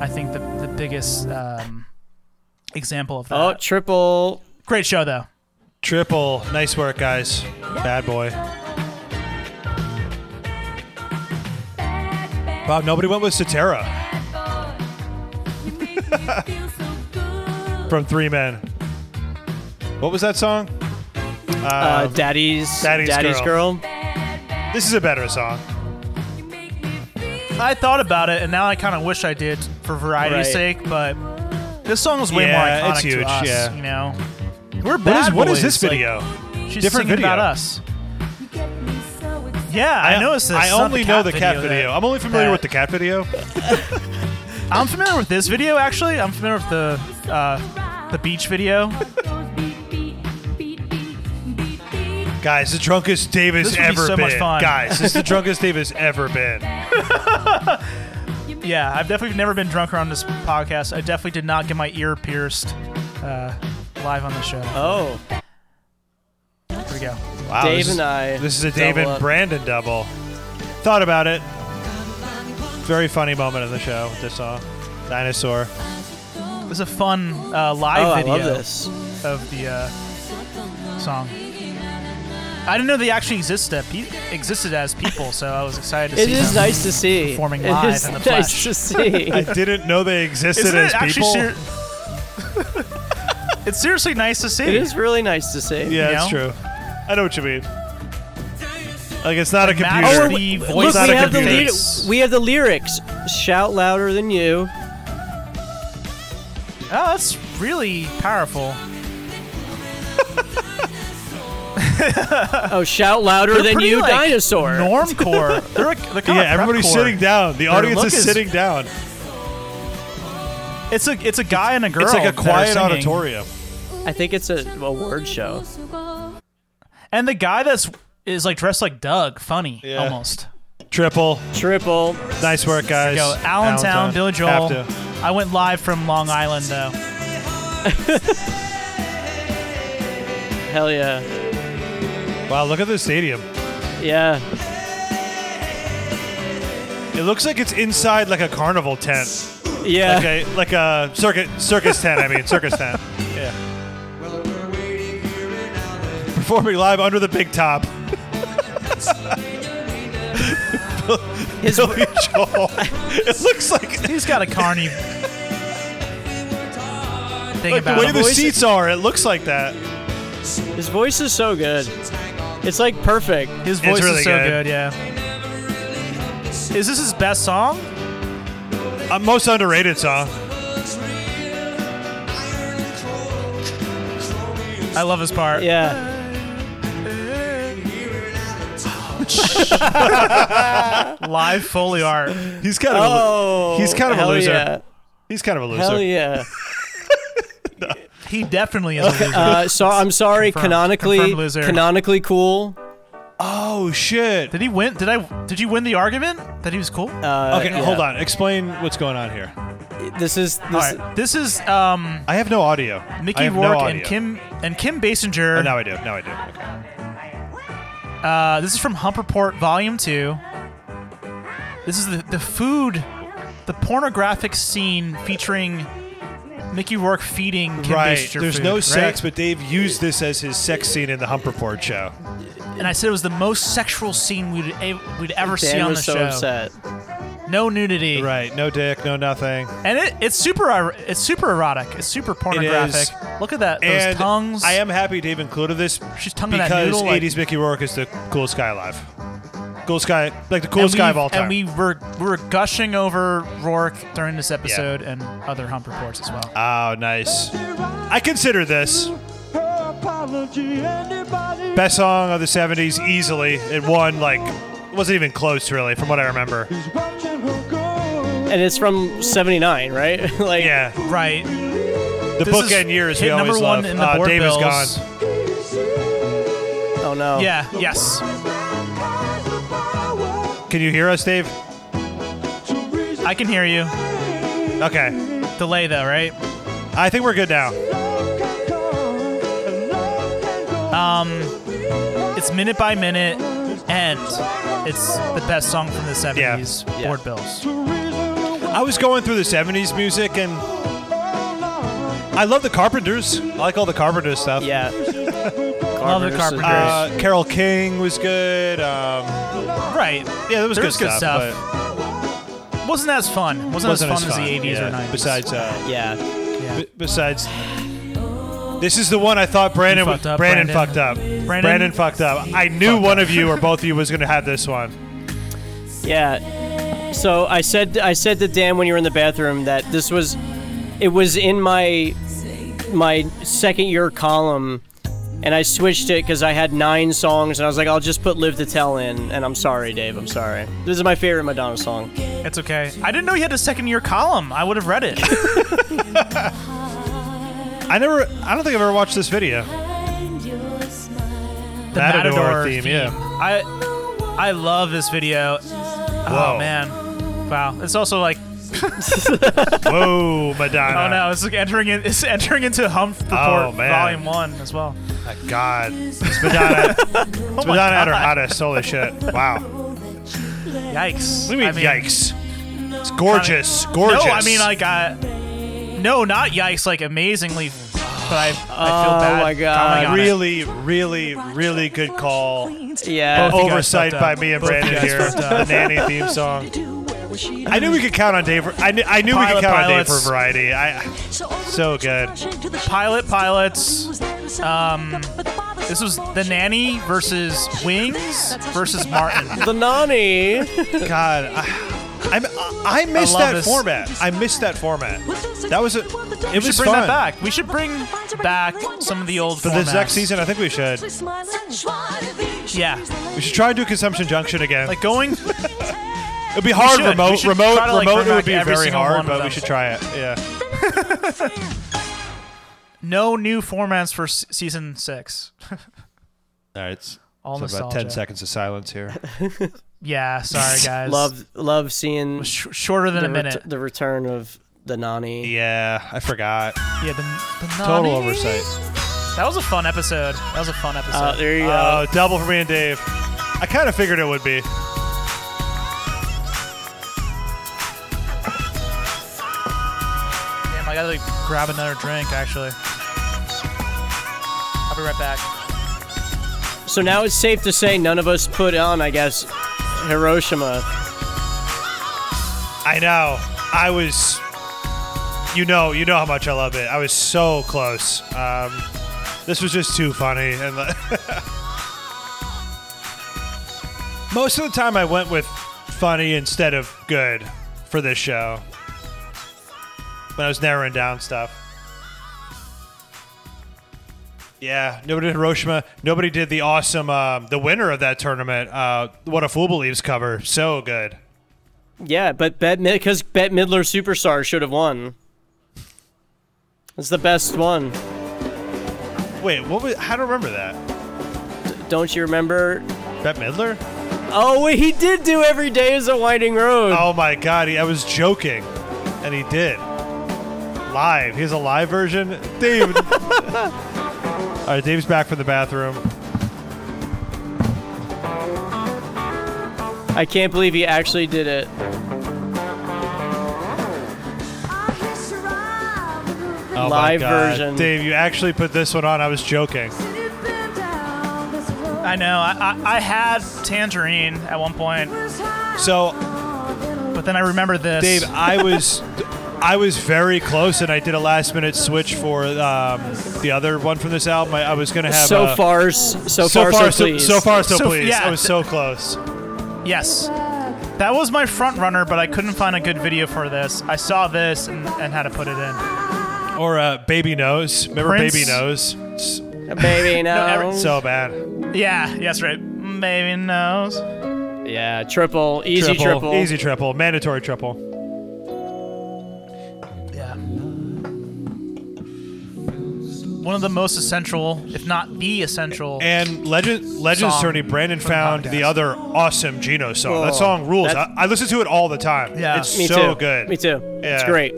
[SPEAKER 4] i think the the biggest um example of that
[SPEAKER 5] Oh, triple.
[SPEAKER 4] great show though
[SPEAKER 6] Triple, nice work, guys. Bad boy. Wow, nobody went with Satara from Three Men. What was that song?
[SPEAKER 5] Uh, Daddy's
[SPEAKER 6] Daddy's
[SPEAKER 5] girl.
[SPEAKER 6] Girl. This is a better song.
[SPEAKER 4] i thought about it and now i kind of wish i did for variety's
[SPEAKER 5] Right.
[SPEAKER 4] sake but this song was way
[SPEAKER 6] Yeah,
[SPEAKER 4] more iconic
[SPEAKER 6] it's huge,
[SPEAKER 4] to us
[SPEAKER 6] yeah.
[SPEAKER 4] you know we're
[SPEAKER 6] What
[SPEAKER 4] bad
[SPEAKER 6] is what is
[SPEAKER 4] boys,
[SPEAKER 6] this
[SPEAKER 4] like,
[SPEAKER 6] video?
[SPEAKER 4] she's
[SPEAKER 6] Different
[SPEAKER 4] singing about
[SPEAKER 6] video.
[SPEAKER 4] us yeah i, noticed this
[SPEAKER 6] I
[SPEAKER 4] It's not
[SPEAKER 6] only know the cat video.
[SPEAKER 4] that-
[SPEAKER 6] I'm only familiar
[SPEAKER 4] that-
[SPEAKER 6] with the cat video.
[SPEAKER 4] i'm familiar with this video actually i'm familiar with the uh the beach video
[SPEAKER 6] Guys, the drunkest Dave has
[SPEAKER 4] This would be
[SPEAKER 6] ever
[SPEAKER 4] so
[SPEAKER 6] been.
[SPEAKER 4] much fun.
[SPEAKER 6] Guys, this is the drunkest Dave has ever been.
[SPEAKER 4] yeah i've definitely never been drunker on this podcast i definitely did not get my ear pierced uh live on the show
[SPEAKER 5] Oh,
[SPEAKER 4] Here we go.
[SPEAKER 6] Wow,
[SPEAKER 5] Dave
[SPEAKER 6] this is-
[SPEAKER 5] and I
[SPEAKER 6] This is a Dave
[SPEAKER 5] double
[SPEAKER 6] and
[SPEAKER 5] up.
[SPEAKER 6] Brandon double. Thought about it. Very funny moment of the show. with This song, dinosaur.
[SPEAKER 4] It was a fun uh,
[SPEAKER 5] oh,
[SPEAKER 4] live
[SPEAKER 5] I
[SPEAKER 4] video
[SPEAKER 5] love this.
[SPEAKER 4] of the uh, song. I didn't know they actually existed pe- existed as people, so I was excited to
[SPEAKER 5] It
[SPEAKER 4] see
[SPEAKER 5] is
[SPEAKER 4] them.
[SPEAKER 5] nice to see.
[SPEAKER 4] performing
[SPEAKER 5] It
[SPEAKER 4] live
[SPEAKER 5] is
[SPEAKER 4] in the flesh.
[SPEAKER 5] nice to see.
[SPEAKER 6] I didn't know they existed
[SPEAKER 4] Isn't
[SPEAKER 6] as
[SPEAKER 4] it actually
[SPEAKER 6] people.
[SPEAKER 4] ser- It's seriously nice to see.
[SPEAKER 5] it is really nice to see.
[SPEAKER 6] yeah, that's
[SPEAKER 4] you
[SPEAKER 6] true. I know what you mean. Like it's not a
[SPEAKER 4] Matt
[SPEAKER 6] computer.
[SPEAKER 4] Steve-
[SPEAKER 5] we-
[SPEAKER 4] The
[SPEAKER 5] Oh, look,
[SPEAKER 4] voice
[SPEAKER 5] we
[SPEAKER 4] out of
[SPEAKER 5] have the
[SPEAKER 4] computer.
[SPEAKER 5] lyri- we have the lyrics. Shout louder than you.
[SPEAKER 4] Oh, that's really powerful.
[SPEAKER 5] Oh, shout louder than
[SPEAKER 4] pretty,
[SPEAKER 5] you,
[SPEAKER 4] like,
[SPEAKER 5] dinosaur.
[SPEAKER 4] Normcore. They're a, the kind of
[SPEAKER 6] Oh, yeah, everybody's
[SPEAKER 4] prepcore.
[SPEAKER 6] sitting down. The
[SPEAKER 4] Their
[SPEAKER 6] audience
[SPEAKER 4] look
[SPEAKER 6] is,
[SPEAKER 4] is-
[SPEAKER 6] sitting down.
[SPEAKER 4] It's a it's a guy and a girl.
[SPEAKER 6] It's like a
[SPEAKER 4] that are
[SPEAKER 6] quiet
[SPEAKER 4] singing.
[SPEAKER 6] auditorium.
[SPEAKER 5] I think it's a, a word show.
[SPEAKER 4] And the guy that's is like dressed like Doug, funny
[SPEAKER 6] Yeah.
[SPEAKER 4] almost.
[SPEAKER 6] Triple.
[SPEAKER 5] Triple.
[SPEAKER 6] Nice work, guys.
[SPEAKER 4] Go Allentown, Billy Joel.
[SPEAKER 6] Have to.
[SPEAKER 4] I went live from Long Island though.
[SPEAKER 5] Hell yeah.
[SPEAKER 6] Wow, look at the stadium.
[SPEAKER 5] Yeah.
[SPEAKER 6] It looks like it's inside like a carnival tent,
[SPEAKER 5] Yeah.
[SPEAKER 6] like a like a circuit circus tent. I mean, circus tent. Yeah. Performing live under the big top.
[SPEAKER 5] His,
[SPEAKER 6] Billy Joel. it looks like
[SPEAKER 4] He's got a carny thing
[SPEAKER 6] like the
[SPEAKER 4] about
[SPEAKER 6] way
[SPEAKER 4] him.
[SPEAKER 6] the
[SPEAKER 5] voice-
[SPEAKER 6] seats are. It looks like that.
[SPEAKER 5] his voice is so good. It's like perfect.
[SPEAKER 4] His
[SPEAKER 6] It's
[SPEAKER 4] voice
[SPEAKER 6] really
[SPEAKER 4] is so
[SPEAKER 6] good.
[SPEAKER 4] good. Yeah. Is this his best song?
[SPEAKER 6] Uh, most underrated song.
[SPEAKER 4] I love his part.
[SPEAKER 5] Yeah.
[SPEAKER 4] Live Foley art.
[SPEAKER 6] He's kind of
[SPEAKER 5] Oh.
[SPEAKER 6] he's kind of a
[SPEAKER 5] hell
[SPEAKER 6] loser.
[SPEAKER 5] Yeah.
[SPEAKER 6] a, he's kind of a loser.
[SPEAKER 5] Hell yeah.
[SPEAKER 4] He definitely is a loser.
[SPEAKER 5] Uh, so I'm sorry.
[SPEAKER 4] Confirmed.
[SPEAKER 5] Canonically,
[SPEAKER 4] Confirmed loser.
[SPEAKER 5] canonically cool.
[SPEAKER 6] Oh shit.
[SPEAKER 4] did he win? Did I? Did you win the argument that he was cool?
[SPEAKER 5] Uh,
[SPEAKER 6] Okay,
[SPEAKER 5] yeah.
[SPEAKER 6] hold on. Explain what's going on here.
[SPEAKER 5] This is this,
[SPEAKER 4] All right. This is um,
[SPEAKER 6] I have no audio. I
[SPEAKER 4] Mickey
[SPEAKER 6] have no
[SPEAKER 4] Rourke and
[SPEAKER 6] audio.
[SPEAKER 4] Kim and Kim
[SPEAKER 6] Oh,
[SPEAKER 4] Basinger.
[SPEAKER 6] now I do. Now I do. Okay.
[SPEAKER 4] Uh, this is from Hump Report Volume 2. This is the, the food, the pornographic scene featuring Mickey Rourke feeding Kim
[SPEAKER 6] right.
[SPEAKER 4] Basinger
[SPEAKER 6] There's
[SPEAKER 4] food,
[SPEAKER 6] no
[SPEAKER 4] right?
[SPEAKER 6] sex, but Dave used this as his sex scene in the Hump Report show.
[SPEAKER 4] And I said it was the most sexual scene we'd, a- we'd ever see
[SPEAKER 5] Dan
[SPEAKER 4] on the
[SPEAKER 5] was so
[SPEAKER 4] show.
[SPEAKER 5] upset.
[SPEAKER 4] No nudity.
[SPEAKER 6] Right. No dick. No nothing.
[SPEAKER 4] And it, it's super er- it's super erotic. It's super pornographic. Look at that. Those
[SPEAKER 6] and
[SPEAKER 4] tongues.
[SPEAKER 6] I am happy Dave included this.
[SPEAKER 4] She's tonguing that
[SPEAKER 6] because
[SPEAKER 4] noodle, like-
[SPEAKER 6] 80s Mickey Rourke is the coolest guy alive. Coolest guy, like the
[SPEAKER 4] and
[SPEAKER 6] coolest guy of
[SPEAKER 4] we-
[SPEAKER 6] all time.
[SPEAKER 4] And we were, we were gushing over Rourke during this episode and other Hump Reports as well.
[SPEAKER 6] Oh, nice. I consider this best song of the 70s easily. It won, like, it wasn't even close, really, from what I remember.
[SPEAKER 5] And it's from '79, right? like
[SPEAKER 6] Yeah.
[SPEAKER 4] right.
[SPEAKER 6] The
[SPEAKER 4] This is
[SPEAKER 6] bookend years we
[SPEAKER 4] hit number
[SPEAKER 6] always
[SPEAKER 4] one
[SPEAKER 6] love.
[SPEAKER 4] in the
[SPEAKER 6] Uh,
[SPEAKER 4] board
[SPEAKER 6] Dave is gone.
[SPEAKER 4] bills.
[SPEAKER 5] Oh no.
[SPEAKER 4] Yeah, yes.
[SPEAKER 6] Can you hear us, Dave?
[SPEAKER 4] I can hear you.
[SPEAKER 6] Okay.
[SPEAKER 4] Delay though, right?
[SPEAKER 6] I think we're good now.
[SPEAKER 4] Um it's minute by minute and it's the best song from the 70s,
[SPEAKER 5] Yeah.
[SPEAKER 4] Board Bills.
[SPEAKER 6] I was going through the 70s music and I love the Carpenters. I like all the Carpenters stuff.
[SPEAKER 5] Yeah.
[SPEAKER 4] Love the
[SPEAKER 5] Carpenter's is
[SPEAKER 4] Carpenters.
[SPEAKER 5] great.
[SPEAKER 6] Uh, Carol King was good. Um,
[SPEAKER 4] Right.
[SPEAKER 6] yeah, that was
[SPEAKER 4] There
[SPEAKER 6] good
[SPEAKER 4] was good
[SPEAKER 6] stuff.
[SPEAKER 4] stuff.
[SPEAKER 6] but-
[SPEAKER 4] Wasn't as fun. Wasn't,
[SPEAKER 6] wasn't
[SPEAKER 4] as fun as, the 80s
[SPEAKER 6] yeah.
[SPEAKER 4] or 90s.
[SPEAKER 6] Besides, uh,
[SPEAKER 5] yeah.
[SPEAKER 6] b- besides, this is the one I thought Brandon
[SPEAKER 4] You fucked up,
[SPEAKER 6] Brandon,
[SPEAKER 4] Brandon.
[SPEAKER 6] fucked up. Brandon, fucked up. I knew one of you or both of you was gonna have this one.
[SPEAKER 5] Yeah. So I said I said to Dan when you were in the bathroom that this was it was in my my second year column and I switched it because I had nine songs and I was like I'll just put Live to Tell in and I'm sorry Dave I'm sorry this is my favorite Madonna song
[SPEAKER 4] It's okay. I didn't know you had a second year column. I would have read it.
[SPEAKER 6] I never. I don't think I've ever watched this video.
[SPEAKER 4] The
[SPEAKER 6] Matador theme, yeah.
[SPEAKER 4] I I love this video.
[SPEAKER 6] Whoa.
[SPEAKER 4] Oh man. Wow. It's also like
[SPEAKER 6] Whoa, Madonna.
[SPEAKER 4] Oh no, it's like entering in, it's entering into Hump Report
[SPEAKER 6] Uh-huh. Oh, man.
[SPEAKER 4] Volume One as well.
[SPEAKER 6] My God, it's Madonna.
[SPEAKER 4] Oh,
[SPEAKER 6] it's Madonna at her hottest. Holy shit! Wow. What
[SPEAKER 4] Yikes!
[SPEAKER 6] do you mean,
[SPEAKER 4] I
[SPEAKER 6] yikes? It's gorgeous, gorgeous.
[SPEAKER 4] No, I mean like I. No, not yikes! Like amazingly, but I, I feel
[SPEAKER 5] Oh,
[SPEAKER 4] bad.
[SPEAKER 5] my God.
[SPEAKER 4] commenting on it.
[SPEAKER 6] really, really, really good call.
[SPEAKER 5] yeah
[SPEAKER 4] Both- you guys
[SPEAKER 6] oversight
[SPEAKER 4] fucked
[SPEAKER 6] by
[SPEAKER 4] up.
[SPEAKER 6] me and
[SPEAKER 4] Both you
[SPEAKER 6] Brandon
[SPEAKER 4] guys
[SPEAKER 6] here.
[SPEAKER 4] fucked
[SPEAKER 6] The nanny theme song. I knew we could count on Dave. For, I knew, I knew we
[SPEAKER 4] Pilot
[SPEAKER 6] could count on Dave
[SPEAKER 4] pilots.
[SPEAKER 6] for variety. I, so good.
[SPEAKER 4] Pilot pilots. Um, this was the nanny versus Wings versus Martin.
[SPEAKER 5] the Oh, Nani
[SPEAKER 6] God, I, I'm, I I miss
[SPEAKER 4] love
[SPEAKER 6] that
[SPEAKER 4] this.
[SPEAKER 6] format. I miss that format. That was a. It
[SPEAKER 4] We should
[SPEAKER 6] was
[SPEAKER 4] bring
[SPEAKER 6] fun.
[SPEAKER 4] that back. We should bring back some of the old
[SPEAKER 6] For this next
[SPEAKER 4] formats.
[SPEAKER 6] season, I think we should.
[SPEAKER 4] Yeah,
[SPEAKER 6] We should try and do Consumption Junction again.
[SPEAKER 4] like going.
[SPEAKER 6] It'd be hard
[SPEAKER 4] should. We
[SPEAKER 6] remote.
[SPEAKER 4] should
[SPEAKER 6] Remote,
[SPEAKER 4] try to, like,
[SPEAKER 6] remote.
[SPEAKER 4] bring
[SPEAKER 6] It
[SPEAKER 4] back
[SPEAKER 6] would be
[SPEAKER 4] every
[SPEAKER 6] very
[SPEAKER 4] single one
[SPEAKER 6] hard,
[SPEAKER 4] of
[SPEAKER 6] but we
[SPEAKER 4] them.
[SPEAKER 6] should try it. Yeah.
[SPEAKER 4] No new formats for s- season six.
[SPEAKER 6] All right. It's,
[SPEAKER 4] All
[SPEAKER 6] it's about ten
[SPEAKER 4] nostalgia.
[SPEAKER 6] seconds of silence here.
[SPEAKER 4] Yeah, sorry guys.
[SPEAKER 5] Love love seeing
[SPEAKER 4] Sh- shorter than
[SPEAKER 5] the,
[SPEAKER 4] a
[SPEAKER 5] ret-
[SPEAKER 4] minute.
[SPEAKER 5] the return of the nanny.
[SPEAKER 6] yeah, I forgot.
[SPEAKER 4] yeah, the, the
[SPEAKER 6] Total
[SPEAKER 4] nanny.
[SPEAKER 6] oversight.
[SPEAKER 4] That was a fun episode. That was a fun episode.
[SPEAKER 5] Uh, there you go.
[SPEAKER 6] Oh, double for me and Dave. I kind of figured it would be.
[SPEAKER 4] Damn, I gotta like, grab another drink. Actually, I'll be right back.
[SPEAKER 5] so now it's safe to say none of us put on, I guess, Hiroshima.
[SPEAKER 6] I know. I was. You know, you know how much I love it. I was so close. Um, this was just too funny, and like- most of the time I went with funny instead of good for this show. When I was narrowing down stuff. Yeah, nobody did Hiroshima. Nobody did the awesome, um, the winner of that tournament. Uh, what a fool believes cover, so good.
[SPEAKER 5] Yeah, but Bet because Bet Midler Superstar should have won. It's the best one.
[SPEAKER 6] Wait, what was? How do I remember that?
[SPEAKER 5] Don't you remember?
[SPEAKER 6] Bette Midler?
[SPEAKER 5] Oh, wait, he did do Every Day is a Winding Road.
[SPEAKER 6] Oh my god, he, I was joking. And he did. Live. He has a live version. Dave. All right, Dave's back from the bathroom.
[SPEAKER 5] I can't believe he actually did it.
[SPEAKER 6] Oh my
[SPEAKER 5] Live
[SPEAKER 6] God.
[SPEAKER 5] version.
[SPEAKER 6] Dave, you actually put this one on. I was joking.
[SPEAKER 4] I know. I, I, I had tangerine at one point,
[SPEAKER 6] So,
[SPEAKER 4] but then I remember this.
[SPEAKER 6] Dave, I was. I was very close, and I did a last-minute switch for um, the other one from this album. I, I was going to have
[SPEAKER 5] So
[SPEAKER 6] a-
[SPEAKER 5] far, s- so,
[SPEAKER 6] so
[SPEAKER 5] far,
[SPEAKER 6] far,
[SPEAKER 5] so please.
[SPEAKER 6] so far, so,
[SPEAKER 4] So-
[SPEAKER 6] please.
[SPEAKER 4] yeah.
[SPEAKER 6] I was so close.
[SPEAKER 4] yes, that was my front runner, but I couldn't find a good video for this. I saw this and, and had to put it in.
[SPEAKER 6] Or uh, Baby Nose. Remember
[SPEAKER 4] Prince-
[SPEAKER 6] Baby Nose? It's
[SPEAKER 5] Uh, baby, no.
[SPEAKER 4] every-
[SPEAKER 6] so bad.
[SPEAKER 4] Yeah, yes, right. Maybe knows.
[SPEAKER 5] yeah, triple, easy triple.
[SPEAKER 6] Easy triple. Mandatory triple.
[SPEAKER 4] Yeah. One of the most essential, if not the essential.
[SPEAKER 6] And Legend, Legends
[SPEAKER 4] Song
[SPEAKER 6] attorney Brandon
[SPEAKER 4] for the
[SPEAKER 6] found
[SPEAKER 4] podcast.
[SPEAKER 6] the other awesome Geno song.
[SPEAKER 5] Oh,
[SPEAKER 6] that song rules.
[SPEAKER 5] that-
[SPEAKER 6] I, I listen to it all the time.
[SPEAKER 4] Yeah.
[SPEAKER 6] It's
[SPEAKER 5] Me
[SPEAKER 6] so
[SPEAKER 5] too.
[SPEAKER 6] good.
[SPEAKER 5] Me too. It's
[SPEAKER 6] Yeah.
[SPEAKER 5] great.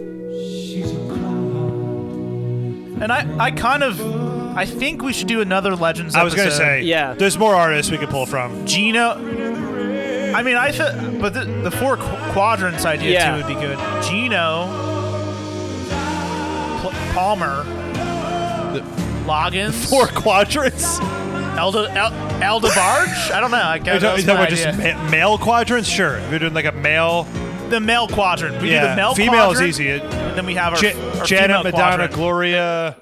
[SPEAKER 4] And I, I kind of, I think we should do another Legends.
[SPEAKER 6] I was going to
[SPEAKER 4] episode.
[SPEAKER 6] say,
[SPEAKER 5] Yeah.
[SPEAKER 6] there's more artists we could pull from.
[SPEAKER 4] Gino. I mean, I feel, but the, the four qu- quadrants idea
[SPEAKER 5] Yeah.
[SPEAKER 4] too would be good. Gino, Pl- Palmer, Loggins,
[SPEAKER 6] Four quadrants?
[SPEAKER 4] Elda El, Eldebarge. I don't know. I
[SPEAKER 6] Are you
[SPEAKER 4] guess
[SPEAKER 6] talking,
[SPEAKER 4] that's
[SPEAKER 6] you talking
[SPEAKER 4] my
[SPEAKER 6] about just
[SPEAKER 4] idea.
[SPEAKER 6] ma- male quadrants? Sure. If you're doing like a male,
[SPEAKER 4] the male quadrant. We do
[SPEAKER 6] yeah,
[SPEAKER 4] the male
[SPEAKER 6] female
[SPEAKER 4] quadrant,
[SPEAKER 6] is easy. It,
[SPEAKER 4] and then we have our,
[SPEAKER 6] Ja-
[SPEAKER 4] our female
[SPEAKER 6] Janet, Madonna,
[SPEAKER 4] quadrant.
[SPEAKER 6] Gloria.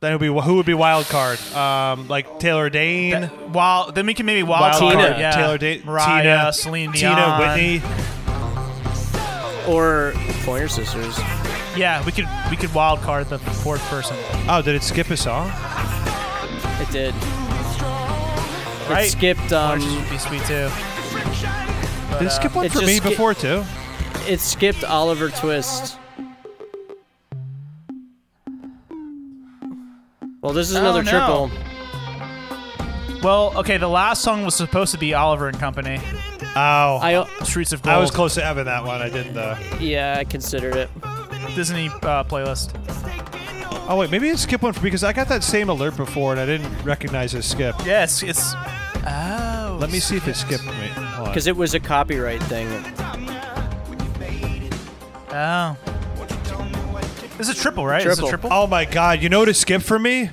[SPEAKER 6] Then it would be who would be wild card? Um, like Taylor Dane.
[SPEAKER 4] That- Wild, then we can maybe wild
[SPEAKER 6] Wild
[SPEAKER 4] card,
[SPEAKER 5] Tina.
[SPEAKER 4] yeah.
[SPEAKER 6] Taylor Dane,
[SPEAKER 4] Mariah,
[SPEAKER 6] Tina,
[SPEAKER 4] Celine
[SPEAKER 6] Tina
[SPEAKER 4] Dion.
[SPEAKER 6] Whitney.
[SPEAKER 5] Or Pointer Sisters.
[SPEAKER 4] Yeah, we could we could wild card the fourth person.
[SPEAKER 6] Oh, did it skip a song?
[SPEAKER 5] It did.
[SPEAKER 4] Right.
[SPEAKER 5] It skipped.
[SPEAKER 4] Or
[SPEAKER 5] Um,
[SPEAKER 4] just would be sweet too. But,
[SPEAKER 6] Did uh, it skip one
[SPEAKER 5] it
[SPEAKER 6] for
[SPEAKER 5] just
[SPEAKER 6] me
[SPEAKER 5] ski-
[SPEAKER 6] before too?
[SPEAKER 5] it skipped Oliver Twist. Well, this is another
[SPEAKER 4] Oh, no.
[SPEAKER 5] triple.
[SPEAKER 4] uh, well, okay, the last song was supposed to be Oliver and Company,
[SPEAKER 6] Oh, I,
[SPEAKER 5] I
[SPEAKER 4] Streets of Gold,
[SPEAKER 6] was close to having that one. I didn't uh, though.
[SPEAKER 5] yeah, I considered it.
[SPEAKER 4] Disney uh, playlist.
[SPEAKER 6] Oh wait, maybe it skipped one for because I got that same alert before and I didn't recognize it skipped.
[SPEAKER 4] Yes, it's. Oh.
[SPEAKER 6] Let me see if it skipped me. Hold on.
[SPEAKER 5] Because it was a copyright thing.
[SPEAKER 4] Oh. This is a triple, right? This is a
[SPEAKER 5] Triple.
[SPEAKER 4] triple.
[SPEAKER 6] Oh my god, you know what it skipped for me?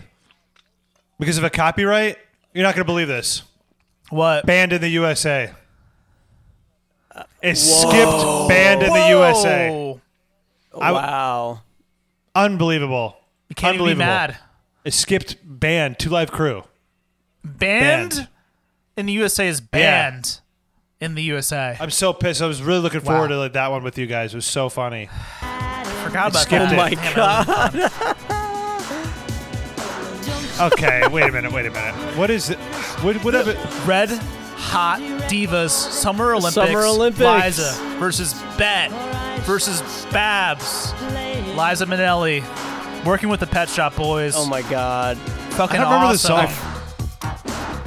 [SPEAKER 6] Because of a copyright? You're not gonna believe this.
[SPEAKER 4] What?
[SPEAKER 6] Banned in the USA. It skipped Banned in the USA.
[SPEAKER 4] Whoa.
[SPEAKER 6] I-
[SPEAKER 5] wow.
[SPEAKER 6] Unbelievable.
[SPEAKER 4] You can't even be
[SPEAKER 6] Unbelievable.
[SPEAKER 4] mad.
[SPEAKER 6] It skipped Banned, Two Live Crew.
[SPEAKER 4] Banned in the USA is banned in the USA.
[SPEAKER 6] I'm so pissed. I was really looking
[SPEAKER 4] Wow.
[SPEAKER 6] forward to like that one with you guys. It was so funny.
[SPEAKER 4] I forgot about
[SPEAKER 6] skipped
[SPEAKER 4] that.
[SPEAKER 6] it. Oh my
[SPEAKER 4] Damn, I was-
[SPEAKER 6] Okay, wait a minute. Wait a minute. What is it? What, what have it?
[SPEAKER 4] Red Hot Divas Summer Olympics.
[SPEAKER 5] Summer Olympics.
[SPEAKER 4] Liza versus Bet versus Babs. Liza Minnelli working with the Pet Shop Boys.
[SPEAKER 5] Oh my god.
[SPEAKER 4] Fucking
[SPEAKER 6] I don't remember the
[SPEAKER 4] awesome.
[SPEAKER 6] song.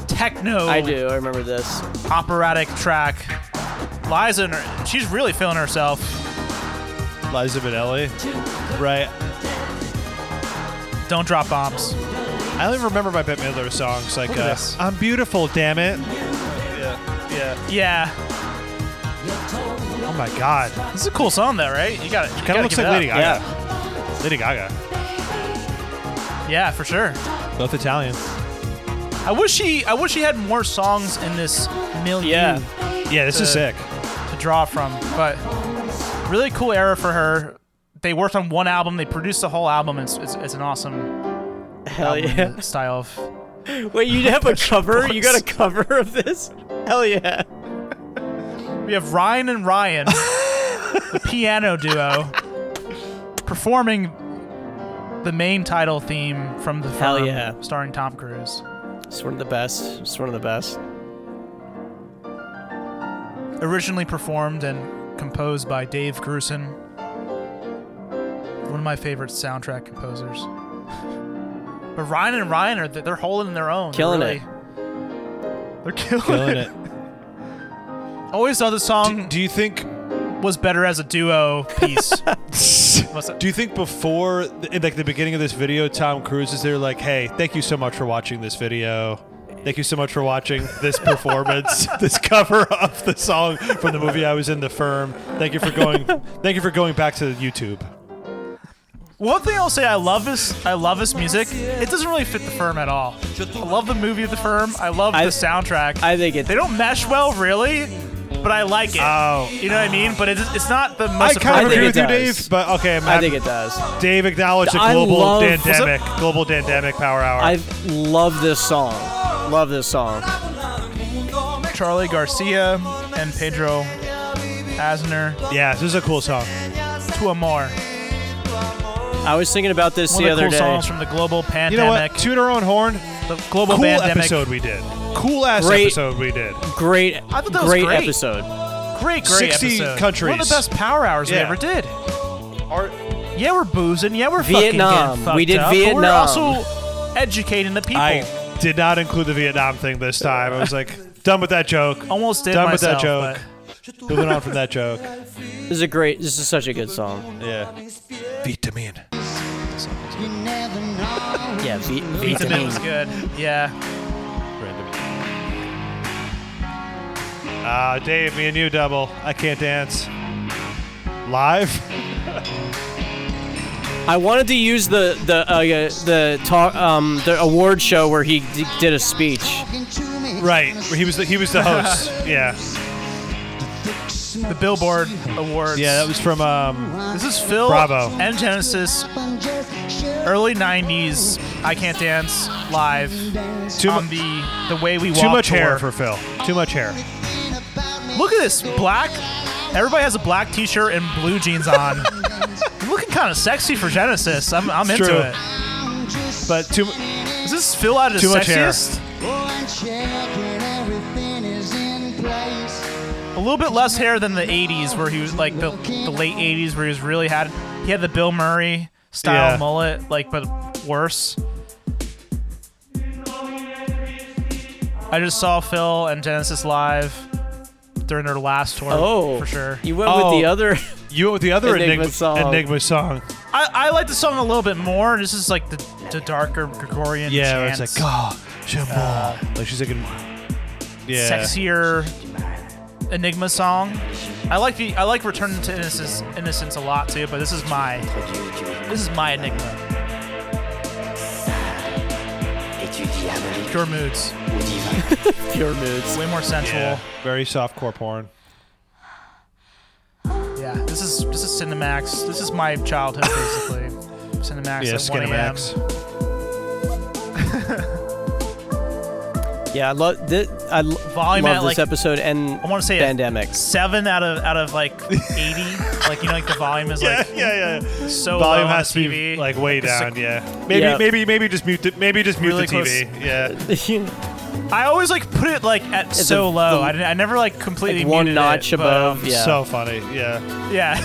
[SPEAKER 4] Techno
[SPEAKER 5] I do. I remember this.
[SPEAKER 4] operatic track. Liza, and her- she's really feeling herself.
[SPEAKER 6] Liza Minnelli. Right.
[SPEAKER 4] Don't drop bombs.
[SPEAKER 6] I only remember my Bette Midler songs like
[SPEAKER 4] Look at
[SPEAKER 6] uh,
[SPEAKER 4] this.
[SPEAKER 6] "I'm Beautiful, Damn It." Yeah. Yeah.
[SPEAKER 4] Yeah,
[SPEAKER 6] Oh my God.
[SPEAKER 4] this is a cool song though, right? You got it.
[SPEAKER 6] Kind of looks like Lady Gaga.
[SPEAKER 5] Yeah.
[SPEAKER 6] Lady Gaga.
[SPEAKER 4] Yeah, for sure.
[SPEAKER 6] Both Italian.
[SPEAKER 4] I wish she, I wish she had more songs in this milieu.
[SPEAKER 5] Yeah.
[SPEAKER 6] Yeah, this is
[SPEAKER 4] Uh,
[SPEAKER 6] sick.
[SPEAKER 4] to draw from. But really cool era for her. They worked on one album. They produced the whole album. It's, it's, it's an awesome
[SPEAKER 5] Hell
[SPEAKER 4] album
[SPEAKER 5] yeah.
[SPEAKER 4] style of.
[SPEAKER 5] Wait, you have a cover? You got a cover of this? Hell yeah.
[SPEAKER 4] We have Ryan and Ryan, the piano duo, performing the main title theme from the
[SPEAKER 5] Hell
[SPEAKER 4] film
[SPEAKER 5] yeah.
[SPEAKER 4] starring Tom Cruise.
[SPEAKER 5] It's one of the best. It's one of the best.
[SPEAKER 4] Originally performed and composed by Dave Grusin, one of my favorite soundtrack composers. But Ryan and Ryan are they're holding their own, They're
[SPEAKER 5] Killing
[SPEAKER 4] really-
[SPEAKER 5] it.
[SPEAKER 4] They're killing,
[SPEAKER 6] Killing
[SPEAKER 4] it.
[SPEAKER 6] it.
[SPEAKER 4] Always thought the
[SPEAKER 6] Do,
[SPEAKER 4] song
[SPEAKER 6] do you think?
[SPEAKER 4] was better as a duo piece. What's that?
[SPEAKER 6] Do you think before, in like the beginning of this video, Tom Cruise is there like, "Hey, thank you so much for watching this video. Thank you so much for watching this performance, this cover of the song from the movie I was in, The Firm. Thank you for going. thank you for going back to YouTube."
[SPEAKER 4] One thing I'll say, I love this. I love this music. It doesn't really fit the firm at all. I love the movie of the firm. I love
[SPEAKER 5] I-
[SPEAKER 4] the soundtrack.
[SPEAKER 5] I think it.
[SPEAKER 4] they don't mesh well, really, but I like it.
[SPEAKER 6] Oh.
[SPEAKER 4] you know what I mean? But it's, it's not the
[SPEAKER 6] I
[SPEAKER 4] most.
[SPEAKER 6] kind
[SPEAKER 5] I think
[SPEAKER 6] of agree
[SPEAKER 5] it
[SPEAKER 6] with you,
[SPEAKER 5] does.
[SPEAKER 6] Dave. But okay, I'm
[SPEAKER 5] I
[SPEAKER 6] happy-
[SPEAKER 5] think it does.
[SPEAKER 6] Dave acknowledged the
[SPEAKER 5] I
[SPEAKER 6] global
[SPEAKER 5] love-
[SPEAKER 6] pandemic, global pandemic power hour.
[SPEAKER 5] I love this song. Love this song.
[SPEAKER 4] appropriate. Charlie Garcia and Pedro Asner
[SPEAKER 6] yeah, this is a cool song.
[SPEAKER 4] to Amor.
[SPEAKER 5] I was thinking about this
[SPEAKER 4] One
[SPEAKER 5] the
[SPEAKER 4] of the
[SPEAKER 5] other
[SPEAKER 4] cool
[SPEAKER 5] day.
[SPEAKER 4] songs from the global
[SPEAKER 6] You know what?
[SPEAKER 4] pandemic.
[SPEAKER 6] Toot our own horn.
[SPEAKER 4] The global
[SPEAKER 6] Cool
[SPEAKER 4] pandemic.
[SPEAKER 6] episode we did. Cool ass
[SPEAKER 5] Great.
[SPEAKER 6] episode we did.
[SPEAKER 5] Great,
[SPEAKER 4] I thought that was
[SPEAKER 5] great,
[SPEAKER 4] great.
[SPEAKER 5] episode.
[SPEAKER 4] Great, great
[SPEAKER 6] 60
[SPEAKER 4] episode. One of
[SPEAKER 6] countries.
[SPEAKER 4] the best power hours we
[SPEAKER 6] Yeah.
[SPEAKER 4] ever did. yeah, we're boozing. Yeah, we're
[SPEAKER 5] Vietnam.
[SPEAKER 4] Fucking getting
[SPEAKER 5] We
[SPEAKER 4] fucked
[SPEAKER 5] did
[SPEAKER 4] up,
[SPEAKER 5] Vietnam.
[SPEAKER 4] But we're also educating the people. I
[SPEAKER 6] I did not include the Vietnam thing this time. I was like, done with that joke.
[SPEAKER 4] almost did
[SPEAKER 6] done
[SPEAKER 4] myself.
[SPEAKER 6] with that joke. Moving on from that joke.
[SPEAKER 5] This is a great. This is such a good song.
[SPEAKER 6] Yeah. Vitamin.
[SPEAKER 5] Yeah, beat,
[SPEAKER 4] but
[SPEAKER 5] beat
[SPEAKER 4] Vietnam was good. Yeah,
[SPEAKER 6] Random. Uh, Dave, me and you double. I can't dance. Live?
[SPEAKER 5] I wanted to use the the uh, yeah, the talk um the award show where he d- did a speech.
[SPEAKER 6] Right. He was the, he was the host. yeah.
[SPEAKER 4] the Billboard Awards.
[SPEAKER 6] Yeah, that was from um,
[SPEAKER 4] This is Phil
[SPEAKER 6] Bravo.
[SPEAKER 4] and Genesis, early '90s. I can't dance live
[SPEAKER 6] too,
[SPEAKER 4] on
[SPEAKER 6] mu-
[SPEAKER 4] the the way we walk.
[SPEAKER 6] too much hair
[SPEAKER 4] tour.
[SPEAKER 6] for Phil. Too much hair.
[SPEAKER 4] Look at this black. Everybody has a black T-shirt and blue jeans on. Looking kind of sexy for Genesis. I'm, I'm into
[SPEAKER 6] true.
[SPEAKER 4] it.
[SPEAKER 6] But too
[SPEAKER 4] Is this Phil out of
[SPEAKER 6] Too
[SPEAKER 4] sexiest?
[SPEAKER 6] much hair.
[SPEAKER 4] A little bit less hair than the '80s, where he was like the, the late '80s, where he was really had he had the Bill Murray style
[SPEAKER 6] Yeah.
[SPEAKER 4] mullet, like but worse. I just saw Phil and Genesis live during their last tour.
[SPEAKER 5] Oh,
[SPEAKER 4] for sure. Uh,
[SPEAKER 5] You went
[SPEAKER 6] Oh.
[SPEAKER 5] with the other.
[SPEAKER 6] you went with the other
[SPEAKER 5] Enigma
[SPEAKER 6] Enigma,
[SPEAKER 5] song.
[SPEAKER 6] Enigma song.
[SPEAKER 4] I, I like the song a little bit more. This is like the, the darker Gregorian
[SPEAKER 6] Yeah, where
[SPEAKER 4] chants,
[SPEAKER 6] it's like, God, show more. Uh, like she's like, a- yeah.
[SPEAKER 4] sexier Enigma song. I like the I like Return to Innocence, Innocence a lot too, but this is my this is my Enigma. Pure moods,
[SPEAKER 5] Pure moods.
[SPEAKER 4] way more sensual.
[SPEAKER 6] Yeah,
[SPEAKER 4] Yeah.
[SPEAKER 6] very soft core porn.
[SPEAKER 4] this is this is Cinemax. This is my childhood basically. Cinemax
[SPEAKER 6] Yeah,
[SPEAKER 4] at 1 a.m.
[SPEAKER 6] Skinamax.
[SPEAKER 5] Yeah, I love th- I l-
[SPEAKER 4] Volume
[SPEAKER 5] love
[SPEAKER 4] at, like-
[SPEAKER 5] this episode and
[SPEAKER 4] I want to say a
[SPEAKER 5] pandemic.
[SPEAKER 4] seven out of out of like eighty. like you know, like the volume is like
[SPEAKER 6] yeah, yeah.
[SPEAKER 4] so
[SPEAKER 6] Volume
[SPEAKER 4] low on
[SPEAKER 6] has
[SPEAKER 4] the
[SPEAKER 6] to
[SPEAKER 4] TV.
[SPEAKER 6] be like way
[SPEAKER 4] a sec-
[SPEAKER 6] down. Yeah. Maybe
[SPEAKER 5] Yeah.
[SPEAKER 6] maybe maybe just mute the, maybe just mute
[SPEAKER 4] Really
[SPEAKER 6] the TV. Yeah.
[SPEAKER 4] I always like put it like at so
[SPEAKER 5] a-
[SPEAKER 4] low.
[SPEAKER 5] the-
[SPEAKER 4] I, didn't- I never like completely
[SPEAKER 5] like one
[SPEAKER 4] muted
[SPEAKER 5] notch
[SPEAKER 4] it, but,
[SPEAKER 5] above,
[SPEAKER 4] um,
[SPEAKER 5] Yeah.
[SPEAKER 6] So funny. Yeah.
[SPEAKER 4] yeah.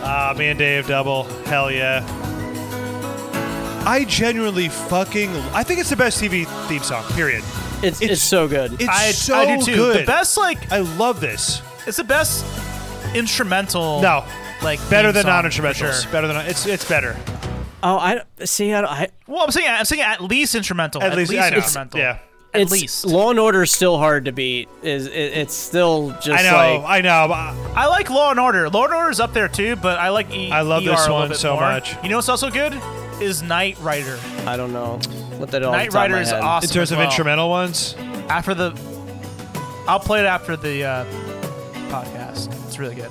[SPEAKER 6] Uh, me and Dave double. Hell yeah. I genuinely fucking. I think it's the best TV theme song. Period.
[SPEAKER 5] It's, it's
[SPEAKER 6] It's-
[SPEAKER 5] so good.
[SPEAKER 6] It's
[SPEAKER 4] I,
[SPEAKER 6] so
[SPEAKER 4] I do too.
[SPEAKER 6] good.
[SPEAKER 4] The best like
[SPEAKER 6] I love this.
[SPEAKER 4] it's the best instrumental.
[SPEAKER 6] No,
[SPEAKER 4] like
[SPEAKER 6] better
[SPEAKER 4] theme
[SPEAKER 6] than
[SPEAKER 4] song, for
[SPEAKER 6] non-instrumentals.
[SPEAKER 4] sure.
[SPEAKER 6] Better than it's it's better.
[SPEAKER 5] Oh, I see. I, don't, I
[SPEAKER 4] Well, I'm saying I'm saying at least instrumental.
[SPEAKER 6] At, least, I know.
[SPEAKER 4] instrumental.
[SPEAKER 6] Yeah.
[SPEAKER 4] At
[SPEAKER 5] it's,
[SPEAKER 4] least.
[SPEAKER 5] Law and Order is still hard to beat. Is it, it's still just
[SPEAKER 6] I know.
[SPEAKER 5] like
[SPEAKER 6] I know. but-
[SPEAKER 4] I like Law and Order. Law and Order is up there too, but I like e-
[SPEAKER 6] I love
[SPEAKER 4] ER
[SPEAKER 6] this
[SPEAKER 4] a little
[SPEAKER 6] one
[SPEAKER 4] bit
[SPEAKER 6] so
[SPEAKER 4] more.
[SPEAKER 6] much.
[SPEAKER 4] You know what's also good is Knight Rider.
[SPEAKER 5] I don't know what that all.
[SPEAKER 4] Knight Rider is awesome.
[SPEAKER 6] In terms
[SPEAKER 4] as
[SPEAKER 6] of
[SPEAKER 4] well.
[SPEAKER 6] instrumental ones,
[SPEAKER 4] After the, I'll play it after the uh, podcast. It's really good.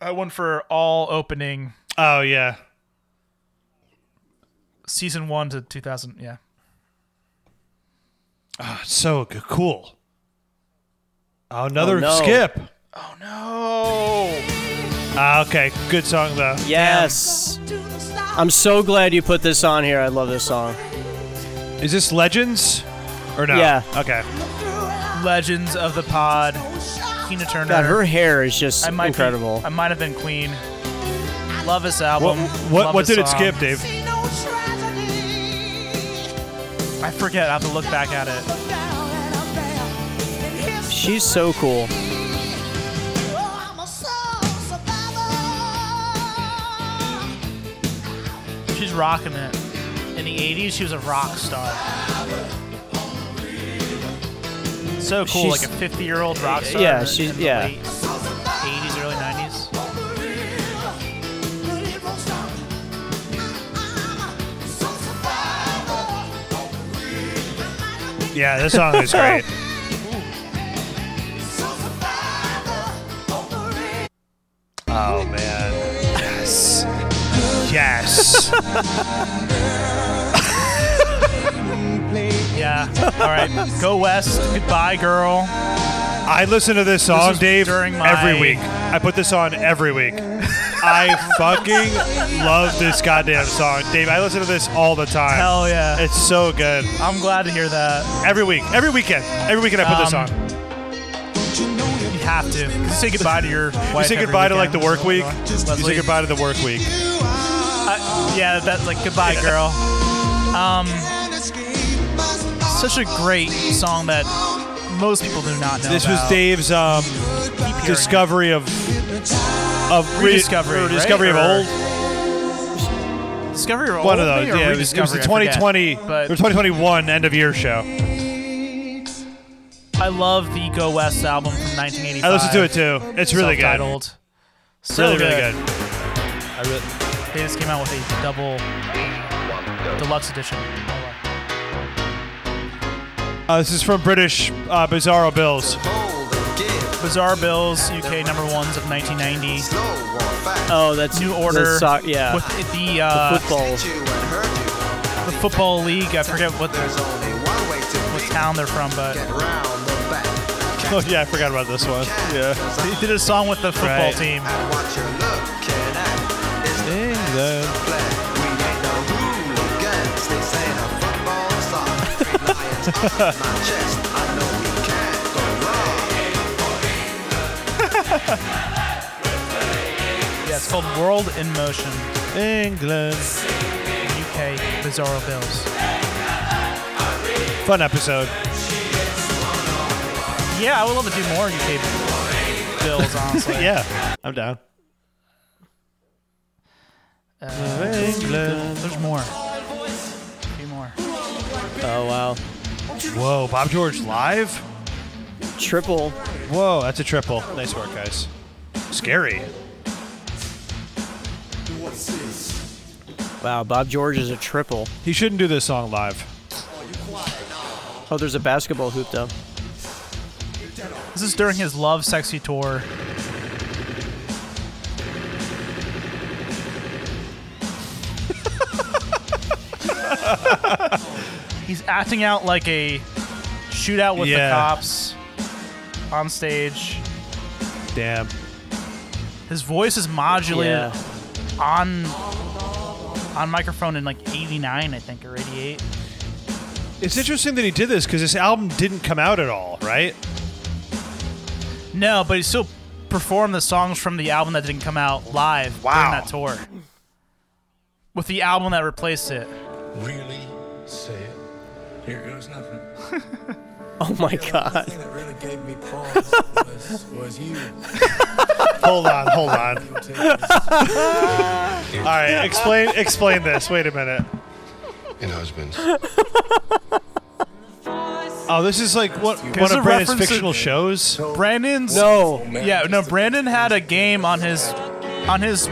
[SPEAKER 4] I won Uh, for all opening
[SPEAKER 6] oh yeah,
[SPEAKER 4] season one to 2000. Yeah.
[SPEAKER 6] so g- cool. Oh, another
[SPEAKER 5] Oh, no.
[SPEAKER 6] skip.
[SPEAKER 4] No.
[SPEAKER 6] Ah, okay, good song though.
[SPEAKER 5] Yes. I'm so glad you put this on here. I love this song.
[SPEAKER 6] Is this Legends or no?
[SPEAKER 5] Yeah.
[SPEAKER 6] Okay.
[SPEAKER 4] Legends of the Pod. Tina Turner.
[SPEAKER 5] God, her hair is just
[SPEAKER 4] I might be-
[SPEAKER 5] incredible.
[SPEAKER 4] I might have been Queen. Love this album.
[SPEAKER 6] What what,
[SPEAKER 4] Love
[SPEAKER 6] what
[SPEAKER 4] this
[SPEAKER 6] did it
[SPEAKER 4] song.
[SPEAKER 6] skip, Dave?
[SPEAKER 4] I forget. I have to look back at it.
[SPEAKER 5] She's so cool.
[SPEAKER 4] She's rocking it. In the 80s, she was a rock star. So cool,
[SPEAKER 5] She's-
[SPEAKER 4] like a 50 year old rock star.
[SPEAKER 5] Yeah,
[SPEAKER 4] in the-
[SPEAKER 5] she's-
[SPEAKER 4] in the
[SPEAKER 5] yeah.
[SPEAKER 4] Late 80s, early 90s.
[SPEAKER 6] Yeah, this song is great. Oh man. Yes. Yes.
[SPEAKER 4] Yeah. All right. Go West. Goodbye, girl.
[SPEAKER 6] I listen to this song,
[SPEAKER 4] is
[SPEAKER 6] Dave,
[SPEAKER 4] during my-
[SPEAKER 6] every week. I put this on every week. I fucking love this goddamn song, Dave. I listen to this all the time.
[SPEAKER 4] Hell yeah.
[SPEAKER 6] It's so good.
[SPEAKER 4] I'm glad to hear that.
[SPEAKER 6] Every week, every weekend, every weekend I put this
[SPEAKER 4] Um,
[SPEAKER 6] on.
[SPEAKER 4] You have to. You say goodbye to your wife.
[SPEAKER 6] You say
[SPEAKER 4] every
[SPEAKER 6] goodbye to like
[SPEAKER 4] weekend.
[SPEAKER 6] the work week. You
[SPEAKER 4] Leslie.
[SPEAKER 6] say goodbye to the work week.
[SPEAKER 4] I- yeah, that's like goodbye, girl. Um, such a great song that most people do not know.
[SPEAKER 6] This was
[SPEAKER 4] about.
[SPEAKER 6] Dave's um,
[SPEAKER 4] Keep hearing it.
[SPEAKER 6] discovery of of
[SPEAKER 4] Rediscovery,
[SPEAKER 6] or discovery
[SPEAKER 4] right?
[SPEAKER 6] of
[SPEAKER 4] Or-
[SPEAKER 6] old
[SPEAKER 4] Discovery or
[SPEAKER 6] one of
[SPEAKER 4] Old
[SPEAKER 6] those.
[SPEAKER 4] Me or
[SPEAKER 6] Yeah, it was, it was the
[SPEAKER 4] Rediscovery, I forget.
[SPEAKER 6] 2020 or
[SPEAKER 4] But
[SPEAKER 6] 2021 end of year show.
[SPEAKER 4] I love the Go West album from 1985.
[SPEAKER 6] I listened to it too. It's really good.
[SPEAKER 4] Self-titled. So
[SPEAKER 6] Really, really good.
[SPEAKER 4] They just came out with a double deluxe edition.
[SPEAKER 6] Uh, this is from British uh, Bizarro Bills.
[SPEAKER 4] Bizarre Bills, UK number ones of 1990.
[SPEAKER 5] Oh, that's
[SPEAKER 4] New Order.
[SPEAKER 5] the so- yeah.
[SPEAKER 4] With the, uh,
[SPEAKER 5] Football.
[SPEAKER 4] the football league. I forget what, what town they're from, but
[SPEAKER 6] Oh yeah, I forgot about this one. Yeah.
[SPEAKER 4] they did a song with the football
[SPEAKER 6] Right.
[SPEAKER 4] team. Yeah, it's called World in Motion,
[SPEAKER 6] England.
[SPEAKER 4] UK Bizarro Bills.
[SPEAKER 6] Fun episode.
[SPEAKER 4] Yeah, I would love to do more UK Bills, honestly.
[SPEAKER 6] Yeah, I'm down. England.
[SPEAKER 4] There's more. A few more.
[SPEAKER 5] Oh wow.
[SPEAKER 6] Whoa, Bob George live.
[SPEAKER 5] Triple.
[SPEAKER 6] Whoa, that's a triple. Nice work, guys. Scary.
[SPEAKER 5] Wow. Bob George is a triple.
[SPEAKER 6] He shouldn't do this song live.
[SPEAKER 5] Oh, there's a basketball hoop though.
[SPEAKER 4] This is during his Love Sexy tour. He's acting out like a shootout with
[SPEAKER 6] Yeah.
[SPEAKER 4] the cops on stage.
[SPEAKER 6] Damn.
[SPEAKER 4] His voice is modulated
[SPEAKER 5] Yeah.
[SPEAKER 4] on on microphone in like 89, I think, or 88.
[SPEAKER 6] It's interesting that he did this because this album didn't come out at all, right?
[SPEAKER 4] No, but he still performed the songs from the album that didn't come out live
[SPEAKER 6] Wow.
[SPEAKER 4] during that tour. With the album that replaced it.
[SPEAKER 10] Really say it. Here goes nothing.
[SPEAKER 5] Oh my god.
[SPEAKER 10] thing that really gave me pause was, was you.
[SPEAKER 6] Hold on, hold on.
[SPEAKER 10] You take this.
[SPEAKER 6] All right, explain explain this. Wait a minute.
[SPEAKER 10] And husbands.
[SPEAKER 6] Oh, this is like what
[SPEAKER 4] There's
[SPEAKER 6] one
[SPEAKER 4] a
[SPEAKER 6] of
[SPEAKER 4] reference
[SPEAKER 6] Brandon's
[SPEAKER 4] to-
[SPEAKER 6] fictional shows.
[SPEAKER 4] Brandon's
[SPEAKER 5] No.
[SPEAKER 4] Yeah, no, Brandon had a game on his on his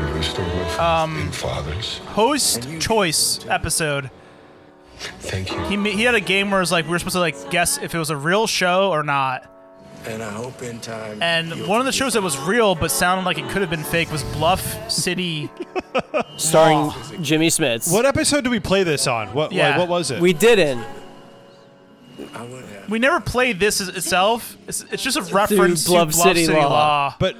[SPEAKER 10] um, fathers.
[SPEAKER 4] host choice episode.
[SPEAKER 10] Thank you.
[SPEAKER 4] He ma- he had a game where it was like we were supposed to like guess if it was a real show or not.
[SPEAKER 10] And I hope in time.
[SPEAKER 4] And
[SPEAKER 10] you'll
[SPEAKER 4] one of the
[SPEAKER 10] forgive
[SPEAKER 4] shows that was real but sounded like it could have been fake was Bluff City.
[SPEAKER 5] Starring Jimmy Smits.
[SPEAKER 6] What episode did we play this on? What
[SPEAKER 4] Yeah.
[SPEAKER 6] like, what was it?
[SPEAKER 5] We didn't.
[SPEAKER 10] me. I would have.
[SPEAKER 4] We never played this as itself. It's, it's just a reference
[SPEAKER 5] Bluff
[SPEAKER 4] to Bluff
[SPEAKER 5] City
[SPEAKER 4] City,
[SPEAKER 5] Law.
[SPEAKER 4] Law.
[SPEAKER 6] but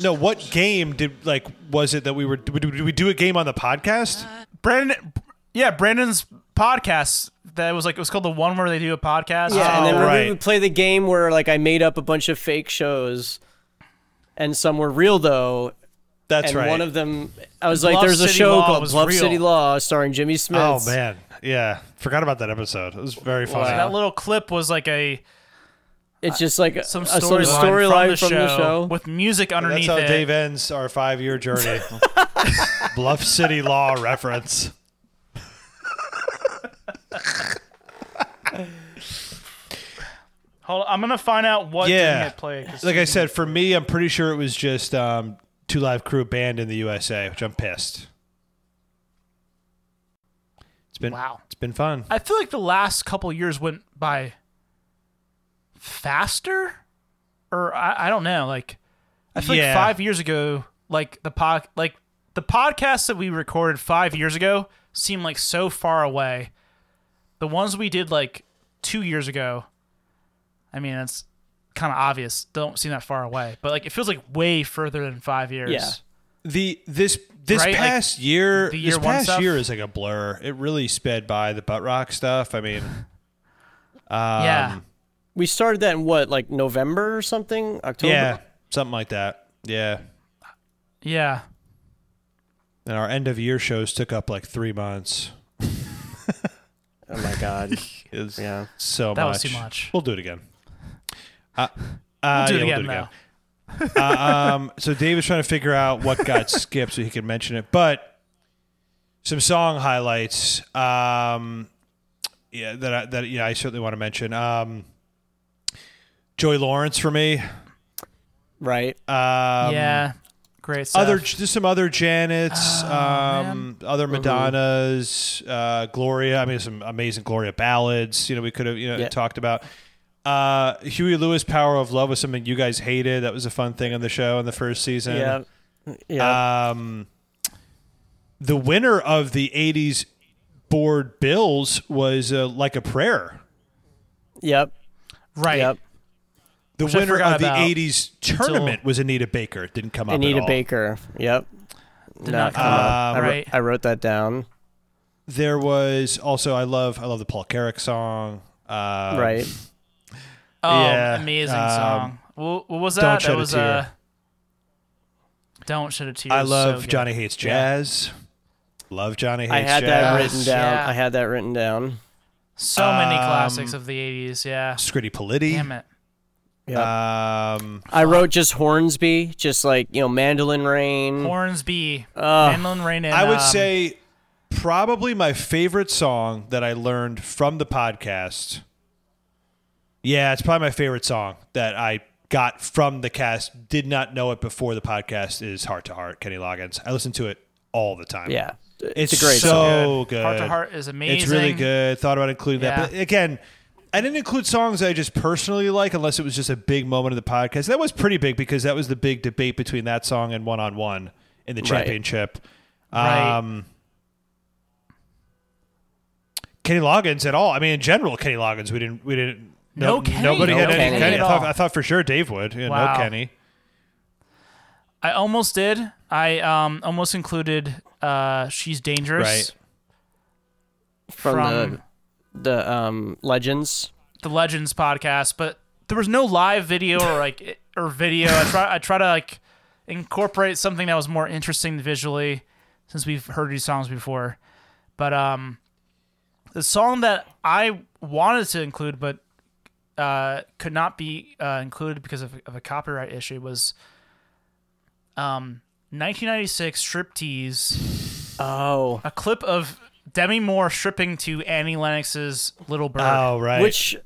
[SPEAKER 6] no, what game did like was it that we were? Did did we do a game on the podcast?
[SPEAKER 4] Brandon, yeah, Brandon's podcast that was like it was called the one where they do a podcast.
[SPEAKER 5] Yeah, and then
[SPEAKER 6] Oh,
[SPEAKER 5] remember
[SPEAKER 6] right.
[SPEAKER 5] we would play the game where like I made up a bunch of fake shows, and some were real though.
[SPEAKER 6] That's
[SPEAKER 5] and
[SPEAKER 6] right.
[SPEAKER 5] one of them, I was like,
[SPEAKER 4] Bluff
[SPEAKER 5] "There's a
[SPEAKER 4] City
[SPEAKER 5] show
[SPEAKER 4] Law
[SPEAKER 5] called
[SPEAKER 4] was
[SPEAKER 5] Bluff
[SPEAKER 4] real.
[SPEAKER 5] City Law starring Jimmy Smith."
[SPEAKER 6] oh man, yeah, forgot about that episode. It was very funny.
[SPEAKER 4] that little clip was like a
[SPEAKER 5] it's just like
[SPEAKER 4] some
[SPEAKER 5] a
[SPEAKER 4] storyline
[SPEAKER 5] sort of
[SPEAKER 4] from,
[SPEAKER 5] storyline
[SPEAKER 4] the,
[SPEAKER 5] from,
[SPEAKER 4] show
[SPEAKER 5] the show.
[SPEAKER 4] with music
[SPEAKER 6] That's
[SPEAKER 4] underneath
[SPEAKER 6] how
[SPEAKER 4] it.
[SPEAKER 6] Dave ends our five-year journey. Bluff City Law reference.
[SPEAKER 4] Hold on, I'm gonna find out what didn't
[SPEAKER 6] yeah,
[SPEAKER 4] get played. 'cause-
[SPEAKER 6] like I said, for me, I'm pretty sure it was just um, Two Live Crew banned in the USA, which I'm pissed. It's been
[SPEAKER 4] Wow.
[SPEAKER 6] It's been fun.
[SPEAKER 4] I feel like the last couple years went by faster, or I, I don't know. Like I feel
[SPEAKER 6] Yeah.
[SPEAKER 4] like five years ago, like the pod, like the podcasts that we recorded five years ago seem like so far away. The ones we did like two years ago, I mean, it's kind of obvious. Don't seem that far away, but like it feels like way further than five years.
[SPEAKER 5] Yeah.
[SPEAKER 6] the this this
[SPEAKER 4] Right, like,
[SPEAKER 6] past year,
[SPEAKER 4] the year
[SPEAKER 6] this
[SPEAKER 4] one
[SPEAKER 6] past
[SPEAKER 4] stuff?
[SPEAKER 6] year is like a blur. It really sped by the butt rock stuff. I mean,
[SPEAKER 4] yeah.
[SPEAKER 6] Um,
[SPEAKER 5] we started that in what, like November or something, October.
[SPEAKER 6] yeah, something like that. Yeah,
[SPEAKER 4] Yeah.
[SPEAKER 6] and our end of year shows took up like three months.
[SPEAKER 5] Oh my god.
[SPEAKER 6] Is
[SPEAKER 5] Yeah.
[SPEAKER 6] so
[SPEAKER 4] That was
[SPEAKER 6] much.
[SPEAKER 4] too much.
[SPEAKER 6] We'll do it again. Uh, uh,
[SPEAKER 4] Do it
[SPEAKER 6] yeah,
[SPEAKER 4] again,
[SPEAKER 6] we'll do it again.
[SPEAKER 4] though.
[SPEAKER 6] Um, so Dave is trying to figure out what got skipped so he could mention it. But some song highlights. Um, yeah, that I, that yeah, I certainly want to mention. Um, Joy Lawrence for me. Um,
[SPEAKER 5] right.
[SPEAKER 4] yeah. Great stuff.
[SPEAKER 6] Other just some other Janet's, um, other
[SPEAKER 5] Mm-hmm.
[SPEAKER 6] Madonnas, uh, Gloria. I mean, some amazing Gloria ballads. You know, we could have you know
[SPEAKER 5] Yeah.
[SPEAKER 6] talked about. Uh, Huey Lewis, "Power of Love" was something you guys hated. That was a fun thing on the show in the first season.
[SPEAKER 5] yeah. Yeah.
[SPEAKER 4] Uh,
[SPEAKER 6] Um, the winner of the '80s board bills was uh, like a prayer.
[SPEAKER 5] yep.
[SPEAKER 4] right.
[SPEAKER 5] Yep.
[SPEAKER 6] The
[SPEAKER 4] I
[SPEAKER 6] winner
[SPEAKER 4] forgot
[SPEAKER 6] of the
[SPEAKER 4] about
[SPEAKER 6] '80s tournament was Anita Baker. It didn't come up. at
[SPEAKER 5] Anita
[SPEAKER 6] all.
[SPEAKER 5] Baker. Yep. Did
[SPEAKER 4] not come
[SPEAKER 6] uh,
[SPEAKER 5] up. I, wrote-
[SPEAKER 4] Uh, right.
[SPEAKER 5] I wrote that down.
[SPEAKER 6] There was also I love I love the Paul Carrick song. Uh,
[SPEAKER 5] right.
[SPEAKER 4] Oh,
[SPEAKER 6] Yeah,
[SPEAKER 4] amazing
[SPEAKER 6] um,
[SPEAKER 4] song. What, what was that?
[SPEAKER 6] Don't
[SPEAKER 4] that
[SPEAKER 6] Shed a
[SPEAKER 4] was
[SPEAKER 6] Tear.
[SPEAKER 4] uh, Don't Shed a Tear.
[SPEAKER 6] I
[SPEAKER 4] is
[SPEAKER 6] love
[SPEAKER 4] so good.
[SPEAKER 6] Johnny Hates Jazz. Love Johnny Hates
[SPEAKER 5] I had
[SPEAKER 6] Jazz.
[SPEAKER 5] that written down.
[SPEAKER 4] Yeah.
[SPEAKER 5] I had that written down.
[SPEAKER 4] So many
[SPEAKER 6] Um,
[SPEAKER 4] classics of the 80s. Yeah.
[SPEAKER 6] Scritti Politti.
[SPEAKER 4] Damn it.
[SPEAKER 5] Yeah.
[SPEAKER 6] Um,
[SPEAKER 5] I wrote just Hornsby, just like you know, Mandolin Rain.
[SPEAKER 4] Hornsby.
[SPEAKER 5] Ugh.
[SPEAKER 4] Inland Rain. And,
[SPEAKER 6] uh, I would
[SPEAKER 4] um,
[SPEAKER 6] say probably my favorite song that I learned from the podcast. Yeah, it's probably my favorite song that I got from the cast. Did not know it before the podcast is Heart to Heart, Kenny Loggins. I listen to it all the time.
[SPEAKER 5] yeah,
[SPEAKER 6] It's,
[SPEAKER 5] a great
[SPEAKER 6] so
[SPEAKER 5] song.
[SPEAKER 6] good.
[SPEAKER 4] Heart to Heart is amazing.
[SPEAKER 6] It's really good. Thought about including that.
[SPEAKER 4] Yeah.
[SPEAKER 6] But again, I didn't include songs I just personally like unless it was just a big moment of the podcast. That was pretty big because that was the big debate between that song and one on one in the Um,
[SPEAKER 5] Right.
[SPEAKER 6] championship.
[SPEAKER 4] Right.
[SPEAKER 6] Um Kenny Loggins at all. I mean, in general, Kenny Loggins. We didn't. We didn't.
[SPEAKER 4] No Kenny.
[SPEAKER 6] Nobody
[SPEAKER 5] No
[SPEAKER 6] had any
[SPEAKER 5] Kenny
[SPEAKER 6] Kenny.
[SPEAKER 4] at
[SPEAKER 6] I, thought,
[SPEAKER 4] all.
[SPEAKER 6] I thought for sure Dave would. Yeah,
[SPEAKER 4] Wow.
[SPEAKER 6] No Kenny.
[SPEAKER 4] I almost did. I um almost included uh She's Dangerous.
[SPEAKER 6] Right.
[SPEAKER 5] from,
[SPEAKER 4] From-
[SPEAKER 5] the the um legends.
[SPEAKER 4] the Legends podcast, but there was no live video or like it- or video. I try I try to like incorporate something that was more interesting visually since we've heard these songs before. But um the song that I wanted to include but uh could not be uh included because of, of a copyright issue was um 1996 striptease,
[SPEAKER 5] Oh,
[SPEAKER 4] a clip of Demi Moore stripping to Annie Lennox's Little Bird.
[SPEAKER 6] Oh right.
[SPEAKER 5] which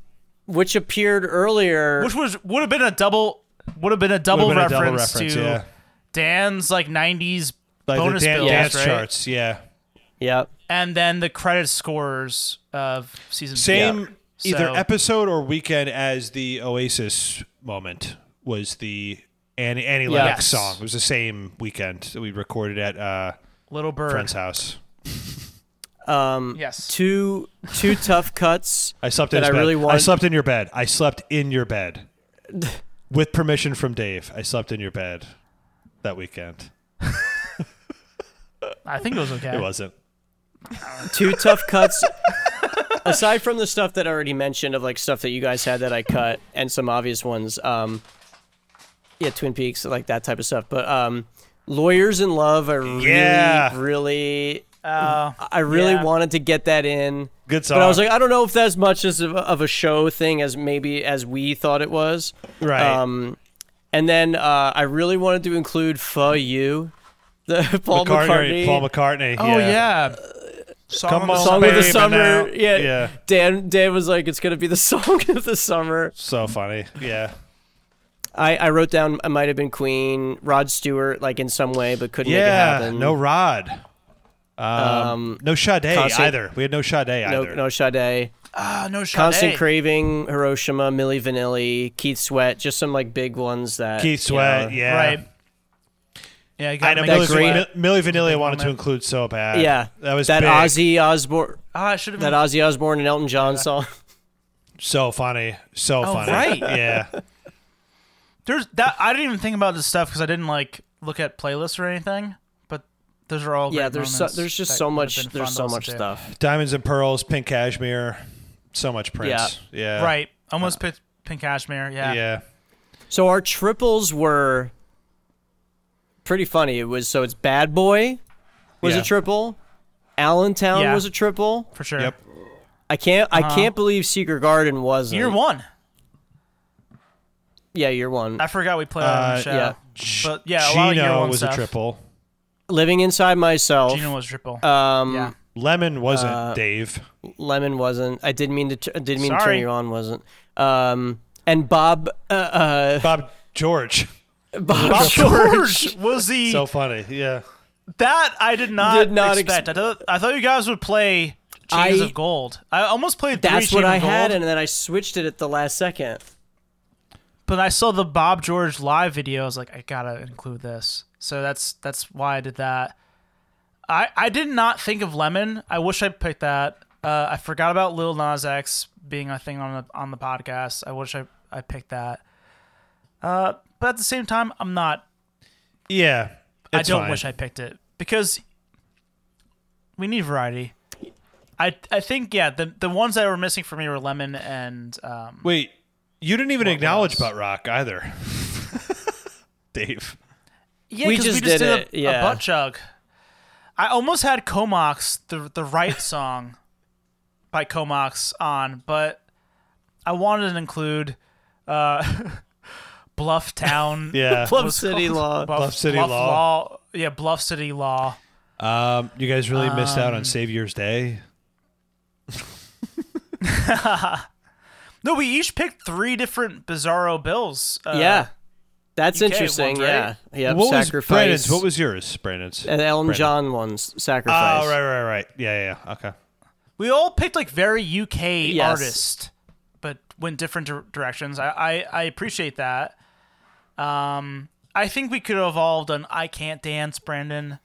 [SPEAKER 5] which appeared earlier.
[SPEAKER 4] which was would have been a double would have been a
[SPEAKER 6] Would've
[SPEAKER 4] double,
[SPEAKER 6] been a
[SPEAKER 4] reference,
[SPEAKER 6] double
[SPEAKER 4] to
[SPEAKER 6] yeah.
[SPEAKER 4] Dan's like '90s
[SPEAKER 6] Like
[SPEAKER 4] bonus
[SPEAKER 6] the dan-
[SPEAKER 4] bills,
[SPEAKER 6] dance
[SPEAKER 4] right?
[SPEAKER 6] charts. Yeah.
[SPEAKER 5] yep.
[SPEAKER 4] and then the credit scores of season
[SPEAKER 6] Same
[SPEAKER 4] Two.
[SPEAKER 6] either
[SPEAKER 4] So-
[SPEAKER 6] episode or weekend as the Oasis moment was the Annie Annie Lennox
[SPEAKER 5] Yes.
[SPEAKER 6] song. It was the same weekend that we recorded at uh,
[SPEAKER 4] Little Bird.
[SPEAKER 6] friend's house.
[SPEAKER 5] Um,
[SPEAKER 4] Yes.
[SPEAKER 5] Two two tough cuts.
[SPEAKER 6] I slept in
[SPEAKER 5] that
[SPEAKER 6] his
[SPEAKER 5] I
[SPEAKER 6] bed.
[SPEAKER 5] really want.
[SPEAKER 6] I slept in your bed. I slept in your bed. With permission from Dave, I slept in your bed that weekend.
[SPEAKER 4] I think it was okay.
[SPEAKER 5] Eh.
[SPEAKER 6] It wasn't.
[SPEAKER 5] two tough cuts. Aside from the stuff that I already mentioned of like stuff that you guys had that I cut and some obvious ones, um, yeah, Twin Peaks, like that type of stuff. But um, Lawyers in Love, I really,
[SPEAKER 6] Yeah.
[SPEAKER 5] really,
[SPEAKER 4] Uh,
[SPEAKER 5] I really
[SPEAKER 4] Yeah.
[SPEAKER 5] wanted to get that in.
[SPEAKER 6] Good song.
[SPEAKER 5] But I was like, I don't know if that's much as of, of a show thing as maybe as we thought it was.
[SPEAKER 6] right.
[SPEAKER 5] Um, and then uh, I really wanted to include "For You," the Paul McCartney,
[SPEAKER 6] Paul McCartney.
[SPEAKER 4] oh yeah. Song
[SPEAKER 6] Come
[SPEAKER 4] of the
[SPEAKER 6] on,
[SPEAKER 5] song of the
[SPEAKER 6] baby, now.
[SPEAKER 5] summer. Yeah,
[SPEAKER 6] Yeah.
[SPEAKER 5] Dan Dan was like, it's gonna be the song of the summer.
[SPEAKER 6] So funny. Yeah.
[SPEAKER 5] I, I wrote down it might have been Queen, Rod Stewart, like in some way, but couldn't make it
[SPEAKER 6] Yeah.
[SPEAKER 5] happen.
[SPEAKER 6] No Rod. Um, no Sade
[SPEAKER 5] Constant-
[SPEAKER 6] either. We had no Sade
[SPEAKER 5] no,
[SPEAKER 6] either.
[SPEAKER 5] no Sade.
[SPEAKER 4] Ah, no shot.
[SPEAKER 5] Constant Craving, Hiroshima, Millie Vanilli, Keith Sweat, just some like big ones that
[SPEAKER 6] Keith
[SPEAKER 5] you
[SPEAKER 6] Sweat.
[SPEAKER 5] know.
[SPEAKER 6] yeah.
[SPEAKER 4] Right. Yeah, you
[SPEAKER 6] I
[SPEAKER 4] gotta
[SPEAKER 6] know
[SPEAKER 4] make
[SPEAKER 6] Millie,
[SPEAKER 4] it sweat.
[SPEAKER 5] great-
[SPEAKER 6] Millie Vanilli I wanted to
[SPEAKER 4] moment.
[SPEAKER 6] include so bad.
[SPEAKER 5] yeah,
[SPEAKER 6] That was
[SPEAKER 5] that
[SPEAKER 6] big.
[SPEAKER 5] Ozzy Osbourne,
[SPEAKER 4] Ah, I should have.
[SPEAKER 5] that Ozzy Osbourne and Elton John song.
[SPEAKER 6] So funny. So
[SPEAKER 4] Oh,
[SPEAKER 6] funny.
[SPEAKER 4] right.
[SPEAKER 6] Yeah.
[SPEAKER 4] There's that. I didn't even think about this stuff because I didn't like look at playlists or anything. But those are all.
[SPEAKER 5] Yeah,
[SPEAKER 4] great
[SPEAKER 5] there's so,
[SPEAKER 4] moments
[SPEAKER 5] there's just
[SPEAKER 4] that
[SPEAKER 5] so
[SPEAKER 4] would have
[SPEAKER 5] much
[SPEAKER 4] been fun
[SPEAKER 5] there's
[SPEAKER 4] to
[SPEAKER 5] so
[SPEAKER 4] listen
[SPEAKER 5] much
[SPEAKER 4] to.
[SPEAKER 5] stuff.
[SPEAKER 6] Diamonds and Pearls, Pink Cashmere. So much Prince. Yeah.
[SPEAKER 4] Right. Almost picked Pink Cashmere. Yeah.
[SPEAKER 6] Yeah.
[SPEAKER 5] So our triples were pretty funny. It was so it's Bad Boy was
[SPEAKER 6] Yeah.
[SPEAKER 5] a triple, Allentown
[SPEAKER 4] Yeah.
[SPEAKER 5] was a triple.
[SPEAKER 4] For sure.
[SPEAKER 6] Yep.
[SPEAKER 5] I can't I can't believe Secret Garden wasn't.
[SPEAKER 4] Year one.
[SPEAKER 5] Yeah, year one.
[SPEAKER 4] I forgot we played that on
[SPEAKER 6] Uh,
[SPEAKER 4] the show.
[SPEAKER 5] yeah.
[SPEAKER 4] But yeah, a lot of year
[SPEAKER 6] Gino
[SPEAKER 4] one
[SPEAKER 6] was
[SPEAKER 4] stuff.
[SPEAKER 6] a triple.
[SPEAKER 5] Living Inside Myself.
[SPEAKER 4] Gino was triple.
[SPEAKER 5] um,
[SPEAKER 4] yeah.
[SPEAKER 6] Lemon wasn't
[SPEAKER 4] Uh,
[SPEAKER 6] Dave.
[SPEAKER 5] Lemon wasn't. I did mean to. T- I did mean to turn
[SPEAKER 4] Sorry.
[SPEAKER 5] you on. Wasn't. Um, and Bob. Uh, uh,
[SPEAKER 6] Bob George.
[SPEAKER 5] Bob,
[SPEAKER 4] Bob
[SPEAKER 5] George.
[SPEAKER 4] George was the
[SPEAKER 6] So funny. Yeah.
[SPEAKER 4] that I did not,
[SPEAKER 5] Did not
[SPEAKER 4] expect.
[SPEAKER 5] ex-
[SPEAKER 4] I, thought, I thought you guys would play Chains
[SPEAKER 5] I-
[SPEAKER 4] of Gold. I almost played
[SPEAKER 5] That's
[SPEAKER 4] three
[SPEAKER 5] what
[SPEAKER 4] Chains
[SPEAKER 5] I
[SPEAKER 4] of
[SPEAKER 5] had,
[SPEAKER 4] Gold,
[SPEAKER 5] and then I switched it at the last second.
[SPEAKER 4] but I saw the Bob George live video. I was like, I gotta include this. So that's that's why I did that. I I did not think of Lemon. I wish I picked that. Uh, I forgot about Lil Nas X being a thing on the on the podcast. I wish I I picked that. Uh, but at the same time, I'm not
[SPEAKER 6] Yeah.
[SPEAKER 4] I
[SPEAKER 6] It's
[SPEAKER 4] don't
[SPEAKER 6] fine.
[SPEAKER 4] wish I picked it because we need variety. I I think yeah the the ones that were missing for me were lemon and um
[SPEAKER 6] Wait, you didn't even acknowledge
[SPEAKER 4] else?
[SPEAKER 6] Butt Rock either. Dave.
[SPEAKER 4] yeah
[SPEAKER 5] We
[SPEAKER 4] 'cause
[SPEAKER 5] just did it,
[SPEAKER 4] a,
[SPEAKER 5] yeah.
[SPEAKER 4] a butt chug. I almost had Comox the the right song by Comox on, but I wanted to include uh Bluff Town
[SPEAKER 6] Yeah.
[SPEAKER 5] Plum City Law.
[SPEAKER 4] Buff-
[SPEAKER 6] Bluff City Law.
[SPEAKER 4] yeah Bluff City Law
[SPEAKER 6] Um, you guys really missed out
[SPEAKER 4] Um,
[SPEAKER 6] on Savior's Day.
[SPEAKER 4] no we each picked three different Bizarro bills uh,
[SPEAKER 5] yeah, that's
[SPEAKER 4] UK
[SPEAKER 5] interesting.
[SPEAKER 4] ones,
[SPEAKER 5] Yeah,
[SPEAKER 4] right?
[SPEAKER 5] yeah.
[SPEAKER 6] what was
[SPEAKER 5] sacrifice.
[SPEAKER 6] Brandon's? What was yours, Brandon's?
[SPEAKER 4] Uh,
[SPEAKER 5] and Elton
[SPEAKER 6] Brandon.
[SPEAKER 5] John ones?
[SPEAKER 6] Oh,
[SPEAKER 5] Sacrifice.
[SPEAKER 6] right, right, right. Yeah, yeah, yeah. Okay.
[SPEAKER 4] We all picked like very UK
[SPEAKER 5] Yes.
[SPEAKER 4] artists, but went different dir- directions. I, I I appreciate that. Um, I think we could have all done "I Can't Dance," Brandon,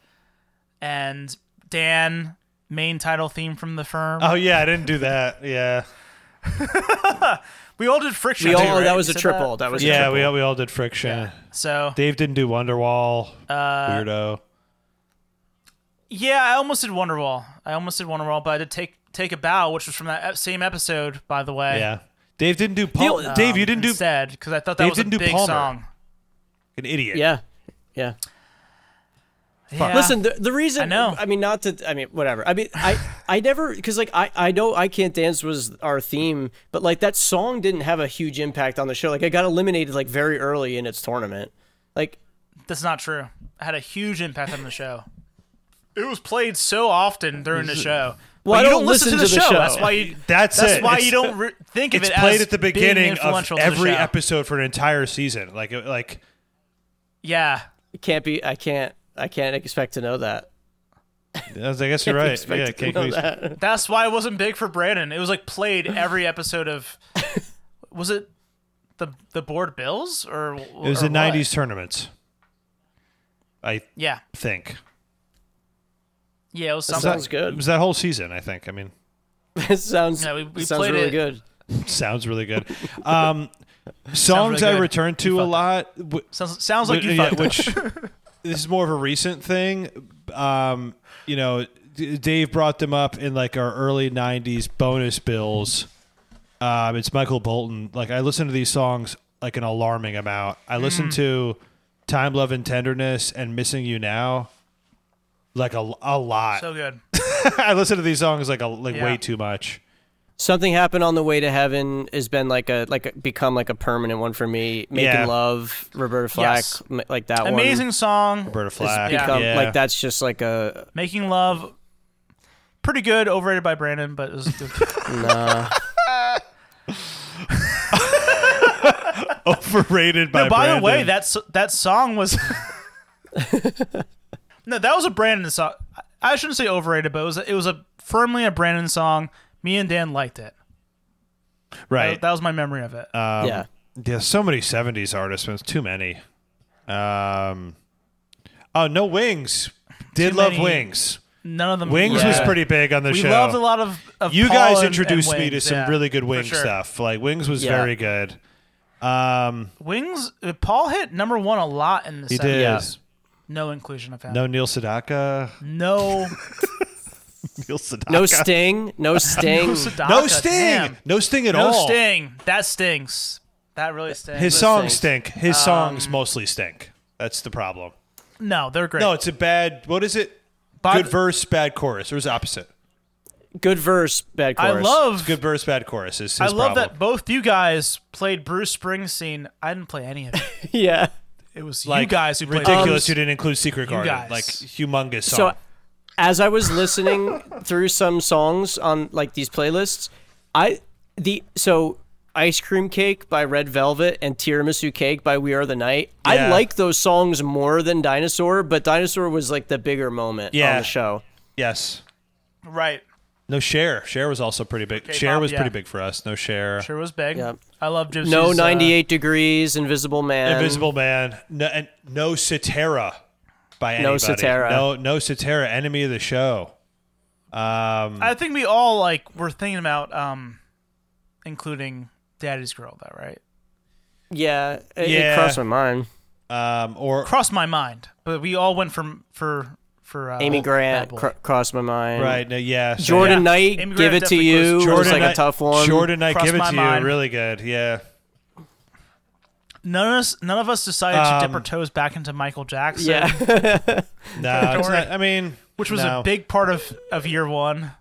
[SPEAKER 4] and Dan main title theme from the firm.
[SPEAKER 5] Uh,
[SPEAKER 6] Oh yeah, I didn't do that. Yeah,
[SPEAKER 4] we all did friction.
[SPEAKER 5] We
[SPEAKER 4] too,
[SPEAKER 5] all-
[SPEAKER 4] right?
[SPEAKER 5] that was
[SPEAKER 4] You
[SPEAKER 5] a
[SPEAKER 4] said
[SPEAKER 5] triple. That was a
[SPEAKER 6] yeah,
[SPEAKER 5] triple.
[SPEAKER 6] we all, we all did friction.
[SPEAKER 4] So
[SPEAKER 6] Dave didn't do Wonderwall.
[SPEAKER 4] Uh,
[SPEAKER 6] Weirdo.
[SPEAKER 4] yeah, I almost did Wonderwall. I almost did Wonderwall, but I did take take a bow, which was from that ep- same episode, by the way. Um,
[SPEAKER 6] Yeah, Dave didn't do Paul.
[SPEAKER 5] The-
[SPEAKER 6] Dave, you didn't do
[SPEAKER 4] instead because I thought that
[SPEAKER 6] Dave
[SPEAKER 4] was a
[SPEAKER 6] didn't do
[SPEAKER 4] big
[SPEAKER 6] Palmer.
[SPEAKER 4] song.
[SPEAKER 6] an idiot.
[SPEAKER 5] Yeah. Yeah.
[SPEAKER 4] Yeah.
[SPEAKER 5] Listen, the, the reason
[SPEAKER 4] I know.
[SPEAKER 5] I mean, not to. I mean, whatever. I mean, I I never because like I I know I can't dance was our theme, but like that song didn't have a huge impact on the show. Like I got eliminated like very early in its tournament. Like
[SPEAKER 4] That's not true. It had a huge impact on the show. It was played so often during the show.
[SPEAKER 5] Well,
[SPEAKER 4] But
[SPEAKER 5] I
[SPEAKER 4] you
[SPEAKER 5] don't
[SPEAKER 4] listen, to the, show. That's why you.
[SPEAKER 6] That's
[SPEAKER 4] that's
[SPEAKER 6] it.
[SPEAKER 4] why
[SPEAKER 6] It's-
[SPEAKER 4] you don't re- think of
[SPEAKER 6] It's
[SPEAKER 4] it
[SPEAKER 6] played
[SPEAKER 4] as
[SPEAKER 6] at the
[SPEAKER 4] being
[SPEAKER 6] beginning of
[SPEAKER 4] influential to the
[SPEAKER 6] every
[SPEAKER 4] show.
[SPEAKER 6] episode for an entire season. Like it- like
[SPEAKER 4] Yeah,
[SPEAKER 5] it can't be. I can't. I can't expect to know that.
[SPEAKER 6] I was- I guess you're right.
[SPEAKER 5] Expect
[SPEAKER 6] Yeah,
[SPEAKER 5] to
[SPEAKER 6] Kate
[SPEAKER 5] know
[SPEAKER 6] Cleese.
[SPEAKER 5] that.
[SPEAKER 4] that's why it wasn't big for Brandon. It was like played every episode of. Was it the the board bills or it
[SPEAKER 6] It was the '90s tournaments. I
[SPEAKER 4] Yeah,
[SPEAKER 6] think
[SPEAKER 4] yeah, it was
[SPEAKER 5] That
[SPEAKER 4] something.
[SPEAKER 5] sounds
[SPEAKER 6] It
[SPEAKER 5] good.
[SPEAKER 6] was that whole season. I think. I mean,
[SPEAKER 5] It sounds
[SPEAKER 4] Yeah, we- we
[SPEAKER 5] sounds
[SPEAKER 4] played
[SPEAKER 5] really
[SPEAKER 4] it.
[SPEAKER 5] good.
[SPEAKER 6] sounds really good. Um, songs
[SPEAKER 4] really
[SPEAKER 6] I
[SPEAKER 4] good.
[SPEAKER 6] return to a lot. w-
[SPEAKER 4] sounds sounds like
[SPEAKER 6] Wh-
[SPEAKER 4] you
[SPEAKER 6] yeah,
[SPEAKER 4] fucked up.
[SPEAKER 6] which this is more of a recent thing. Um, you know, D- Dave brought them up in like our early '90s bonus bills. Um, it's Michael Bolton. Like I listen to these songs like an alarming amount. I listen
[SPEAKER 4] Mm.
[SPEAKER 6] to "Time, Love, and Tenderness" and "Missing You Now." Like a, a lot.
[SPEAKER 4] So good.
[SPEAKER 6] I listen to these songs like a, like
[SPEAKER 4] Yeah.
[SPEAKER 6] way too much.
[SPEAKER 5] Something happened on the way to heaven has been like a like a, become like a permanent one for me. Making
[SPEAKER 6] Yeah.
[SPEAKER 5] love, Roberta Flack,
[SPEAKER 4] Yes.
[SPEAKER 5] m- like that one.
[SPEAKER 4] Amazing song.
[SPEAKER 6] Roberta
[SPEAKER 5] It's
[SPEAKER 6] Flack.
[SPEAKER 5] become
[SPEAKER 6] yeah.
[SPEAKER 5] like that's just like a
[SPEAKER 4] Making love. Pretty good. Overrated by Brandon, but it was good.
[SPEAKER 6] Overrated by.
[SPEAKER 4] No, by the way,
[SPEAKER 6] Brandon.
[SPEAKER 4] that s- that song was. no, that was a Brandon song. I- I shouldn't say overrated, but it was it was a firmly a Brandon song. Me and Dan liked it.
[SPEAKER 6] right. Uh,
[SPEAKER 4] That, that was my memory of it.
[SPEAKER 5] yeah.
[SPEAKER 6] Yeah, so many '70s artists, man. It's too many. Um, oh no, Wings did
[SPEAKER 4] Too
[SPEAKER 6] love
[SPEAKER 4] many.
[SPEAKER 6] Wings.
[SPEAKER 4] None of them.
[SPEAKER 6] Wings was
[SPEAKER 5] Yeah.
[SPEAKER 6] pretty big on the
[SPEAKER 4] We
[SPEAKER 6] show.
[SPEAKER 4] loved a lot of. of
[SPEAKER 6] you
[SPEAKER 4] Paul
[SPEAKER 6] guys
[SPEAKER 4] and- and
[SPEAKER 6] introduced me to
[SPEAKER 4] Wings,
[SPEAKER 6] some
[SPEAKER 4] yeah,
[SPEAKER 6] really good
[SPEAKER 4] for
[SPEAKER 6] Wings
[SPEAKER 4] sure.
[SPEAKER 6] stuff. Like Wings was
[SPEAKER 5] Yeah.
[SPEAKER 6] very good. Um,
[SPEAKER 4] Wings. uh, Paul hit number one a lot in the.
[SPEAKER 6] he
[SPEAKER 4] 70s.
[SPEAKER 6] did.
[SPEAKER 5] Yeah.
[SPEAKER 4] No inclusion of him.
[SPEAKER 6] No Neil Sedaka.
[SPEAKER 4] No.
[SPEAKER 6] Neil Sedaka.
[SPEAKER 5] No sting, no sting.
[SPEAKER 4] Sedaka,
[SPEAKER 6] No Sting.
[SPEAKER 4] damn.
[SPEAKER 6] No Sting at
[SPEAKER 4] No
[SPEAKER 6] all.
[SPEAKER 4] sting. That stinks. That really stinks.
[SPEAKER 6] His songs
[SPEAKER 5] Sting.
[SPEAKER 6] stink.
[SPEAKER 4] Um,
[SPEAKER 6] His songs mostly stink. That's the problem.
[SPEAKER 4] no, they're great.
[SPEAKER 6] No, it's a bad. What is it?
[SPEAKER 4] By
[SPEAKER 6] good
[SPEAKER 4] the-
[SPEAKER 6] verse, bad chorus. Or is it opposite?
[SPEAKER 5] Good verse, bad
[SPEAKER 4] I
[SPEAKER 5] chorus.
[SPEAKER 4] love
[SPEAKER 6] Good verse, bad chorus. Is his
[SPEAKER 4] I love
[SPEAKER 6] problem.
[SPEAKER 4] that both you guys played Bruce Springsteen. I didn't play any of it.
[SPEAKER 5] Yeah.
[SPEAKER 4] It was you
[SPEAKER 6] like,
[SPEAKER 4] guys who played
[SPEAKER 6] ridiculous you didn't include Secret Garden.
[SPEAKER 4] guys.
[SPEAKER 6] Like humongous
[SPEAKER 5] So
[SPEAKER 6] song.
[SPEAKER 5] as I was listening through some songs on like these playlists, I the so Ice Cream Cake by Red Velvet and Tiramisu Cake by We Are the Night. I
[SPEAKER 6] Yeah.
[SPEAKER 5] like those songs more than Dinosaur, but Dinosaur was like the bigger moment on
[SPEAKER 6] Yeah.
[SPEAKER 5] the show.
[SPEAKER 6] yes.
[SPEAKER 4] Right.
[SPEAKER 6] No share. Share was also pretty big. Share
[SPEAKER 4] K-pop,
[SPEAKER 6] was
[SPEAKER 4] yeah.
[SPEAKER 6] pretty big for us. No share.
[SPEAKER 4] Sure was big.
[SPEAKER 5] Yeah.
[SPEAKER 4] I love Gypsy's.
[SPEAKER 5] No
[SPEAKER 4] uh,
[SPEAKER 5] 98 Degrees, Invisible Man.
[SPEAKER 6] Invisible Man. No, and no Cetera by anybody.
[SPEAKER 5] No Cetera.
[SPEAKER 6] No no Cetera. Enemy of the show. Um.
[SPEAKER 4] I think we all like were thinking about um including Daddy's Girl though, right?
[SPEAKER 5] Yeah, it, it
[SPEAKER 6] Yeah.
[SPEAKER 5] crossed my mind.
[SPEAKER 6] Um. Or
[SPEAKER 4] Crossed my mind. But we all went from for for uh,
[SPEAKER 5] Amy
[SPEAKER 4] Bad
[SPEAKER 5] Grant
[SPEAKER 4] Boy.
[SPEAKER 5] cr- crossed my mind.
[SPEAKER 6] right. No. Yeah. so-
[SPEAKER 5] Jordan
[SPEAKER 4] Yeah.
[SPEAKER 5] Knight,
[SPEAKER 4] Amy
[SPEAKER 5] give
[SPEAKER 4] Grant
[SPEAKER 5] it to
[SPEAKER 4] definitely
[SPEAKER 5] you.
[SPEAKER 4] goes-
[SPEAKER 5] It was like
[SPEAKER 6] Knight-
[SPEAKER 5] a tough one.
[SPEAKER 6] Jordan, I
[SPEAKER 4] Crossed
[SPEAKER 6] give it
[SPEAKER 4] my
[SPEAKER 6] to
[SPEAKER 4] mind.
[SPEAKER 6] you. Really good. Yeah.
[SPEAKER 4] None of us none of us decided to dip
[SPEAKER 6] Um,
[SPEAKER 4] our toes back into Michael Jackson.
[SPEAKER 5] Yeah,
[SPEAKER 6] No. it's not, I mean,
[SPEAKER 4] Which was
[SPEAKER 6] no.
[SPEAKER 4] a big part of, of year one.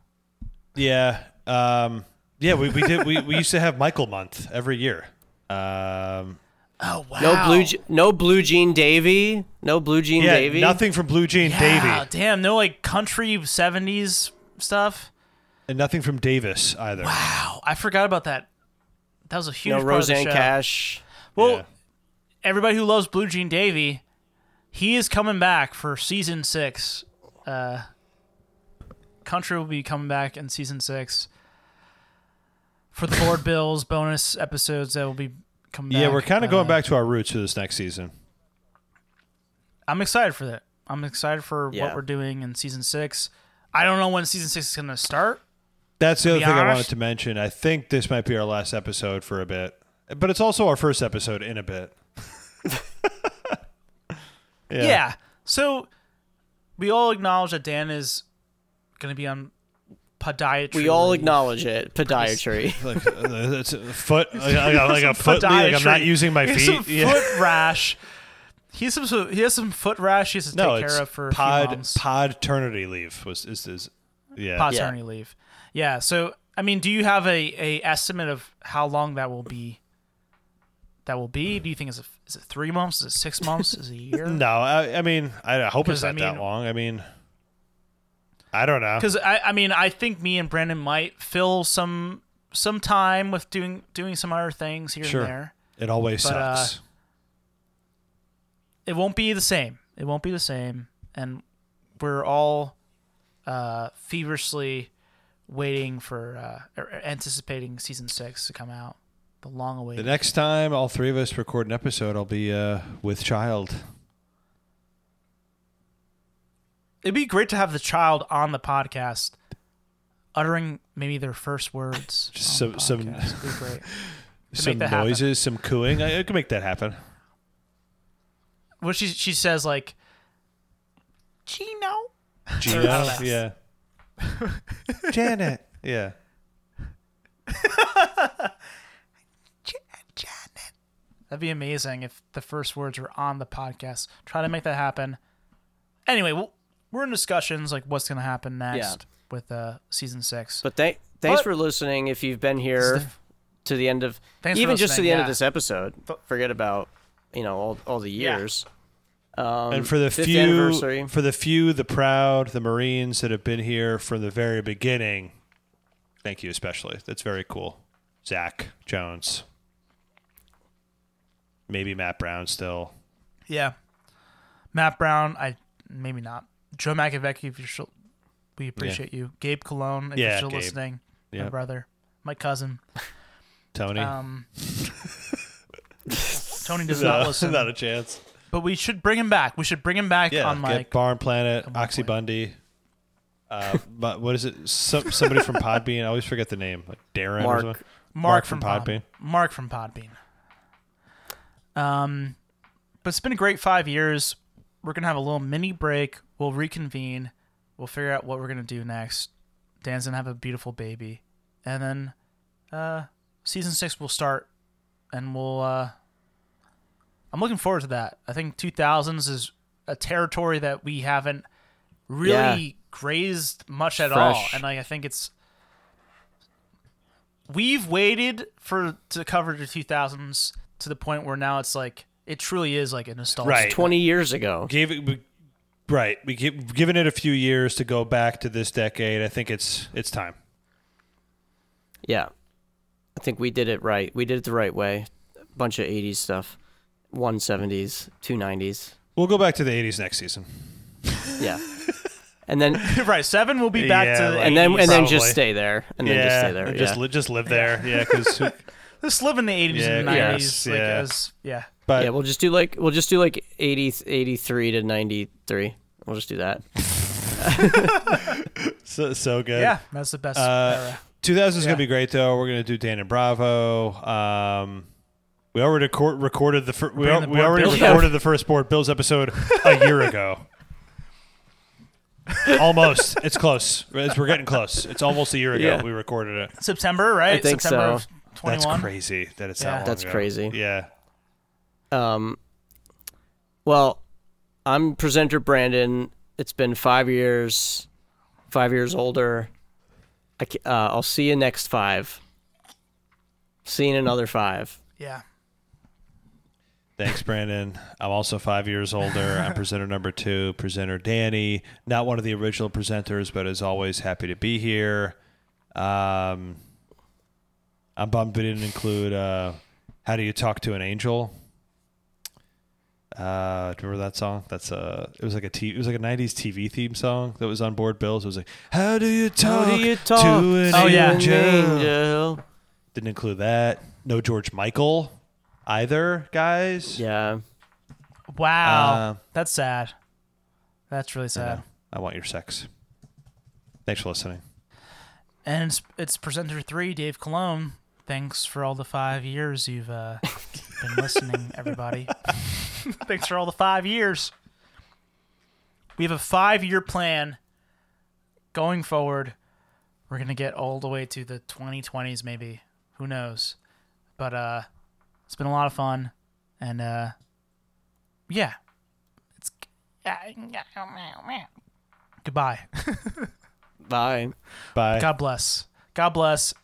[SPEAKER 6] Yeah. Um. Yeah. We, we did. We, we used to have Michael month every year. Um.
[SPEAKER 4] Oh wow.
[SPEAKER 5] no blue, Je- no blue jean Davy, no blue jean
[SPEAKER 6] Yeah,
[SPEAKER 5] Davy.
[SPEAKER 6] nothing from Blue Jean
[SPEAKER 4] Yeah,
[SPEAKER 6] Davy,
[SPEAKER 4] Ah, damn, no like country seventies stuff.
[SPEAKER 6] and nothing from Davis either.
[SPEAKER 4] I forgot about that. That was a huge
[SPEAKER 5] no
[SPEAKER 4] part of the
[SPEAKER 5] Roseanne
[SPEAKER 4] show.
[SPEAKER 5] Cash.
[SPEAKER 4] Well,
[SPEAKER 6] Yeah.
[SPEAKER 4] everybody who loves Blue Jean Davy, he is coming back for season six. Uh, Country will be coming back in season six for the board bills bonus episodes that will be coming.
[SPEAKER 6] yeah,
[SPEAKER 4] back.
[SPEAKER 6] we're kind
[SPEAKER 4] Uh,
[SPEAKER 6] of going back to our roots for this next season.
[SPEAKER 4] I'm excited for that. I'm excited for
[SPEAKER 5] Yeah.
[SPEAKER 4] what we're doing in season six. I don't know when season six is gonna start.
[SPEAKER 6] That's the other
[SPEAKER 4] be
[SPEAKER 6] thing I wanted
[SPEAKER 4] honest-
[SPEAKER 6] to mention. I think this might be our last episode for a bit, but it's also our first episode in a bit.
[SPEAKER 4] Yeah. So we all acknowledge that Dan is gonna be on podiatry.
[SPEAKER 5] We all
[SPEAKER 4] leave.
[SPEAKER 5] acknowledge it. Podiatry.
[SPEAKER 6] Like, uh, it's a foot, like, a- like a foot. Like I'm not
[SPEAKER 4] Podiatry.
[SPEAKER 6] using my
[SPEAKER 4] He has
[SPEAKER 6] feet.
[SPEAKER 4] some
[SPEAKER 6] Yeah.
[SPEAKER 4] foot rash. He has some. so- He has some foot rash. He has to
[SPEAKER 6] No,
[SPEAKER 4] take
[SPEAKER 6] it's
[SPEAKER 4] care of for a few
[SPEAKER 6] pod
[SPEAKER 4] months.
[SPEAKER 6] podternity leave was is is yeah.
[SPEAKER 4] Pod paternity leave. Yeah. So I mean, do you have a, a estimate of how long that will be? That will be. Do you think is it is it three months? Is it six months? Is it a year?
[SPEAKER 6] No, I, I mean I hope it's
[SPEAKER 4] 'Cause, I
[SPEAKER 6] not that
[SPEAKER 4] mean-
[SPEAKER 6] long. I mean, I don't know.
[SPEAKER 4] because I, I mean I think me and Brandon might fill some some time with doing doing some other things here
[SPEAKER 6] Sure.
[SPEAKER 4] and there.
[SPEAKER 6] It always
[SPEAKER 4] But, uh,
[SPEAKER 6] sucks.
[SPEAKER 4] It won't be the same. It won't be the same, and we're all uh, feverishly waiting for uh, or anticipating season six to come out. The long
[SPEAKER 6] the
[SPEAKER 4] awaited.
[SPEAKER 6] next time all three of us record an episode, I'll be uh, with child.
[SPEAKER 4] It'd be great to have the child on the podcast, uttering maybe their first words.
[SPEAKER 6] Just
[SPEAKER 4] on the
[SPEAKER 6] some- some-
[SPEAKER 4] podcast. It'd be great.
[SPEAKER 6] Some
[SPEAKER 4] that happen.
[SPEAKER 6] noises, some cooing. I, I can make that happen.
[SPEAKER 4] Well, she she says like, Gino.
[SPEAKER 6] Gino, yeah. Janet, yeah.
[SPEAKER 4] That'd be amazing if the first words were on the podcast. Try to make that happen. Anyway, we'll, we're in discussions like what's going to happen next with uh season six.
[SPEAKER 5] But thank thanks
[SPEAKER 4] But-
[SPEAKER 5] for listening. If you've been here to the end of,
[SPEAKER 4] Thanks for
[SPEAKER 5] even just to
[SPEAKER 4] listening,
[SPEAKER 5] the end of
[SPEAKER 4] yeah.
[SPEAKER 5] this episode, forget about you know all, all the
[SPEAKER 4] Yeah.
[SPEAKER 5] years. Um,
[SPEAKER 6] And for the
[SPEAKER 5] fifth
[SPEAKER 6] few,
[SPEAKER 5] anniversary,
[SPEAKER 6] for the few, the proud, the Marines that have been here from the very beginning, thank you especially. That's very cool. Zach Jones, maybe Matt Brown still.
[SPEAKER 4] yeah, Matt Brown, I maybe not. Joe McAvecchi, if you're still, we appreciate you. Gabe Cologne, if
[SPEAKER 6] Yeah,
[SPEAKER 4] you're still
[SPEAKER 6] Gabe.
[SPEAKER 4] listening, my
[SPEAKER 6] Yep.
[SPEAKER 4] brother, my cousin.
[SPEAKER 6] Tony,
[SPEAKER 4] Um, Tony does
[SPEAKER 6] No,
[SPEAKER 4] not listen,
[SPEAKER 6] not a chance.
[SPEAKER 4] but we should bring him back. We should bring him back
[SPEAKER 6] Yeah,
[SPEAKER 4] on
[SPEAKER 6] get
[SPEAKER 4] like
[SPEAKER 6] Barn Planet,
[SPEAKER 4] on,
[SPEAKER 6] Oxy
[SPEAKER 4] Planet.
[SPEAKER 6] Bundy. Uh, but what is it? Some, somebody from Podbean. I always forget the name. Like Darren or
[SPEAKER 5] Mark.
[SPEAKER 6] something.
[SPEAKER 4] Mark,
[SPEAKER 6] Mark
[SPEAKER 4] from,
[SPEAKER 6] from
[SPEAKER 4] Pod-
[SPEAKER 6] Podbean.
[SPEAKER 4] Mark from Podbean. Um, but it's been a great five years. We're gonna have a little mini break. We'll reconvene. We'll figure out what we're gonna do next. Dan's gonna have a beautiful baby, and then uh, season six will start, and we'll. Uh, I'm looking forward to that. I think 2000s is a territory that we haven't really
[SPEAKER 5] Yeah.
[SPEAKER 4] grazed much at all,
[SPEAKER 5] Fresh.
[SPEAKER 4] and like I think it's we've waited for to cover the 2000s to the point where now it's like it truly is like a nostalgia.
[SPEAKER 6] Right.
[SPEAKER 5] twenty years ago.
[SPEAKER 6] gave it we, right we give, given it a few years to go back to this decade i think it's it's time
[SPEAKER 5] Yeah, I think we did it right. We did it the right way. A bunch of '80s stuff, one '70s, two '90s.
[SPEAKER 6] we'll go back to the 80s next season
[SPEAKER 5] Yeah, and then
[SPEAKER 4] right. Seven will be back
[SPEAKER 6] Yeah,
[SPEAKER 4] to
[SPEAKER 6] like-
[SPEAKER 5] and then and then just
[SPEAKER 6] Probably.
[SPEAKER 5] stay there and then just stay there.
[SPEAKER 6] just
[SPEAKER 5] yeah.
[SPEAKER 6] li- just live there yeah because
[SPEAKER 4] let's live in the 80s and
[SPEAKER 6] Yeah,
[SPEAKER 4] 90s.
[SPEAKER 6] yes,
[SPEAKER 4] like,
[SPEAKER 6] yeah.
[SPEAKER 4] As, yeah.
[SPEAKER 6] but
[SPEAKER 5] yeah, we'll just do like we'll just do like 80, 83 to ninety three. We'll just do that.
[SPEAKER 6] so, so good
[SPEAKER 4] Yeah. That's the best
[SPEAKER 6] uh,
[SPEAKER 4] era.
[SPEAKER 6] 2000 is
[SPEAKER 4] Yeah.
[SPEAKER 6] gonna be great though we're gonna do dan and bravo um we already record, recorded the fir- we, al-
[SPEAKER 4] the
[SPEAKER 6] we
[SPEAKER 4] board
[SPEAKER 6] already
[SPEAKER 4] Bills.
[SPEAKER 6] recorded the first board bills episode a year ago almost it's close it's, we're getting close it's almost a year ago
[SPEAKER 5] Yeah.
[SPEAKER 6] we recorded it
[SPEAKER 4] September, right?
[SPEAKER 5] I think
[SPEAKER 4] September
[SPEAKER 5] so.
[SPEAKER 4] of 21.
[SPEAKER 6] That's crazy that it's that
[SPEAKER 4] Yeah.
[SPEAKER 6] long
[SPEAKER 5] That's
[SPEAKER 6] ago.
[SPEAKER 5] crazy.
[SPEAKER 6] Yeah.
[SPEAKER 5] Um, well, I'm presenter Brandon. It's been five years, five years older. I, ca- uh, I'll see you next five. See you in another five.
[SPEAKER 4] Yeah.
[SPEAKER 6] Thanks, Brandon. I'm also five years older. I'm presenter number two, presenter Danny. Not one of the original presenters, but as always, happy to be here. Um, I'm bummed we didn't include uh, How Do You Talk to an Angel? Uh, do you remember that song? That's uh It was like a t. It was like a '90s TV theme song that was on board bills. It was like, "How do you talk, to an
[SPEAKER 4] Oh, yeah.
[SPEAKER 6] angel?"
[SPEAKER 5] angel.
[SPEAKER 6] Didn't include that. No George Michael either, guys.
[SPEAKER 5] Yeah.
[SPEAKER 4] Wow.
[SPEAKER 6] Uh,
[SPEAKER 4] that's sad. That's really sad.
[SPEAKER 6] I want your sex. Thanks for listening.
[SPEAKER 4] And it's, it's presenter three, Dave Cologne. Thanks for all the five years you've uh, been listening, everybody. Thanks for all the five years. We have a five year plan going forward. We're going to get all the way to the 2020s, maybe. Who knows? But uh, it's been a lot of fun. And uh, yeah. It's... Goodbye.
[SPEAKER 5] Bye.
[SPEAKER 6] Bye.
[SPEAKER 4] God bless. God bless.